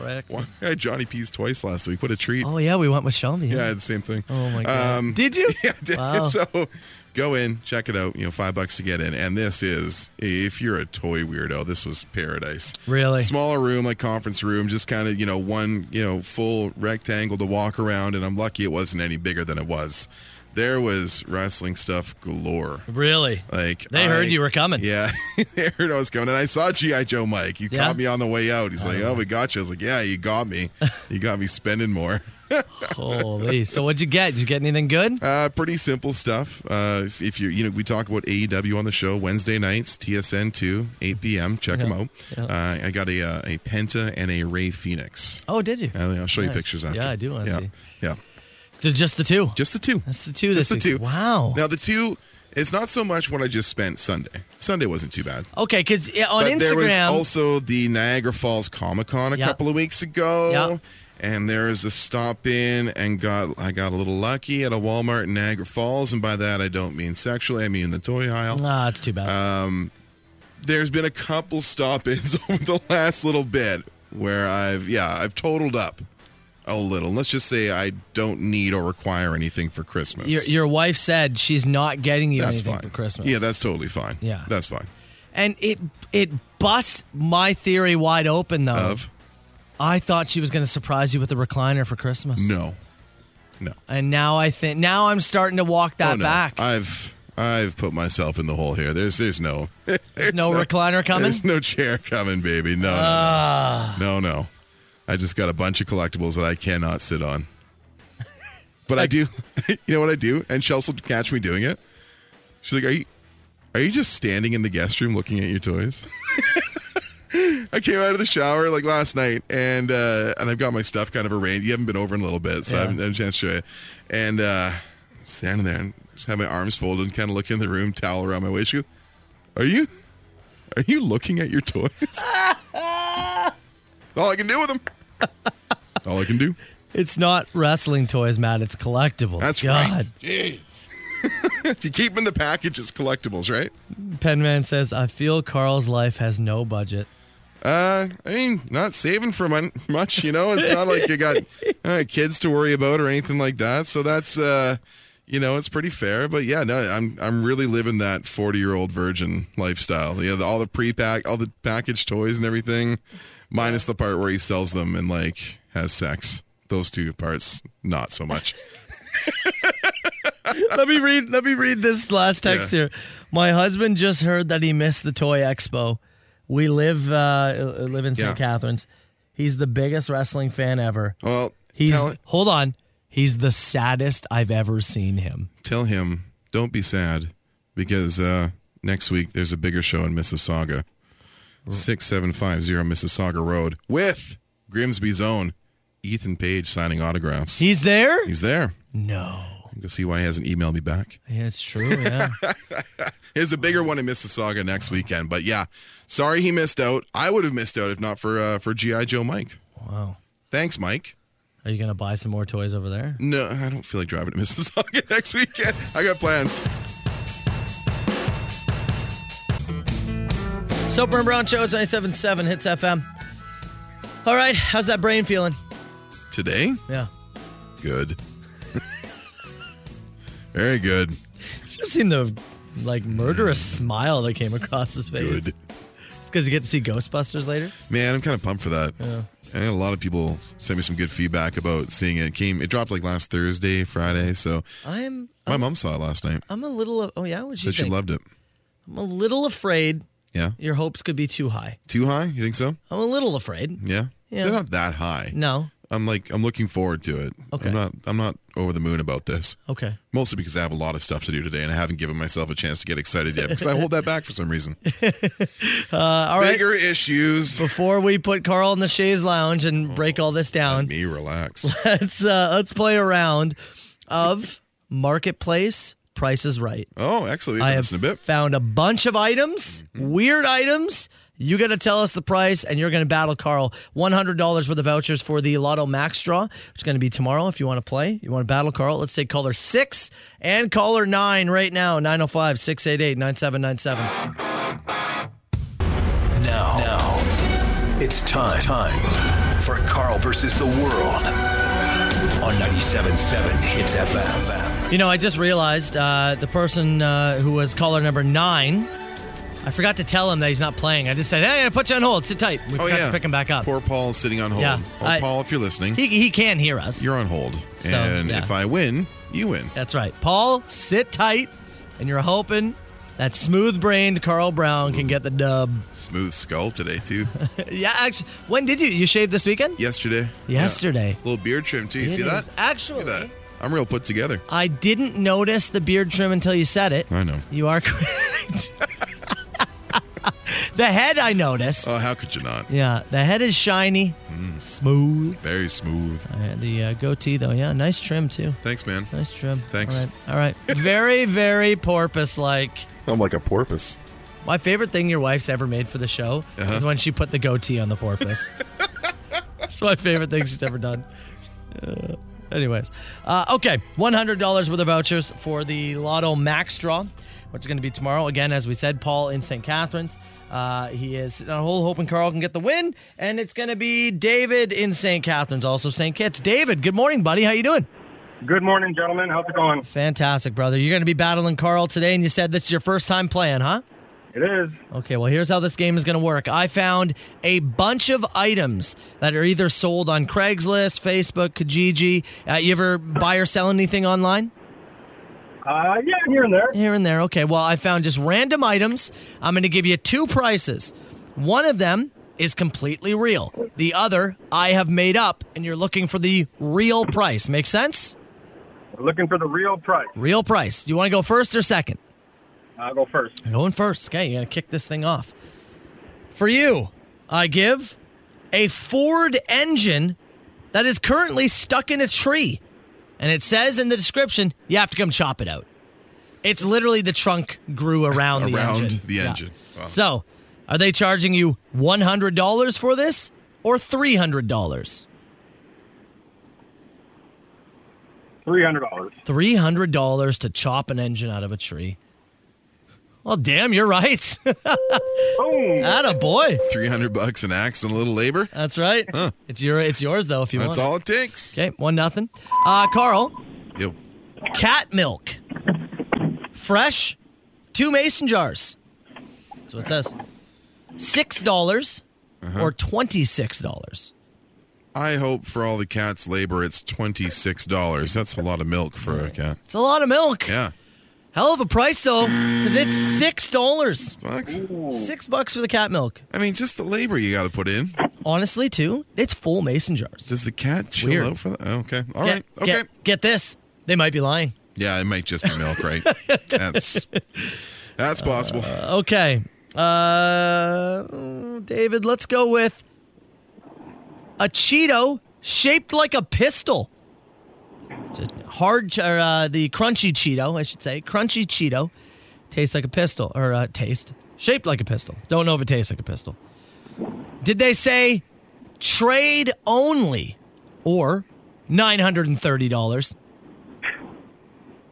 [SPEAKER 6] breakfast.
[SPEAKER 7] I had Johnny P's twice last week. What a treat!
[SPEAKER 6] Oh yeah, we went with Shelby.
[SPEAKER 7] Yeah, I had the same thing. Um,
[SPEAKER 6] Oh my God. Did you?
[SPEAKER 7] Yeah, I did.
[SPEAKER 6] Wow.
[SPEAKER 7] So go in, check it out. You know, five bucks to get in. And this is, if you're a toy weirdo, this was paradise.
[SPEAKER 6] Really?
[SPEAKER 7] Smaller room, like conference room, just kind of, you know, one, you know, full rectangle to walk around. And I'm lucky it wasn't any bigger than it was. There was wrestling stuff galore.
[SPEAKER 6] Really?
[SPEAKER 7] Like
[SPEAKER 6] They
[SPEAKER 7] I-
[SPEAKER 6] heard you were coming.
[SPEAKER 7] Yeah, they heard I was coming, and I saw GI Joe Mike. He
[SPEAKER 6] Yeah?
[SPEAKER 7] caught me on the way out. He's like, "Oh, we got you." I was like, "Yeah, you got me. You got me spending more."
[SPEAKER 6] Holy. So what'd you get? Did you get anything good?
[SPEAKER 7] Uh, pretty simple stuff. Uh, if, if you you know, we talk about AEW on the show Wednesday nights, TSN two, eight p.m. Check them
[SPEAKER 6] Yeah,
[SPEAKER 7] out.
[SPEAKER 6] yeah.
[SPEAKER 7] Uh, I got a uh, a Penta and a Ray Phoenix.
[SPEAKER 6] Oh, did you?
[SPEAKER 7] And I'll show you
[SPEAKER 6] Nice.
[SPEAKER 7] pictures after.
[SPEAKER 6] Yeah, I do wanna
[SPEAKER 7] yeah.
[SPEAKER 6] see.
[SPEAKER 7] Yeah,
[SPEAKER 6] So just the two.
[SPEAKER 7] just the two.
[SPEAKER 6] That's the two.
[SPEAKER 7] Just
[SPEAKER 6] this
[SPEAKER 7] the
[SPEAKER 6] week.
[SPEAKER 7] two.
[SPEAKER 6] Wow.
[SPEAKER 7] Now the two. It's not so much what I just spent Sunday. Sunday wasn't too bad.
[SPEAKER 6] Okay, because on
[SPEAKER 7] but
[SPEAKER 6] Instagram.
[SPEAKER 7] there was also the Niagara Falls Comic Con a
[SPEAKER 6] Yeah.
[SPEAKER 7] couple of weeks ago.
[SPEAKER 6] Yeah.
[SPEAKER 7] And there is a stop in, and got I got a little lucky at a Walmart in Niagara Falls, and by that I don't mean sexually, I mean the toy aisle.
[SPEAKER 6] Nah, it's too bad.
[SPEAKER 7] Uh, There's been a couple stop ins over the last little bit where I've yeah I've totaled up a little. Let's just say I don't need or require anything for Christmas.
[SPEAKER 6] your, your wife said she's not getting you
[SPEAKER 7] that's
[SPEAKER 6] anything
[SPEAKER 7] fine
[SPEAKER 6] for Christmas.
[SPEAKER 7] Yeah, that's totally fine.
[SPEAKER 6] Yeah.
[SPEAKER 7] that's fine.
[SPEAKER 6] and it it busts my theory wide open though.
[SPEAKER 7] Of
[SPEAKER 6] I thought she was going to surprise you with a recliner for Christmas.
[SPEAKER 7] no, no.
[SPEAKER 6] And now I think now I'm starting to walk that
[SPEAKER 7] Oh, no.
[SPEAKER 6] back.
[SPEAKER 7] I've I've put myself in the hole here. There's there's no there's
[SPEAKER 6] no recliner coming? Ah.
[SPEAKER 7] There's no chair coming, baby. No, no, no. no, no. I just got a bunch of collectibles that I cannot sit on. But I do. You know what I do? And Chelsea will catch me doing it. She's like, "Are you are you just standing in the guest room looking at your toys?" I came out of the shower like last night, and uh, and I've got my stuff kind of arranged. You haven't been over in a little bit, so I
[SPEAKER 6] Yeah.
[SPEAKER 7] haven't had a chance to show you. And uh, standing there and just have my arms folded and kind of looking in the room, towel around my waist. She goes, "Are you, are you looking at your toys?" That's all I can do with them. That's all I can do.
[SPEAKER 6] It's not wrestling toys, Matt. It's collectibles.
[SPEAKER 7] That's
[SPEAKER 6] God.
[SPEAKER 7] right. Jeez. if you keep them in the package, it's collectibles, right?
[SPEAKER 6] Penman says, I feel Carl's life has no budget.
[SPEAKER 7] Uh, I mean, not saving for mon- much, you know. It's not like you got uh, kids to worry about or anything like that. So that's uh, you know, it's pretty fair. But yeah, no, I'm I'm really living that 40 year old virgin lifestyle. Yeah, the, all the pre pack, all the packaged toys and everything, minus the part where he sells them and like has sex. Those two parts, not so much.
[SPEAKER 6] let me read let me read this last text here. My husband just heard that he missed the toy expo. We live uh live in St.
[SPEAKER 7] Yeah.
[SPEAKER 6] Catharines. He's the biggest wrestling fan ever.
[SPEAKER 7] Well,
[SPEAKER 6] He's
[SPEAKER 7] tell
[SPEAKER 6] hold on. He's the saddest I've ever seen him.
[SPEAKER 7] tell him don't be sad because uh, next week there's a bigger show in Mississauga, six seven five zero Mississauga Road with Grimsby's own Ethan Page signing autographs.
[SPEAKER 6] He's there?
[SPEAKER 7] He's there.
[SPEAKER 6] No.
[SPEAKER 7] You can see why he hasn't emailed me back.
[SPEAKER 6] Yeah, it's true, yeah.
[SPEAKER 7] There's a bigger one in Mississauga next weekend, but yeah, sorry he missed out. I would have missed out if not for uh, for GI Joe Mike.
[SPEAKER 6] wow.
[SPEAKER 7] Thanks, Mike.
[SPEAKER 6] Are you going to buy some more toys over there?
[SPEAKER 7] No, I don't feel like driving to Mississauga next weekend. I got plans.
[SPEAKER 6] Soper and Brown Show, it's 97.7 Hits FM. All right, how's that brain feeling?
[SPEAKER 7] Today?
[SPEAKER 6] Yeah.
[SPEAKER 7] Good. Very good.
[SPEAKER 6] Just seen the like murderous smile that came across his face. Good. It's because you get to see Ghostbusters later.
[SPEAKER 7] Man, I'm kind of pumped for that.
[SPEAKER 6] Yeah.
[SPEAKER 7] I had a lot of people sent me some good feedback about seeing it. it came it dropped like last Thursday, Friday. So
[SPEAKER 6] I'm
[SPEAKER 7] my mom saw it last night.
[SPEAKER 6] I'm a little. Oh yeah, what
[SPEAKER 7] Said she loved it.
[SPEAKER 6] I'm a little afraid
[SPEAKER 7] Yeah.
[SPEAKER 6] your hopes could be too high.
[SPEAKER 7] Too high? You think so?
[SPEAKER 6] I'm a little afraid.
[SPEAKER 7] Yeah.
[SPEAKER 6] Yeah.
[SPEAKER 7] They're not that high.
[SPEAKER 6] No.
[SPEAKER 7] I'm like I'm looking forward to it.
[SPEAKER 6] Okay.
[SPEAKER 7] I'm not I'm not over the moon about this.
[SPEAKER 6] Okay.
[SPEAKER 7] Mostly because I have a lot of stuff to do today and I haven't given myself a chance to get excited yet because I hold that back for some reason.
[SPEAKER 6] Uh, all right.
[SPEAKER 7] Bigger issues.
[SPEAKER 6] Before we put Carl in the chaise lounge
[SPEAKER 7] Oh,
[SPEAKER 6] and break all this down,
[SPEAKER 7] Me relax.
[SPEAKER 6] let's uh, let's play a round of marketplace. Price is right.
[SPEAKER 7] Oh, excellent.
[SPEAKER 6] I
[SPEAKER 7] We've
[SPEAKER 6] have
[SPEAKER 7] this in a bit. Mm-hmm.
[SPEAKER 6] found a bunch of items, weird items. You got to tell us the price, and you're going to battle Carl. $100 worth of vouchers for the Lotto Max draw, which is going to be tomorrow if you want to play. You want to battle Carl? Let's take caller six and caller nine oh right now 905 688 9797.
[SPEAKER 5] Now, now, it's time, it's time for Carl versus the world on 97.7 Hits FM.
[SPEAKER 6] You know, I just realized uh, the person uh, who was caller number nine, I forgot to tell him that he's not playing. I just said, hey, I put you on hold. Sit tight. We
[SPEAKER 7] Oh
[SPEAKER 6] forgot
[SPEAKER 7] yeah.
[SPEAKER 6] to pick him back up.
[SPEAKER 7] Poor Paul sitting on hold.
[SPEAKER 6] Yeah,
[SPEAKER 7] Oh,
[SPEAKER 6] I-
[SPEAKER 7] Paul, if you're listening,
[SPEAKER 6] He, he can hear us.
[SPEAKER 7] you're on hold.
[SPEAKER 6] So,
[SPEAKER 7] and
[SPEAKER 6] yeah.
[SPEAKER 7] if I win, you win.
[SPEAKER 6] That's right. Paul, sit tight, and you're hoping that smooth brained Carl Brown can get the dub.
[SPEAKER 7] Smooth skull today too.
[SPEAKER 6] yeah, actually, when did you? You shaved this weekend?
[SPEAKER 7] Yesterday.
[SPEAKER 6] Yesterday.
[SPEAKER 7] Yeah. Little beard trim too. You
[SPEAKER 6] It
[SPEAKER 7] see
[SPEAKER 6] is
[SPEAKER 7] that?
[SPEAKER 6] Actually,
[SPEAKER 7] Look at that. I'm real put together.
[SPEAKER 6] I didn't notice the beard trim until you said it.
[SPEAKER 7] I know.
[SPEAKER 6] You are correct. the head I noticed.
[SPEAKER 7] Oh, how could you not?
[SPEAKER 6] yeah, the head is shiny, smooth.
[SPEAKER 7] Very smooth.
[SPEAKER 6] All right, the uh, goatee, though, yeah, nice trim, too.
[SPEAKER 7] Thanks, man.
[SPEAKER 6] Nice trim.
[SPEAKER 7] Thanks.
[SPEAKER 6] All right. All right. Very, very porpoise like.
[SPEAKER 1] I'm like a porpoise.
[SPEAKER 6] My favorite thing your wife's ever made for the show
[SPEAKER 7] Uh-huh.
[SPEAKER 6] is when she put the goatee on the porpoise. That's my favorite thing she's ever done. Uh, anyways, uh, okay, $100 worth of vouchers for the Lotto Max draw, which is going to be tomorrow. Again, as we said, Paul in St. Catharines. Uh, he is sitting on a hole hoping Carl can get the win, and it's going to be David in St. Catharines, also St. Kitts. David, good morning, buddy. How you doing?
[SPEAKER 11] Good morning, gentlemen. How's it going?
[SPEAKER 6] Fantastic, brother. You're going to be battling Carl today, and you said this is your first time playing, huh?
[SPEAKER 11] It is.
[SPEAKER 6] Okay, well, here's how this game is going to work. I found a bunch of items that are either sold on Craigslist, Facebook, Kijiji. Uh, you ever buy or sell anything online?
[SPEAKER 11] Uh, yeah, here and there.
[SPEAKER 6] Here and there. Okay, well, I found just random items. I'm going to give you two prices. One of them is completely real, the other I have made up, and you're looking for the real price. Make sense?
[SPEAKER 11] We're looking for the real price.
[SPEAKER 6] Real price. Do you want to go first or second?
[SPEAKER 11] I'll go first.
[SPEAKER 6] Going first. Okay, you're going to kick this thing off. For you, I give a Ford engine that is currently stuck in a tree. And it says in the description, you have to come chop it out. It's literally the trunk grew around the
[SPEAKER 7] Around
[SPEAKER 6] engine.
[SPEAKER 7] the
[SPEAKER 6] Yeah.
[SPEAKER 7] engine. Wow.
[SPEAKER 6] So, are they charging you $100 for this or $300?
[SPEAKER 11] Three hundred dollars.
[SPEAKER 6] $300 to chop an engine out of a tree. Well, damn, you're right.
[SPEAKER 11] Boom.
[SPEAKER 6] Atta boy.
[SPEAKER 7] 300 bucks an axe and a little labor.
[SPEAKER 6] That's right. It's your it's yours though if you
[SPEAKER 7] That's
[SPEAKER 6] want.
[SPEAKER 7] all it takes.
[SPEAKER 6] Okay, one nothing. Uh, Carl,
[SPEAKER 7] Yo,
[SPEAKER 6] cat milk, fresh, two mason jars. That's what it says. Six dollars
[SPEAKER 7] Uh-huh.
[SPEAKER 6] or twenty six dollars.
[SPEAKER 7] I hope for all the cat's labor, it's $26. That's a lot of milk for a cat.
[SPEAKER 6] It's a lot of milk.
[SPEAKER 7] Yeah.
[SPEAKER 6] Hell of a price though, because it's six dollars.
[SPEAKER 7] Bucks.
[SPEAKER 6] Six bucks for the cat milk.
[SPEAKER 7] I mean, just the labor you got to put in.
[SPEAKER 6] Honestly, too, it's full mason jars.
[SPEAKER 7] Does the cat chill
[SPEAKER 6] weird.
[SPEAKER 7] out for that? Oh, Okay. all
[SPEAKER 6] Get-
[SPEAKER 7] right. Okay.
[SPEAKER 6] Get, get this. They might be lying.
[SPEAKER 7] Yeah, it might just be milk, right? that's that's possible.
[SPEAKER 6] Okay. Uh, David, let's go with a Cheeto shaped like a pistol. It's a hard, ch- or, uh, the crunchy Cheeto, I should say. Crunchy Cheeto. Tastes like a pistol, or uh, taste. Shaped like a pistol. Don't know if it tastes like a pistol. Did they say trade only or $930.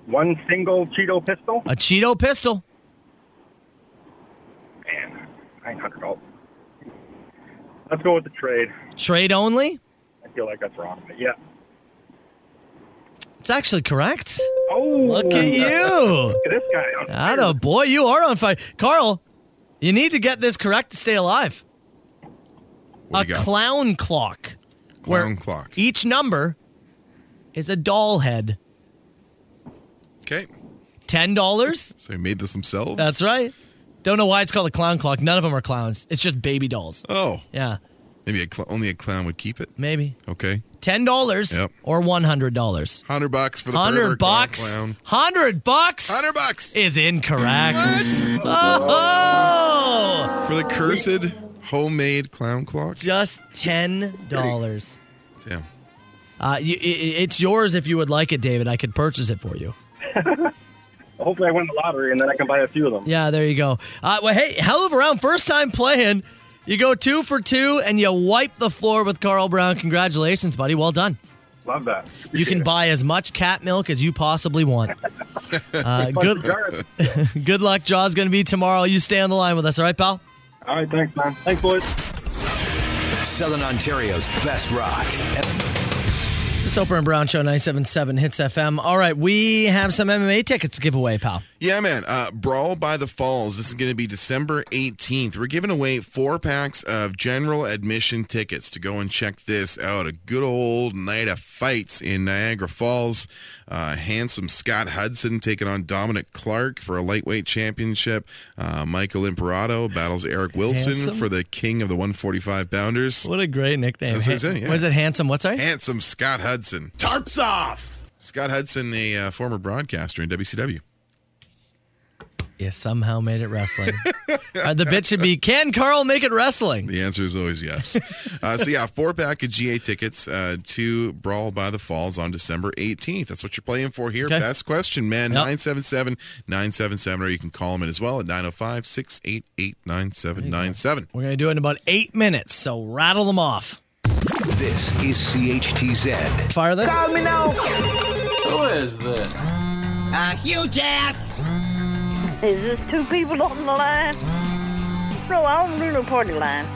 [SPEAKER 11] One single Cheeto pistol.
[SPEAKER 6] A Cheeto pistol.
[SPEAKER 11] Man, nine hundred dollars. Let's go with the trade.
[SPEAKER 6] Trade only?
[SPEAKER 11] I feel like that's wrong, but yeah.
[SPEAKER 6] It's actually correct.
[SPEAKER 11] Oh,
[SPEAKER 6] Look at you.
[SPEAKER 11] Look at this guy.
[SPEAKER 6] I know, boy, you are on fire. Carl, you need to get this correct to stay alive. A
[SPEAKER 7] you got?
[SPEAKER 6] clown clock.
[SPEAKER 7] Clown clock.
[SPEAKER 6] Each number is a doll head.
[SPEAKER 7] Okay.
[SPEAKER 6] Ten dollars?
[SPEAKER 7] So he made this himself.
[SPEAKER 6] That's right. Don't know why it's called a clown clock. None of them are clowns. It's just baby dolls.
[SPEAKER 7] Oh,
[SPEAKER 6] Yeah,
[SPEAKER 7] maybe a cl- only a clown would keep it.
[SPEAKER 6] maybe.
[SPEAKER 7] Okay.
[SPEAKER 6] Ten dollars
[SPEAKER 7] Yep.
[SPEAKER 6] or one hundred dollars.
[SPEAKER 7] Hundred bucks for the
[SPEAKER 6] Hundred
[SPEAKER 7] pervert clown
[SPEAKER 6] bucks.
[SPEAKER 7] Clown.
[SPEAKER 6] Hundred bucks.
[SPEAKER 7] Hundred bucks
[SPEAKER 6] is incorrect.
[SPEAKER 7] What?
[SPEAKER 6] Oh,
[SPEAKER 7] for the cursed homemade clown clock.
[SPEAKER 6] just ten dollars.
[SPEAKER 7] Damn.
[SPEAKER 6] Uh, you, i- i it's yours if you would like it, David. I could purchase it for you.
[SPEAKER 11] Hopefully, I win the lottery and then I can buy a few of them.
[SPEAKER 6] Yeah, there you go. Uh, well, hey, hell of a round. First time playing. You go two for two, and you wipe the floor with Carl Brown. Congratulations, buddy. Well done.
[SPEAKER 11] Love that.
[SPEAKER 6] You can buy as much cat milk as you possibly want. Uh, good, good luck. Jaw's going to be tomorrow. You stay on the line with us, all right, pal?
[SPEAKER 11] All right, thanks, man. Thanks, boys.
[SPEAKER 5] Southern Ontario's best rock.
[SPEAKER 6] It's the Soper and Brown Show, 977 Hits FM. All right, we have some MMA tickets to give away, pal.
[SPEAKER 7] Yeah, man. Uh, Brawl by the Falls. This is going to be December 18th. We're giving away four packs of general admission tickets to go and check this out. A good old night of fights in Niagara Falls. Uh, handsome Scott Hudson taking on Dominic Clark for a lightweight championship. Uh, Michael Imperato battles Eric Wilson
[SPEAKER 6] Handsome.
[SPEAKER 7] for the king of the 145 bounders.
[SPEAKER 6] What a great nickname.
[SPEAKER 7] That's what I said, yeah.
[SPEAKER 6] What is it, Handsome? What's that?
[SPEAKER 7] Handsome Scott Hudson.
[SPEAKER 2] Tarps off.
[SPEAKER 7] Scott Hudson, a uh, former broadcaster in WCW.
[SPEAKER 6] Yeah, somehow made it wrestling. Uh, the bit should be, can Carl make it wrestling?
[SPEAKER 7] The answer is always yes. uh, so yeah, four pack of GA tickets uh, to Brawl by the Falls on December 18th. That's what you're playing for here.
[SPEAKER 6] Okay.
[SPEAKER 7] Best question, man.
[SPEAKER 6] Yep.
[SPEAKER 7] 977-977, or you can call them in as well at 905-688-9797.
[SPEAKER 6] We're going to do it in about eight minutes, so rattle them off.
[SPEAKER 5] This is CHTZ.
[SPEAKER 6] Fire this.
[SPEAKER 2] me now. Who is this?
[SPEAKER 4] A huge ass. Is this two people on the line? No, I don't do no party line.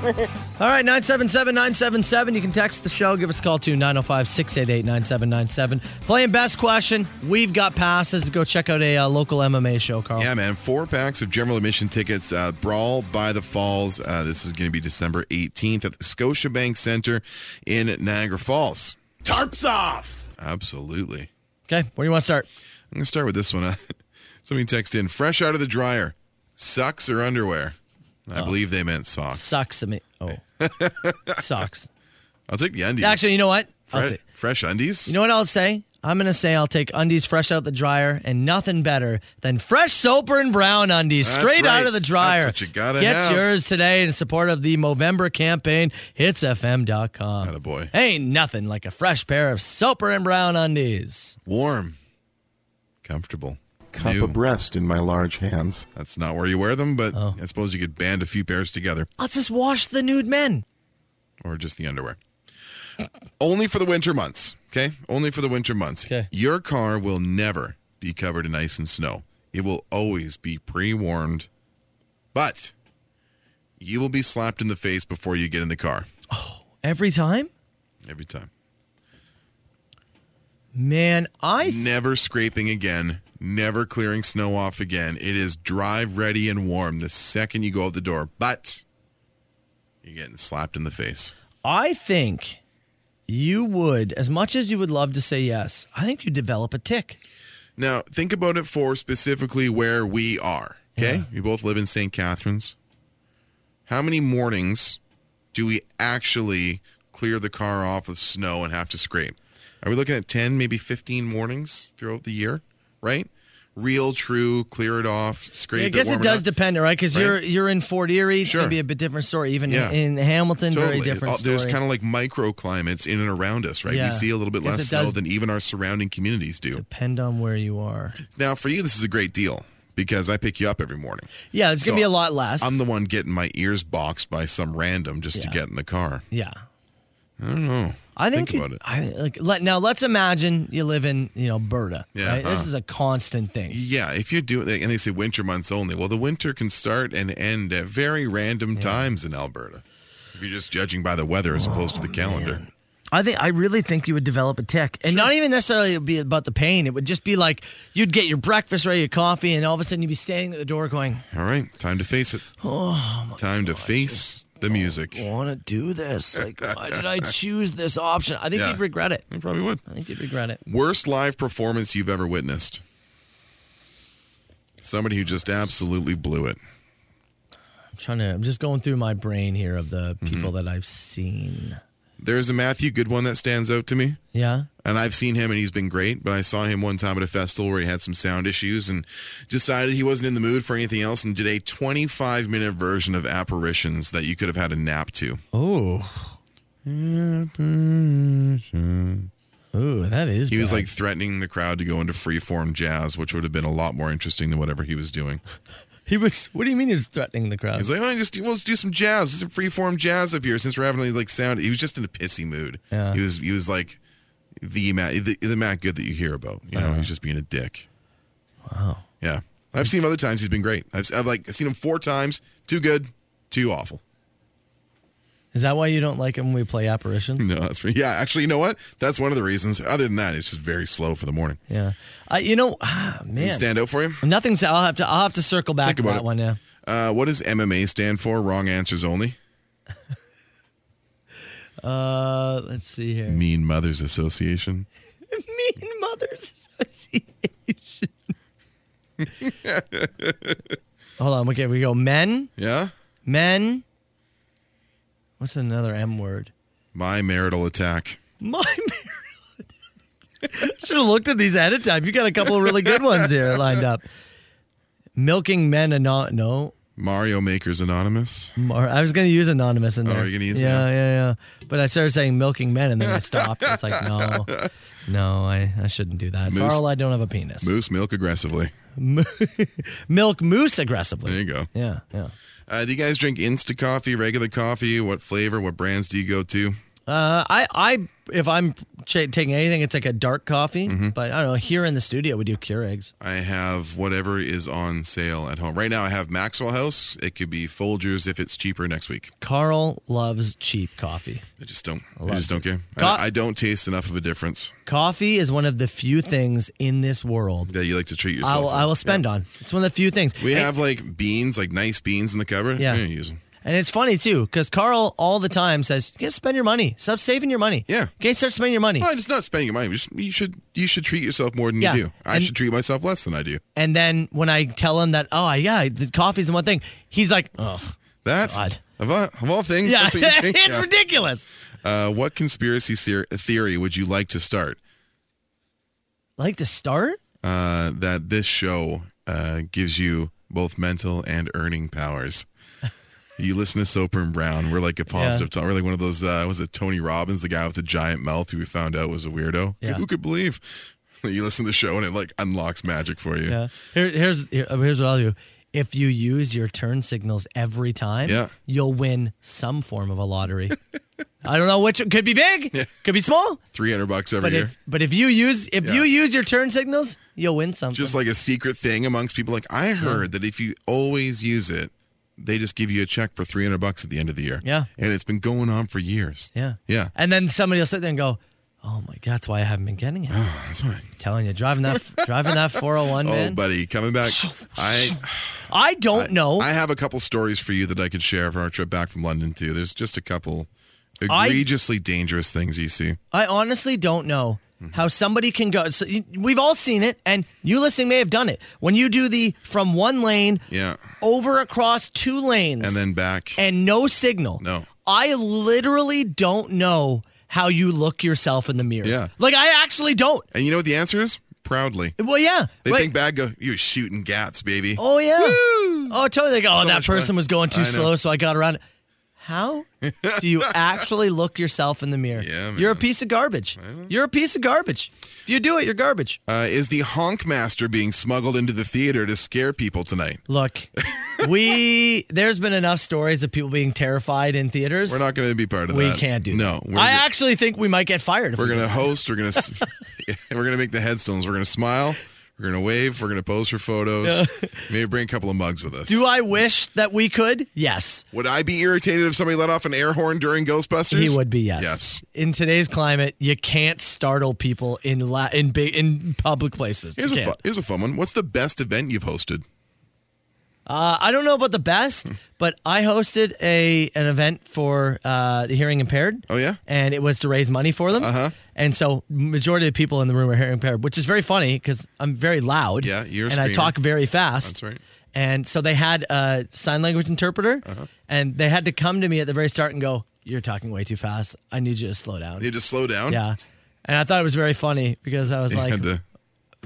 [SPEAKER 6] All right, 977 977. You can text the show. Give us a call to 905 688 9797. Playing best question. We've got passes. Go check out a uh, local MMA show, Carl.
[SPEAKER 7] Yeah, man. Four packs of general admission tickets. Uh, Brawl by the Falls. Uh, this is going to be December 18th at the Scotiabank Center in Niagara Falls.
[SPEAKER 2] Tarps off.
[SPEAKER 7] Absolutely.
[SPEAKER 6] Okay, where do you want to start?
[SPEAKER 7] I'm going to start with this one. Somebody text in fresh out of the dryer, socks or underwear. I
[SPEAKER 6] Oh.
[SPEAKER 7] believe they meant socks.
[SPEAKER 6] Sucks at me. Oh. Sucks.
[SPEAKER 7] I'll take the undies.
[SPEAKER 6] Actually, you know what? I'll
[SPEAKER 7] Fre-
[SPEAKER 6] take-
[SPEAKER 7] fresh undies.
[SPEAKER 6] You know what I'll say? I'm gonna say I'll take undies fresh out the dryer, and nothing better than fresh Soper and Brown undies
[SPEAKER 7] That's
[SPEAKER 6] straight out
[SPEAKER 7] right.
[SPEAKER 6] of the dryer.
[SPEAKER 7] That's what you gotta
[SPEAKER 6] Get
[SPEAKER 7] have.
[SPEAKER 6] yours today in support of the Movember campaign. HitsFM.com.
[SPEAKER 7] Attaboy.
[SPEAKER 6] Ain't nothing like a fresh pair of Soper and Brown undies.
[SPEAKER 7] warm, comfortable.
[SPEAKER 1] Cup
[SPEAKER 7] New.
[SPEAKER 1] of breast in my large hands.
[SPEAKER 7] That's not where you wear them, but
[SPEAKER 6] Oh.
[SPEAKER 7] I suppose you could band a few pairs together,
[SPEAKER 6] I'll just wash the nude men.
[SPEAKER 7] or just the underwear. Only for the winter months. Okay, only for the winter months.
[SPEAKER 6] 'Kay.
[SPEAKER 7] Your car will never be covered in ice and snow. It will always be pre-warmed, but you will be slapped in the face before you get in the car
[SPEAKER 6] Every time?
[SPEAKER 7] every time.
[SPEAKER 6] Man, I
[SPEAKER 7] never scraping again, never clearing snow off again. It is drive ready and warm the second you go out the door, but you're getting slapped in the face.
[SPEAKER 6] I think you would, as much as you would love to say yes, I think you develop a tick.
[SPEAKER 7] Now, think about it for specifically where we are. Okay. We both live in St. Catharines. How many mornings do we actually clear the car off of snow and have to scrape? Are we looking at 10, maybe 15 mornings throughout the year? Right? Real, true, clear it off, scrape
[SPEAKER 6] I guess
[SPEAKER 7] warm
[SPEAKER 6] it does
[SPEAKER 7] up.
[SPEAKER 6] depend, right? Because
[SPEAKER 7] Right?
[SPEAKER 6] you're you're in Fort Erie, it's
[SPEAKER 7] Sure.
[SPEAKER 6] gonna be a bit different story. Even
[SPEAKER 7] Yeah.
[SPEAKER 6] in, in Hamilton, very different
[SPEAKER 7] All-
[SPEAKER 6] story.
[SPEAKER 7] Uh, There's kind of like microclimates in and around us, right?
[SPEAKER 6] Yeah.
[SPEAKER 7] We see a little bit
[SPEAKER 6] Guess
[SPEAKER 7] less
[SPEAKER 6] it
[SPEAKER 7] snow
[SPEAKER 6] does-
[SPEAKER 7] than even our surrounding communities do.
[SPEAKER 6] depend on where you are.
[SPEAKER 7] Now, for you, this is a great deal because I pick you up every morning.
[SPEAKER 6] Yeah, it's
[SPEAKER 7] So,
[SPEAKER 6] gonna be a lot less.
[SPEAKER 7] I'm the one getting my ears boxed by some random just to
[SPEAKER 6] Yeah.
[SPEAKER 7] get in the car.
[SPEAKER 6] yeah.
[SPEAKER 7] I don't know.
[SPEAKER 6] I think, about it. I, like, let, now let's imagine you live in you know Berta.
[SPEAKER 7] Yeah,
[SPEAKER 6] right? this
[SPEAKER 7] uh.
[SPEAKER 6] is a constant thing.
[SPEAKER 7] Yeah, if you do, and they say winter months only. Well, the winter can start and end at very random times in Alberta. If you're just judging by the weather
[SPEAKER 6] Oh,
[SPEAKER 7] as opposed to the calendar.
[SPEAKER 6] I think I really think you would develop a tick, and not even necessarily it would be about the pain. It would just be like you'd get your breakfast ready, your coffee, and all of a sudden you'd be standing at the door going,
[SPEAKER 7] All right, time to face it.
[SPEAKER 6] "Oh,
[SPEAKER 7] time to face the music.
[SPEAKER 6] I want to do this. Like, why did I choose this option?" I think
[SPEAKER 7] Yeah.
[SPEAKER 6] you'd regret it.
[SPEAKER 7] You probably would.
[SPEAKER 6] I think you'd regret it.
[SPEAKER 7] Worst live performance you've ever witnessed? Somebody who just absolutely blew it.
[SPEAKER 6] I'm trying to. I'm just going through my brain here of the
[SPEAKER 7] Mm-hmm.
[SPEAKER 6] people that I've seen.
[SPEAKER 7] There's a Matthew good one that stands out to me.
[SPEAKER 6] Yeah.
[SPEAKER 7] And I've seen him and he's been great, but I saw him one time at a festival where he had some sound issues and decided he wasn't in the mood for anything else and did a 25 minute version of Apparitions that you could have had a nap to.
[SPEAKER 6] Oh. Ooh, that is.
[SPEAKER 7] He was
[SPEAKER 6] bad.
[SPEAKER 7] like threatening the crowd to go into freeform jazz, which would have been a lot more interesting than whatever he was doing.
[SPEAKER 6] He was. What do you mean he was threatening the crowd?
[SPEAKER 7] He's like, oh, just well, let's do some jazz, do some freeform jazz up here. Since we're having like sound, he was just in a pissy mood.
[SPEAKER 6] Yeah.
[SPEAKER 7] He was he was like the Matt the, the Matt Good that you hear about. You know, he's just being a dick.
[SPEAKER 6] Uh-huh. Wow.
[SPEAKER 7] Yeah, I've seen him other times. He's been great. I've, I've like I've seen him four times. Too good, too awful.
[SPEAKER 6] Is that why you don't like him when we play apparitions?
[SPEAKER 7] No, that's yeah. Actually, you know what? That's one of the reasons. Other than that, it's just very slow for the morning.
[SPEAKER 6] Yeah. I. You know. Ah, man.
[SPEAKER 7] Stand out for you.
[SPEAKER 6] Nothing's. I'll have to. I'll have to circle back
[SPEAKER 7] Think
[SPEAKER 6] to
[SPEAKER 7] about
[SPEAKER 6] that
[SPEAKER 7] it.
[SPEAKER 6] one. Yeah.
[SPEAKER 7] Uh, what does MMA stand for? Wrong answers only.
[SPEAKER 6] Uh, let's see here.
[SPEAKER 7] Mean Mothers Association.
[SPEAKER 6] mean Mothers Association. Hold on. Okay, we go. Men.
[SPEAKER 7] Yeah.
[SPEAKER 6] Men. What's another M word?
[SPEAKER 7] My marital attack.
[SPEAKER 6] My Should have looked at these ahead of time. You got a couple of really good ones here lined up. Milking men and not no.
[SPEAKER 7] Mario Makers Anonymous.
[SPEAKER 6] Mar- I was going to use anonymous in
[SPEAKER 7] Oh,
[SPEAKER 6] there.
[SPEAKER 7] you're gonna use it
[SPEAKER 6] yeah,
[SPEAKER 7] now?
[SPEAKER 6] yeah, yeah, But I started saying milking men, and then I stopped. It's like no, no, I, I shouldn't do that.
[SPEAKER 7] Moose-
[SPEAKER 6] Carl, I don't have a penis.
[SPEAKER 7] Moose milk aggressively.
[SPEAKER 6] Mo- Milk moose aggressively.
[SPEAKER 7] There you go.
[SPEAKER 6] Yeah, yeah.
[SPEAKER 7] Uh, do you guys drink Insta coffee, regular coffee? What flavor? What brands do you go to?
[SPEAKER 6] Uh, I, I, if I'm ch- taking anything, it's like a dark coffee.
[SPEAKER 7] Mm-hmm.
[SPEAKER 6] But I don't know. Here in the studio, we do Keurigs.
[SPEAKER 7] I have whatever is on sale at home. Right now, I have Maxwell House. It could be Folgers if it's cheaper next week.
[SPEAKER 6] Carl loves cheap coffee.
[SPEAKER 7] I just don't. I,
[SPEAKER 6] love
[SPEAKER 7] just don't care.
[SPEAKER 6] Co-
[SPEAKER 7] I, I don't taste enough of a difference
[SPEAKER 6] Coffee is one of the few things in this world
[SPEAKER 7] that you like to treat yourself.
[SPEAKER 6] I will,
[SPEAKER 7] with.
[SPEAKER 6] I will spend on. It's one of the few things.
[SPEAKER 7] We
[SPEAKER 6] And-
[SPEAKER 7] have like beans, like nice beans in the cupboard.
[SPEAKER 6] Yeah.
[SPEAKER 7] You use 'em.
[SPEAKER 6] And it's funny too, because Carl all the time says, "You gotta spend your money. Stop saving your money.
[SPEAKER 7] Yeah.
[SPEAKER 6] you can't start spending your money."
[SPEAKER 7] Well, it's not spending your money. You should- You should you should treat yourself more than
[SPEAKER 6] Yeah.
[SPEAKER 7] you do. I
[SPEAKER 6] And-
[SPEAKER 7] should treat myself less than I do.
[SPEAKER 6] And then when I tell him that, oh yeah, the coffee's the one thing, he's like, "Oh,
[SPEAKER 7] That's
[SPEAKER 6] God.
[SPEAKER 7] of, all- of all things.
[SPEAKER 6] yeah,
[SPEAKER 7] that's what you think?
[SPEAKER 6] it's
[SPEAKER 7] Yeah.
[SPEAKER 6] ridiculous."
[SPEAKER 7] Uh, what conspiracy ser- theory would you like to start?
[SPEAKER 6] Like to start?
[SPEAKER 7] Uh, that this show uh, gives you both mental and earning powers. You listen to Soper and Brown. We're like a positive talk. We're like one of those. Uh, was it Tony Robbins, the guy with the giant mouth, who we found out was a weirdo?
[SPEAKER 6] Yeah.
[SPEAKER 7] Who could believe? You listen to the show and it like unlocks magic for you.
[SPEAKER 6] Yeah. Here, here's here- uh, here's what I'll do. If you use your turn signals every time,
[SPEAKER 7] Yeah.
[SPEAKER 6] you'll win some form of a lottery. I don't know which could be big, could be small,
[SPEAKER 7] Three hundred bucks every
[SPEAKER 6] but
[SPEAKER 7] year.
[SPEAKER 6] if but if you use if
[SPEAKER 7] Yeah.
[SPEAKER 6] you use your turn signals, you'll win something.
[SPEAKER 7] just like a secret thing amongst people. Like I heard that if you always use it, they just give you a check for three hundred bucks at the end of the year.
[SPEAKER 6] Yeah.
[SPEAKER 7] and it's been going on for years.
[SPEAKER 6] yeah.
[SPEAKER 7] yeah,
[SPEAKER 6] And then somebody will sit there and go, "Oh my god, that's why I haven't been getting it."
[SPEAKER 7] that's fine.
[SPEAKER 6] telling you, driving that driving that 401
[SPEAKER 7] Oh,
[SPEAKER 6] man.
[SPEAKER 7] buddy, coming back. I
[SPEAKER 6] I don't know.
[SPEAKER 7] I have a couple stories for you that I could share from our trip back from London too. There's just a couple
[SPEAKER 6] I-
[SPEAKER 7] egregiously dangerous things you see.
[SPEAKER 6] I honestly don't know
[SPEAKER 7] Mm-hmm.
[SPEAKER 6] how somebody can go. So you- we've all seen it, and you listening may have done it. When you do the from one lane
[SPEAKER 7] Yeah,
[SPEAKER 6] over across two lanes
[SPEAKER 7] and then back.
[SPEAKER 6] and no signal.
[SPEAKER 7] No.
[SPEAKER 6] I literally don't know how you look yourself in the mirror.
[SPEAKER 7] Yeah.
[SPEAKER 6] Like I actually don't.
[SPEAKER 7] And you know what the answer is? Proudly.
[SPEAKER 6] Well, yeah.
[SPEAKER 7] They
[SPEAKER 6] right.
[SPEAKER 7] think back. Go, you're shooting gaps, baby.
[SPEAKER 6] Oh yeah. Oh, totally. Like, oh,
[SPEAKER 7] So
[SPEAKER 6] that
[SPEAKER 7] much fun.
[SPEAKER 6] person was going
[SPEAKER 7] I
[SPEAKER 6] too
[SPEAKER 7] know.
[SPEAKER 6] slow, so I got around. How do you actually look yourself in the mirror? Yeah, You're a piece of garbage. You're a piece of garbage. If you do it, you're garbage.
[SPEAKER 7] Uh, is the honk master being smuggled into the theater to scare people tonight?
[SPEAKER 6] Look, we there's been enough stories of people being terrified in theaters.
[SPEAKER 7] We're not going to be part of
[SPEAKER 6] We
[SPEAKER 7] that.
[SPEAKER 6] can't do
[SPEAKER 7] No,
[SPEAKER 6] I actually think we might get fired. If
[SPEAKER 7] We're
[SPEAKER 6] we do
[SPEAKER 7] gonna
[SPEAKER 6] that.
[SPEAKER 7] host. We're gonna s- we're gonna make the headstones. We're gonna smile. We're gonna wave. We're gonna pose for photos. Maybe bring a couple of mugs with us.
[SPEAKER 6] Do I wish that we could? Yes.
[SPEAKER 7] Would I be irritated if somebody let off an air horn during Ghostbusters?
[SPEAKER 6] He would be yes.
[SPEAKER 7] Yes.
[SPEAKER 6] In today's climate, you can't startle people in la- in big in public places. You
[SPEAKER 7] Here's a
[SPEAKER 6] can't.
[SPEAKER 7] fun, here's a fun one. What's the best event you've hosted?
[SPEAKER 6] Uh, I don't know about the best,
[SPEAKER 7] Hmm.
[SPEAKER 6] but I hosted a an event for uh, the hearing impaired.
[SPEAKER 7] Oh yeah, Uh-huh.
[SPEAKER 6] and it was to raise money for them. Uh huh. And so, majority of the people in the room are hearing impaired, which is very funny because I'm very loud.
[SPEAKER 7] Yeah, you're a
[SPEAKER 6] And I
[SPEAKER 7] screamer.
[SPEAKER 6] talk very fast.
[SPEAKER 7] That's right.
[SPEAKER 6] And so they had a sign language interpreter, and they had to come to me at the very start and go, "You're talking way too fast. I need you to slow down."
[SPEAKER 7] You just slow down.
[SPEAKER 6] Yeah. And I thought it was very funny because I was
[SPEAKER 7] You
[SPEAKER 6] like,
[SPEAKER 7] had to-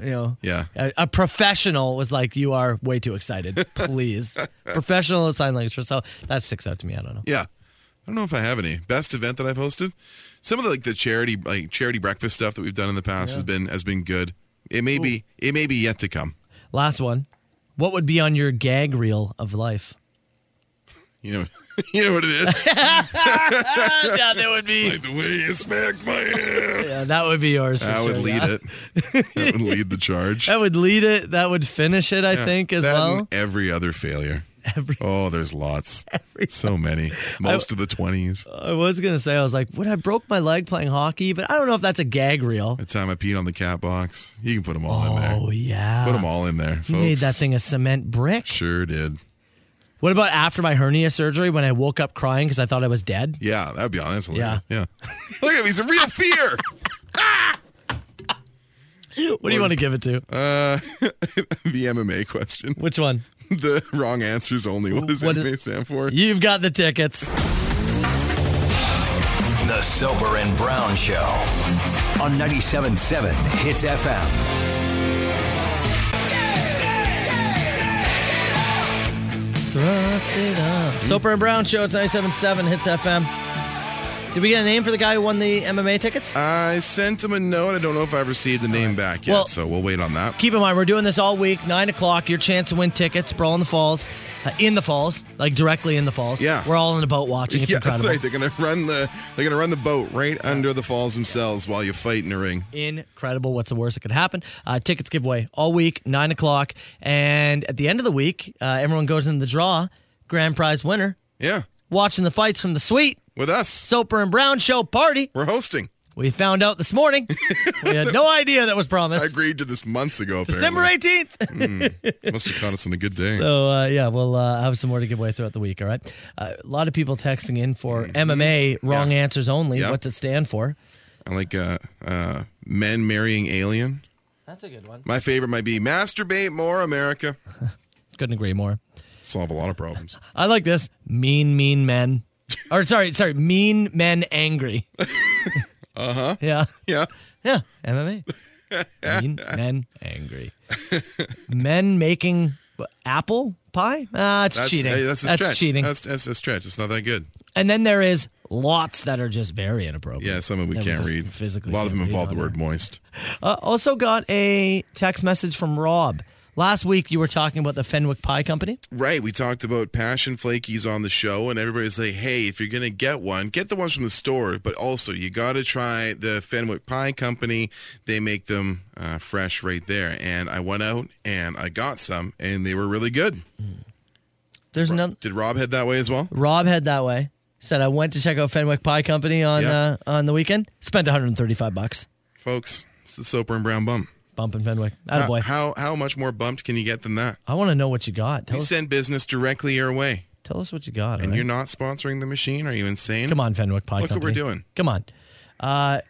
[SPEAKER 6] you know,
[SPEAKER 7] Yeah.
[SPEAKER 6] a, a professional was like, you are way too excited. Please. professional sign language. So that sticks out to me. I don't know.
[SPEAKER 7] Yeah. I don't know if I have any best event that I've hosted. Some of the like the charity like charity breakfast stuff that we've done in the past has been has been good. It may be it may be yet to come.
[SPEAKER 6] Last one. What would be on your gag reel of life?
[SPEAKER 7] You know you know what it is.
[SPEAKER 6] yeah, that would be.
[SPEAKER 7] like the way you smack my ass.
[SPEAKER 6] Yeah, that would be yours. For
[SPEAKER 7] I would
[SPEAKER 6] sure,
[SPEAKER 7] lead
[SPEAKER 6] yeah.
[SPEAKER 7] it. That would lead the charge.
[SPEAKER 6] That would lead it. That would finish it, I
[SPEAKER 7] Yeah,
[SPEAKER 6] think, as
[SPEAKER 7] that
[SPEAKER 6] well.
[SPEAKER 7] and every other failure.
[SPEAKER 6] Every-
[SPEAKER 7] oh, there's lots. so many. Most of the twenties.
[SPEAKER 6] I was going to say, I was like, what? I broke my leg playing hockey, but I don't know if that's a gag reel.
[SPEAKER 7] The time I peed on the cat box. You can put them all in there.
[SPEAKER 6] Oh, yeah.
[SPEAKER 7] Put them all in there, folks.
[SPEAKER 6] You made that thing a cement brick.
[SPEAKER 7] Sure did.
[SPEAKER 6] What about after my hernia surgery when I woke up crying because I thought I was dead?
[SPEAKER 7] Yeah, that'd be honest.
[SPEAKER 6] Yeah.
[SPEAKER 7] Yeah. Look at him. He's a real fear.
[SPEAKER 6] What do you want to give it to?
[SPEAKER 7] Uh, the MMA question.
[SPEAKER 6] Which one?
[SPEAKER 7] The wrong answers only. What does
[SPEAKER 6] What
[SPEAKER 7] MMA
[SPEAKER 6] is-
[SPEAKER 7] stand for?
[SPEAKER 6] You've got the tickets.
[SPEAKER 5] The Sober and Brown Show on 97.7 Hits FM.
[SPEAKER 6] Thrust it
[SPEAKER 7] Mm.
[SPEAKER 6] up. Soper and Brown Show. It's 97.7 Hits FM. Did we get a name for the guy who won the MMA tickets?
[SPEAKER 7] I sent him a note. I don't know if I've received the name back yet,
[SPEAKER 6] Well-
[SPEAKER 7] so we'll wait on that.
[SPEAKER 6] Keep in mind, we're doing this all week, 9 o'clock. Your chance to win tickets, Brawl in the Falls, uh, in the Falls, like directly in the Falls.
[SPEAKER 7] Yeah.
[SPEAKER 6] We're all in a boat watching. It's
[SPEAKER 7] yeah,
[SPEAKER 6] incredible.
[SPEAKER 7] that's right. They're gonna run the they're gonna run the boat right under the falls themselves while you fight in a ring.
[SPEAKER 6] incredible. What's the worst that could happen? Uh, tickets giveaway all week, nine o'clock, and at the end of the week, uh, everyone goes in the draw. Grand prize winner
[SPEAKER 7] Yeah,
[SPEAKER 6] watching the fights from the suite.
[SPEAKER 7] with us,
[SPEAKER 6] Soper and Brown show party.
[SPEAKER 7] we're hosting.
[SPEAKER 6] We found out this morning. we had no idea that was
[SPEAKER 7] I
[SPEAKER 6] promised.
[SPEAKER 7] agreed to this months ago.
[SPEAKER 6] December
[SPEAKER 7] apparently.
[SPEAKER 6] eighteenth.
[SPEAKER 7] Must have caught us on a good day.
[SPEAKER 6] So uh, yeah, we'll uh, have some more to give away throughout the week. All right, uh, a lot of people texting in for MMA wrong answers only.
[SPEAKER 7] Mm-hmm. Yeah.
[SPEAKER 6] What's it stand for?
[SPEAKER 7] I like uh, uh, men marrying alien.
[SPEAKER 6] That's a good one.
[SPEAKER 7] My favorite might be masturbate more, America.
[SPEAKER 6] Couldn't agree more.
[SPEAKER 7] Solve a lot of problems.
[SPEAKER 6] I like this. Mean, mean men. Or sorry, sorry, mean men angry.
[SPEAKER 7] Uh huh.
[SPEAKER 6] Yeah.
[SPEAKER 7] Yeah.
[SPEAKER 6] Yeah. MMA. mean men angry. Men making apple pie? Ah, it's
[SPEAKER 7] That's,
[SPEAKER 6] cheating.
[SPEAKER 7] hey, that's a stretch.
[SPEAKER 6] cheating.
[SPEAKER 7] That's, that's a stretch. It's not that good.
[SPEAKER 6] and then there is lots that are just very inappropriate.
[SPEAKER 7] Yeah, some of we
[SPEAKER 6] That
[SPEAKER 7] can't
[SPEAKER 6] just
[SPEAKER 7] read.
[SPEAKER 6] Physically
[SPEAKER 7] a lot of them
[SPEAKER 6] can't read
[SPEAKER 7] involve the
[SPEAKER 6] on
[SPEAKER 7] word moist.
[SPEAKER 6] there. Uh, also got a text message from Rob. Last week you were talking about the Fenwick Pie Company.
[SPEAKER 7] Right. We talked about passion flakies on the show, and everybody's like, hey, if you're going to get one, get the ones from the store, but also you got to try the Fenwick Pie Company. They make them uh, fresh right there. And I went out and I got some, and they were really good.
[SPEAKER 6] There's another
[SPEAKER 7] Did Rob head that way as well?
[SPEAKER 6] Rob head that way. Said I went to check out Fenwick Pie Company on
[SPEAKER 7] Yeah.
[SPEAKER 6] uh, on the weekend. Spent 135 bucks
[SPEAKER 7] Folks, it's the Soper and Brown Bum.
[SPEAKER 6] bumping Fenwick. Attaboy. Oh, boy.
[SPEAKER 7] Uh, How, how, how much more bumped can you get than that?
[SPEAKER 6] I want to know what you got. Tell
[SPEAKER 7] We
[SPEAKER 6] us,
[SPEAKER 7] send business directly your way.
[SPEAKER 6] tell us what you got.
[SPEAKER 7] And
[SPEAKER 6] all
[SPEAKER 7] you're
[SPEAKER 6] Oh. right?
[SPEAKER 7] not sponsoring the machine? Are you insane?
[SPEAKER 6] Come on, Fenwick Pie
[SPEAKER 7] Look what
[SPEAKER 6] Company.
[SPEAKER 7] we're doing.
[SPEAKER 6] Come on. Uh,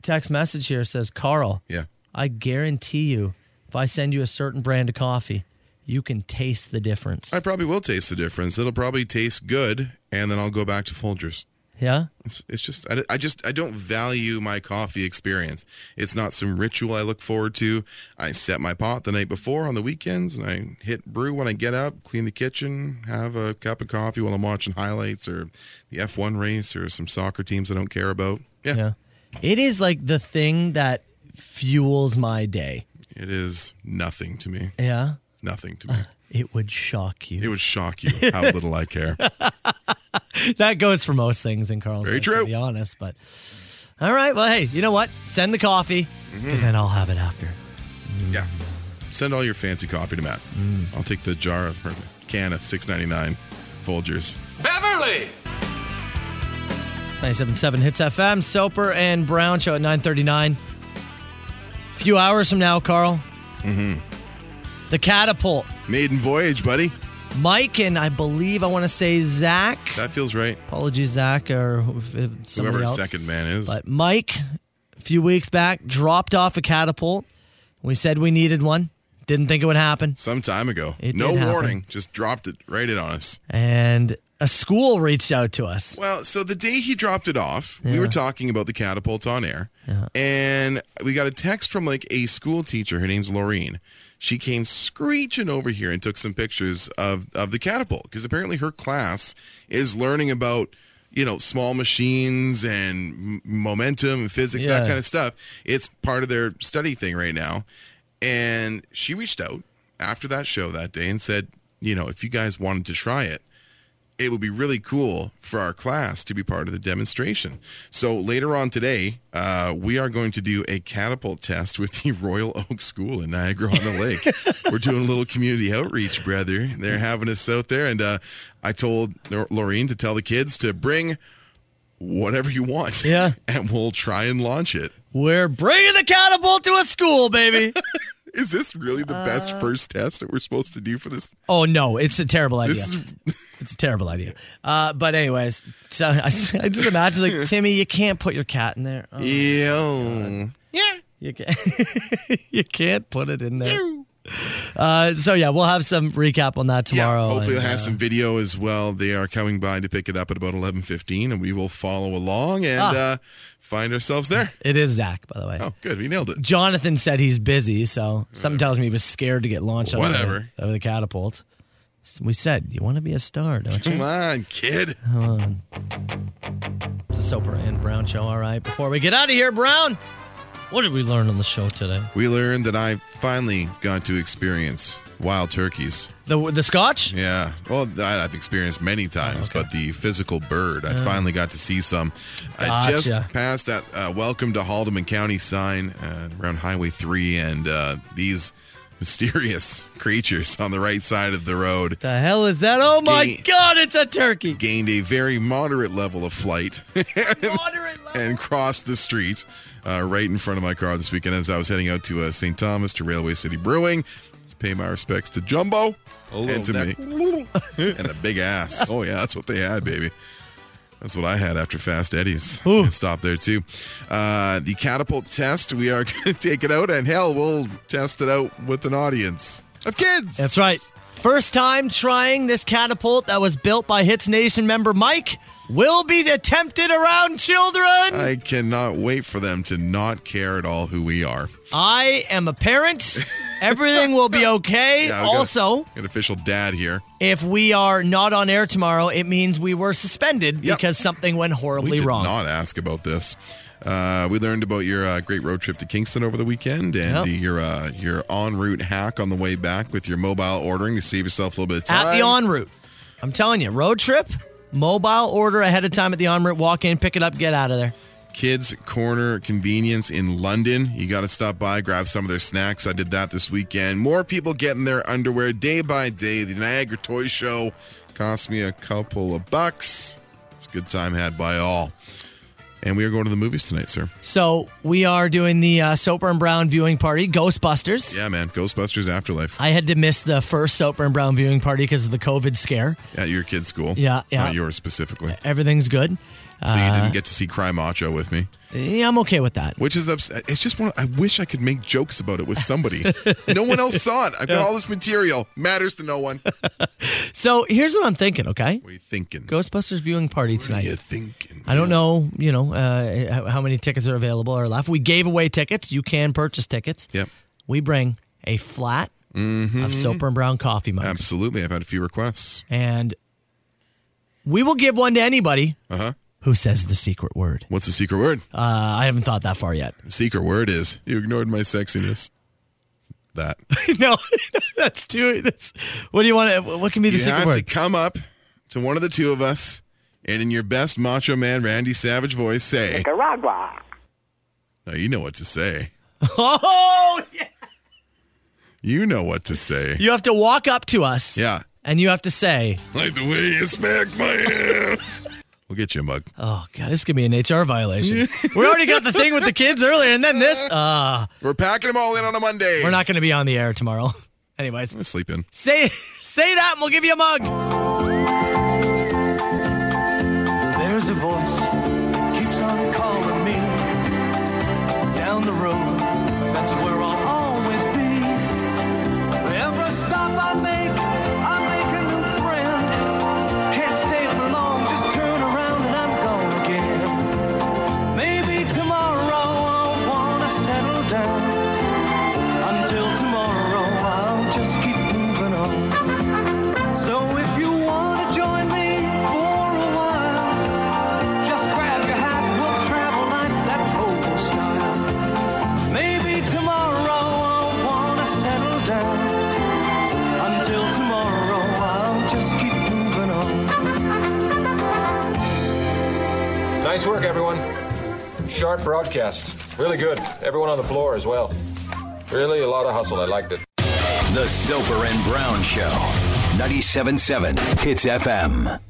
[SPEAKER 6] text message here says, Carl,
[SPEAKER 7] Yeah.
[SPEAKER 6] I guarantee you, if I send you a certain brand of coffee, you can taste the difference.
[SPEAKER 7] I probably will taste the difference. It'll probably taste good, and then I'll go back to Folgers.
[SPEAKER 6] Yeah.
[SPEAKER 7] It's, it's just I, I just I don't value my coffee experience. It's not some ritual I look forward to. I set my pot the night before on the weekends, and I hit brew when I get up, clean the kitchen, have a cup of coffee while I'm watching highlights or the F1 race or some soccer teams I don't care about. Yeah,
[SPEAKER 6] It is like the thing that fuels my day.
[SPEAKER 7] it is nothing to me.
[SPEAKER 6] Yeah.
[SPEAKER 7] Nothing to me.
[SPEAKER 6] It would shock you.
[SPEAKER 7] It would shock you how little I care.
[SPEAKER 6] that goes for most things in Carl's.
[SPEAKER 7] Very
[SPEAKER 6] life,
[SPEAKER 7] true.
[SPEAKER 6] To be honest, but all right. Well, hey, you know what? Send the coffee,
[SPEAKER 7] Mm-hmm.
[SPEAKER 6] 'cause then I'll have it after.
[SPEAKER 7] Yeah. Send all your fancy coffee to Matt. I'll take the jar of or the can of six ninety nine Folgers.
[SPEAKER 2] Beverly!
[SPEAKER 6] 97.7 Hits FM, Soper and Brown show at 9.39. A few hours from now, Carl.
[SPEAKER 7] Mm-hmm.
[SPEAKER 6] The Catapult.
[SPEAKER 7] Maiden voyage, buddy.
[SPEAKER 6] Mike and I believe I want to say Zach.
[SPEAKER 7] That feels right.
[SPEAKER 6] Apologies, Zach, or if, if somebody
[SPEAKER 7] Whoever
[SPEAKER 6] else.
[SPEAKER 7] second man is.
[SPEAKER 6] But Mike, a few weeks back, dropped off a catapult. We said we needed one. Didn't think it would happen.
[SPEAKER 7] Some time ago.
[SPEAKER 6] It
[SPEAKER 7] no
[SPEAKER 6] did happen.
[SPEAKER 7] warning. Just dropped it right in on us.
[SPEAKER 6] And a school reached out to us.
[SPEAKER 7] Well, so the day he dropped it off, we were
[SPEAKER 6] Yeah.
[SPEAKER 7] talking about the catapult on air, and we got a text from like a school teacher. Her name's Laureen. She came screeching over here and took some pictures of of the catapult because apparently her class is learning about you know small machines and m- momentum and physics that
[SPEAKER 12] Yeah.
[SPEAKER 7] kind of stuff. It's part of their study thing right now. And she reached out after that show that day and said, you know, if you guys wanted to try it, it would be really cool for our class to be part of the demonstration. So later on today, uh, we are going to do a catapult test with the Royal Oak School in Niagara on the Lake. We're doing a little community outreach, brother. They're having us out there, and uh, I told Nor- Laureen to tell the kids to bring whatever you want.
[SPEAKER 6] Yeah,
[SPEAKER 7] and we'll try and launch it.
[SPEAKER 6] We're bringing the catapult to a school, baby.
[SPEAKER 7] Is this really the best first test that we're supposed to do for this?
[SPEAKER 6] Oh no, it's a terrible idea.
[SPEAKER 7] This
[SPEAKER 6] it's a terrible idea. Uh, but anyways, so I, I just imagine like Timmy, you can't put your cat in there. Oh,
[SPEAKER 7] Ew. Yeah.
[SPEAKER 6] You can't. you can't put it in there. Uh, so yeah, we'll have some recap on that tomorrow.
[SPEAKER 7] Hopefully,
[SPEAKER 6] and,
[SPEAKER 7] it'll
[SPEAKER 6] uh,
[SPEAKER 7] have some video as well. They are coming by to pick it up at about eleven fifteen, and we will follow along and
[SPEAKER 6] Ah.
[SPEAKER 7] uh, find ourselves there.
[SPEAKER 6] It is Zach, by the way.
[SPEAKER 7] Oh, good, we nailed it.
[SPEAKER 6] Jonathan said he's busy, so something tells me he was scared to get launched out of the-
[SPEAKER 7] Whatever.
[SPEAKER 6] out of the catapult. We said you want to be a star, don't you?
[SPEAKER 7] Come on, kid.
[SPEAKER 6] Hold on. It's a Soper and Brown show. All right. Before we get out of here, Brown, what did we learn on the show today?
[SPEAKER 7] We learned that I finally got to experience wild turkeys.
[SPEAKER 6] The the Scotch?
[SPEAKER 7] Yeah. Well, that I've experienced
[SPEAKER 6] Ah,
[SPEAKER 7] many times, but the physical bird, I
[SPEAKER 12] Oh.
[SPEAKER 7] finally got to see some. I
[SPEAKER 12] Gotcha.
[SPEAKER 7] just passed that uh, welcome to Haldeman County sign uh, around Highway 3, and uh, these mysterious creatures on the right side of the road
[SPEAKER 6] The hell is that? Oh my
[SPEAKER 7] Gain-
[SPEAKER 6] God! It's a turkey.
[SPEAKER 7] gained a very moderate level of flight and crossed the street uh, right in front of my car this weekend as I was heading out to uh, St. Thomas to Railway City Brewing to pay my respects to Jumbo and to me and a big ass. Oh, yeah, that's what they had, baby. That's what I had after Fast Eddie's. Stop there too. Uh, the catapult test. We are going to take it out, and hell, we'll test it out with an audience of kids.
[SPEAKER 6] That's right. First time trying this catapult that was built by Hits Nation member Mike will be attempted around children.
[SPEAKER 7] I cannot wait for them to not care at all who we are.
[SPEAKER 6] I am a parent. Everything will be okay.
[SPEAKER 7] Yeah, we got a-
[SPEAKER 6] also,
[SPEAKER 7] an official dad here.
[SPEAKER 6] if we are not on air tomorrow, it means we were suspended because something went
[SPEAKER 7] we
[SPEAKER 6] horribly
[SPEAKER 7] did
[SPEAKER 6] wrong.
[SPEAKER 7] not ask about this. Uh, we learned about your uh, great road trip to Kingston over the weekend, and
[SPEAKER 6] Yep.
[SPEAKER 7] your uh, your en route hack on the way back with your mobile ordering to save yourself a little bit of time.
[SPEAKER 6] At the en route. I'm telling you, road trip, mobile order ahead of time at the en route, walk in, pick it up, get out of there.
[SPEAKER 7] Kids Corner Convenience in London. You got to stop by, grab some of their snacks. I did that this weekend. More people getting their underwear day by day. The Niagara Toy Show cost me a couple of bucks. It's a good time had by all. And we are going to the movies tonight, sir.
[SPEAKER 6] So we are doing the uh, Soper and Brown viewing party, Ghostbusters.
[SPEAKER 7] Yeah, man. Ghostbusters Afterlife
[SPEAKER 6] I had to miss the first Soper and Brown viewing party because of the COVID scare.
[SPEAKER 7] at your kid's school.
[SPEAKER 6] Yeah, yeah.
[SPEAKER 7] Not yours specifically.
[SPEAKER 6] Everything's good.
[SPEAKER 7] So you
[SPEAKER 6] Uh,
[SPEAKER 7] didn't get to see Cry Macho with me.
[SPEAKER 6] Yeah, I'm okay with that.
[SPEAKER 7] Which is upset. It's just one. of- I wish I could make jokes about it with somebody. no one else saw it. I've got
[SPEAKER 6] Yeah.
[SPEAKER 7] all this material. Matters to no one.
[SPEAKER 6] So here's what I'm thinking. Okay. What
[SPEAKER 7] are you thinking?
[SPEAKER 6] Ghostbusters viewing party tonight. What are you
[SPEAKER 7] thinking?
[SPEAKER 6] I don't know. You know uh, how- how many tickets are available or left. We gave away tickets. You can purchase tickets.
[SPEAKER 7] Yep. Mm-hmm.
[SPEAKER 6] We bring a flat of Soper and Brown coffee mugs,
[SPEAKER 7] Absolutely. I've had a few requests.
[SPEAKER 6] and we will give one to anybody
[SPEAKER 7] Uh-huh.
[SPEAKER 6] who says the secret word.
[SPEAKER 7] What's the secret word?
[SPEAKER 6] Uh, I haven't thought that far yet.
[SPEAKER 7] The secret word is you ignored my sexiness. That.
[SPEAKER 6] no, that's too. That's what do you want? to What can be the
[SPEAKER 7] you
[SPEAKER 6] secret
[SPEAKER 7] have
[SPEAKER 6] word?
[SPEAKER 7] to come up to one of the two of us and in your best Macho Man Randy Savage voice say,
[SPEAKER 5] Nicaragua.
[SPEAKER 7] Now you know what to say.
[SPEAKER 6] Oh, yeah.
[SPEAKER 7] You know what to say.
[SPEAKER 6] You have to walk up to us.
[SPEAKER 7] Yeah.
[SPEAKER 6] And you have to say,
[SPEAKER 7] Like the way you smack my ass. We'll get you a mug.
[SPEAKER 6] "Oh God, this could be an HR violation." we already got the thing with the kids earlier, and then this. Uh,
[SPEAKER 7] We're packing them all in on a Monday.
[SPEAKER 6] We're not going to be on the air tomorrow. Anyways,
[SPEAKER 7] I'm sleeping.
[SPEAKER 6] say say that, and we'll give you a mug.
[SPEAKER 5] There's a voice keeps on calling me down the road. That's where I'll always be. Every stop I make, I make a new friend. Can't stay for long, just turn around and I'm gone again. Maybe tomorrow I'll wanna settle down. Until tomorrow I'll just keep moving on. So if you wanna join me for a while. Just grab your hat, we'll travel like that's old style. Maybe tomorrow I'll wanna settle down. Until tomorrow I'll just keep moving on.
[SPEAKER 13] Nice work, everyone. Sharp broadcast. Really good. Everyone on the floor as well. Really a lot of hustle. I liked it.
[SPEAKER 14] The Soper and Brown Show. 97.7 Hits FM.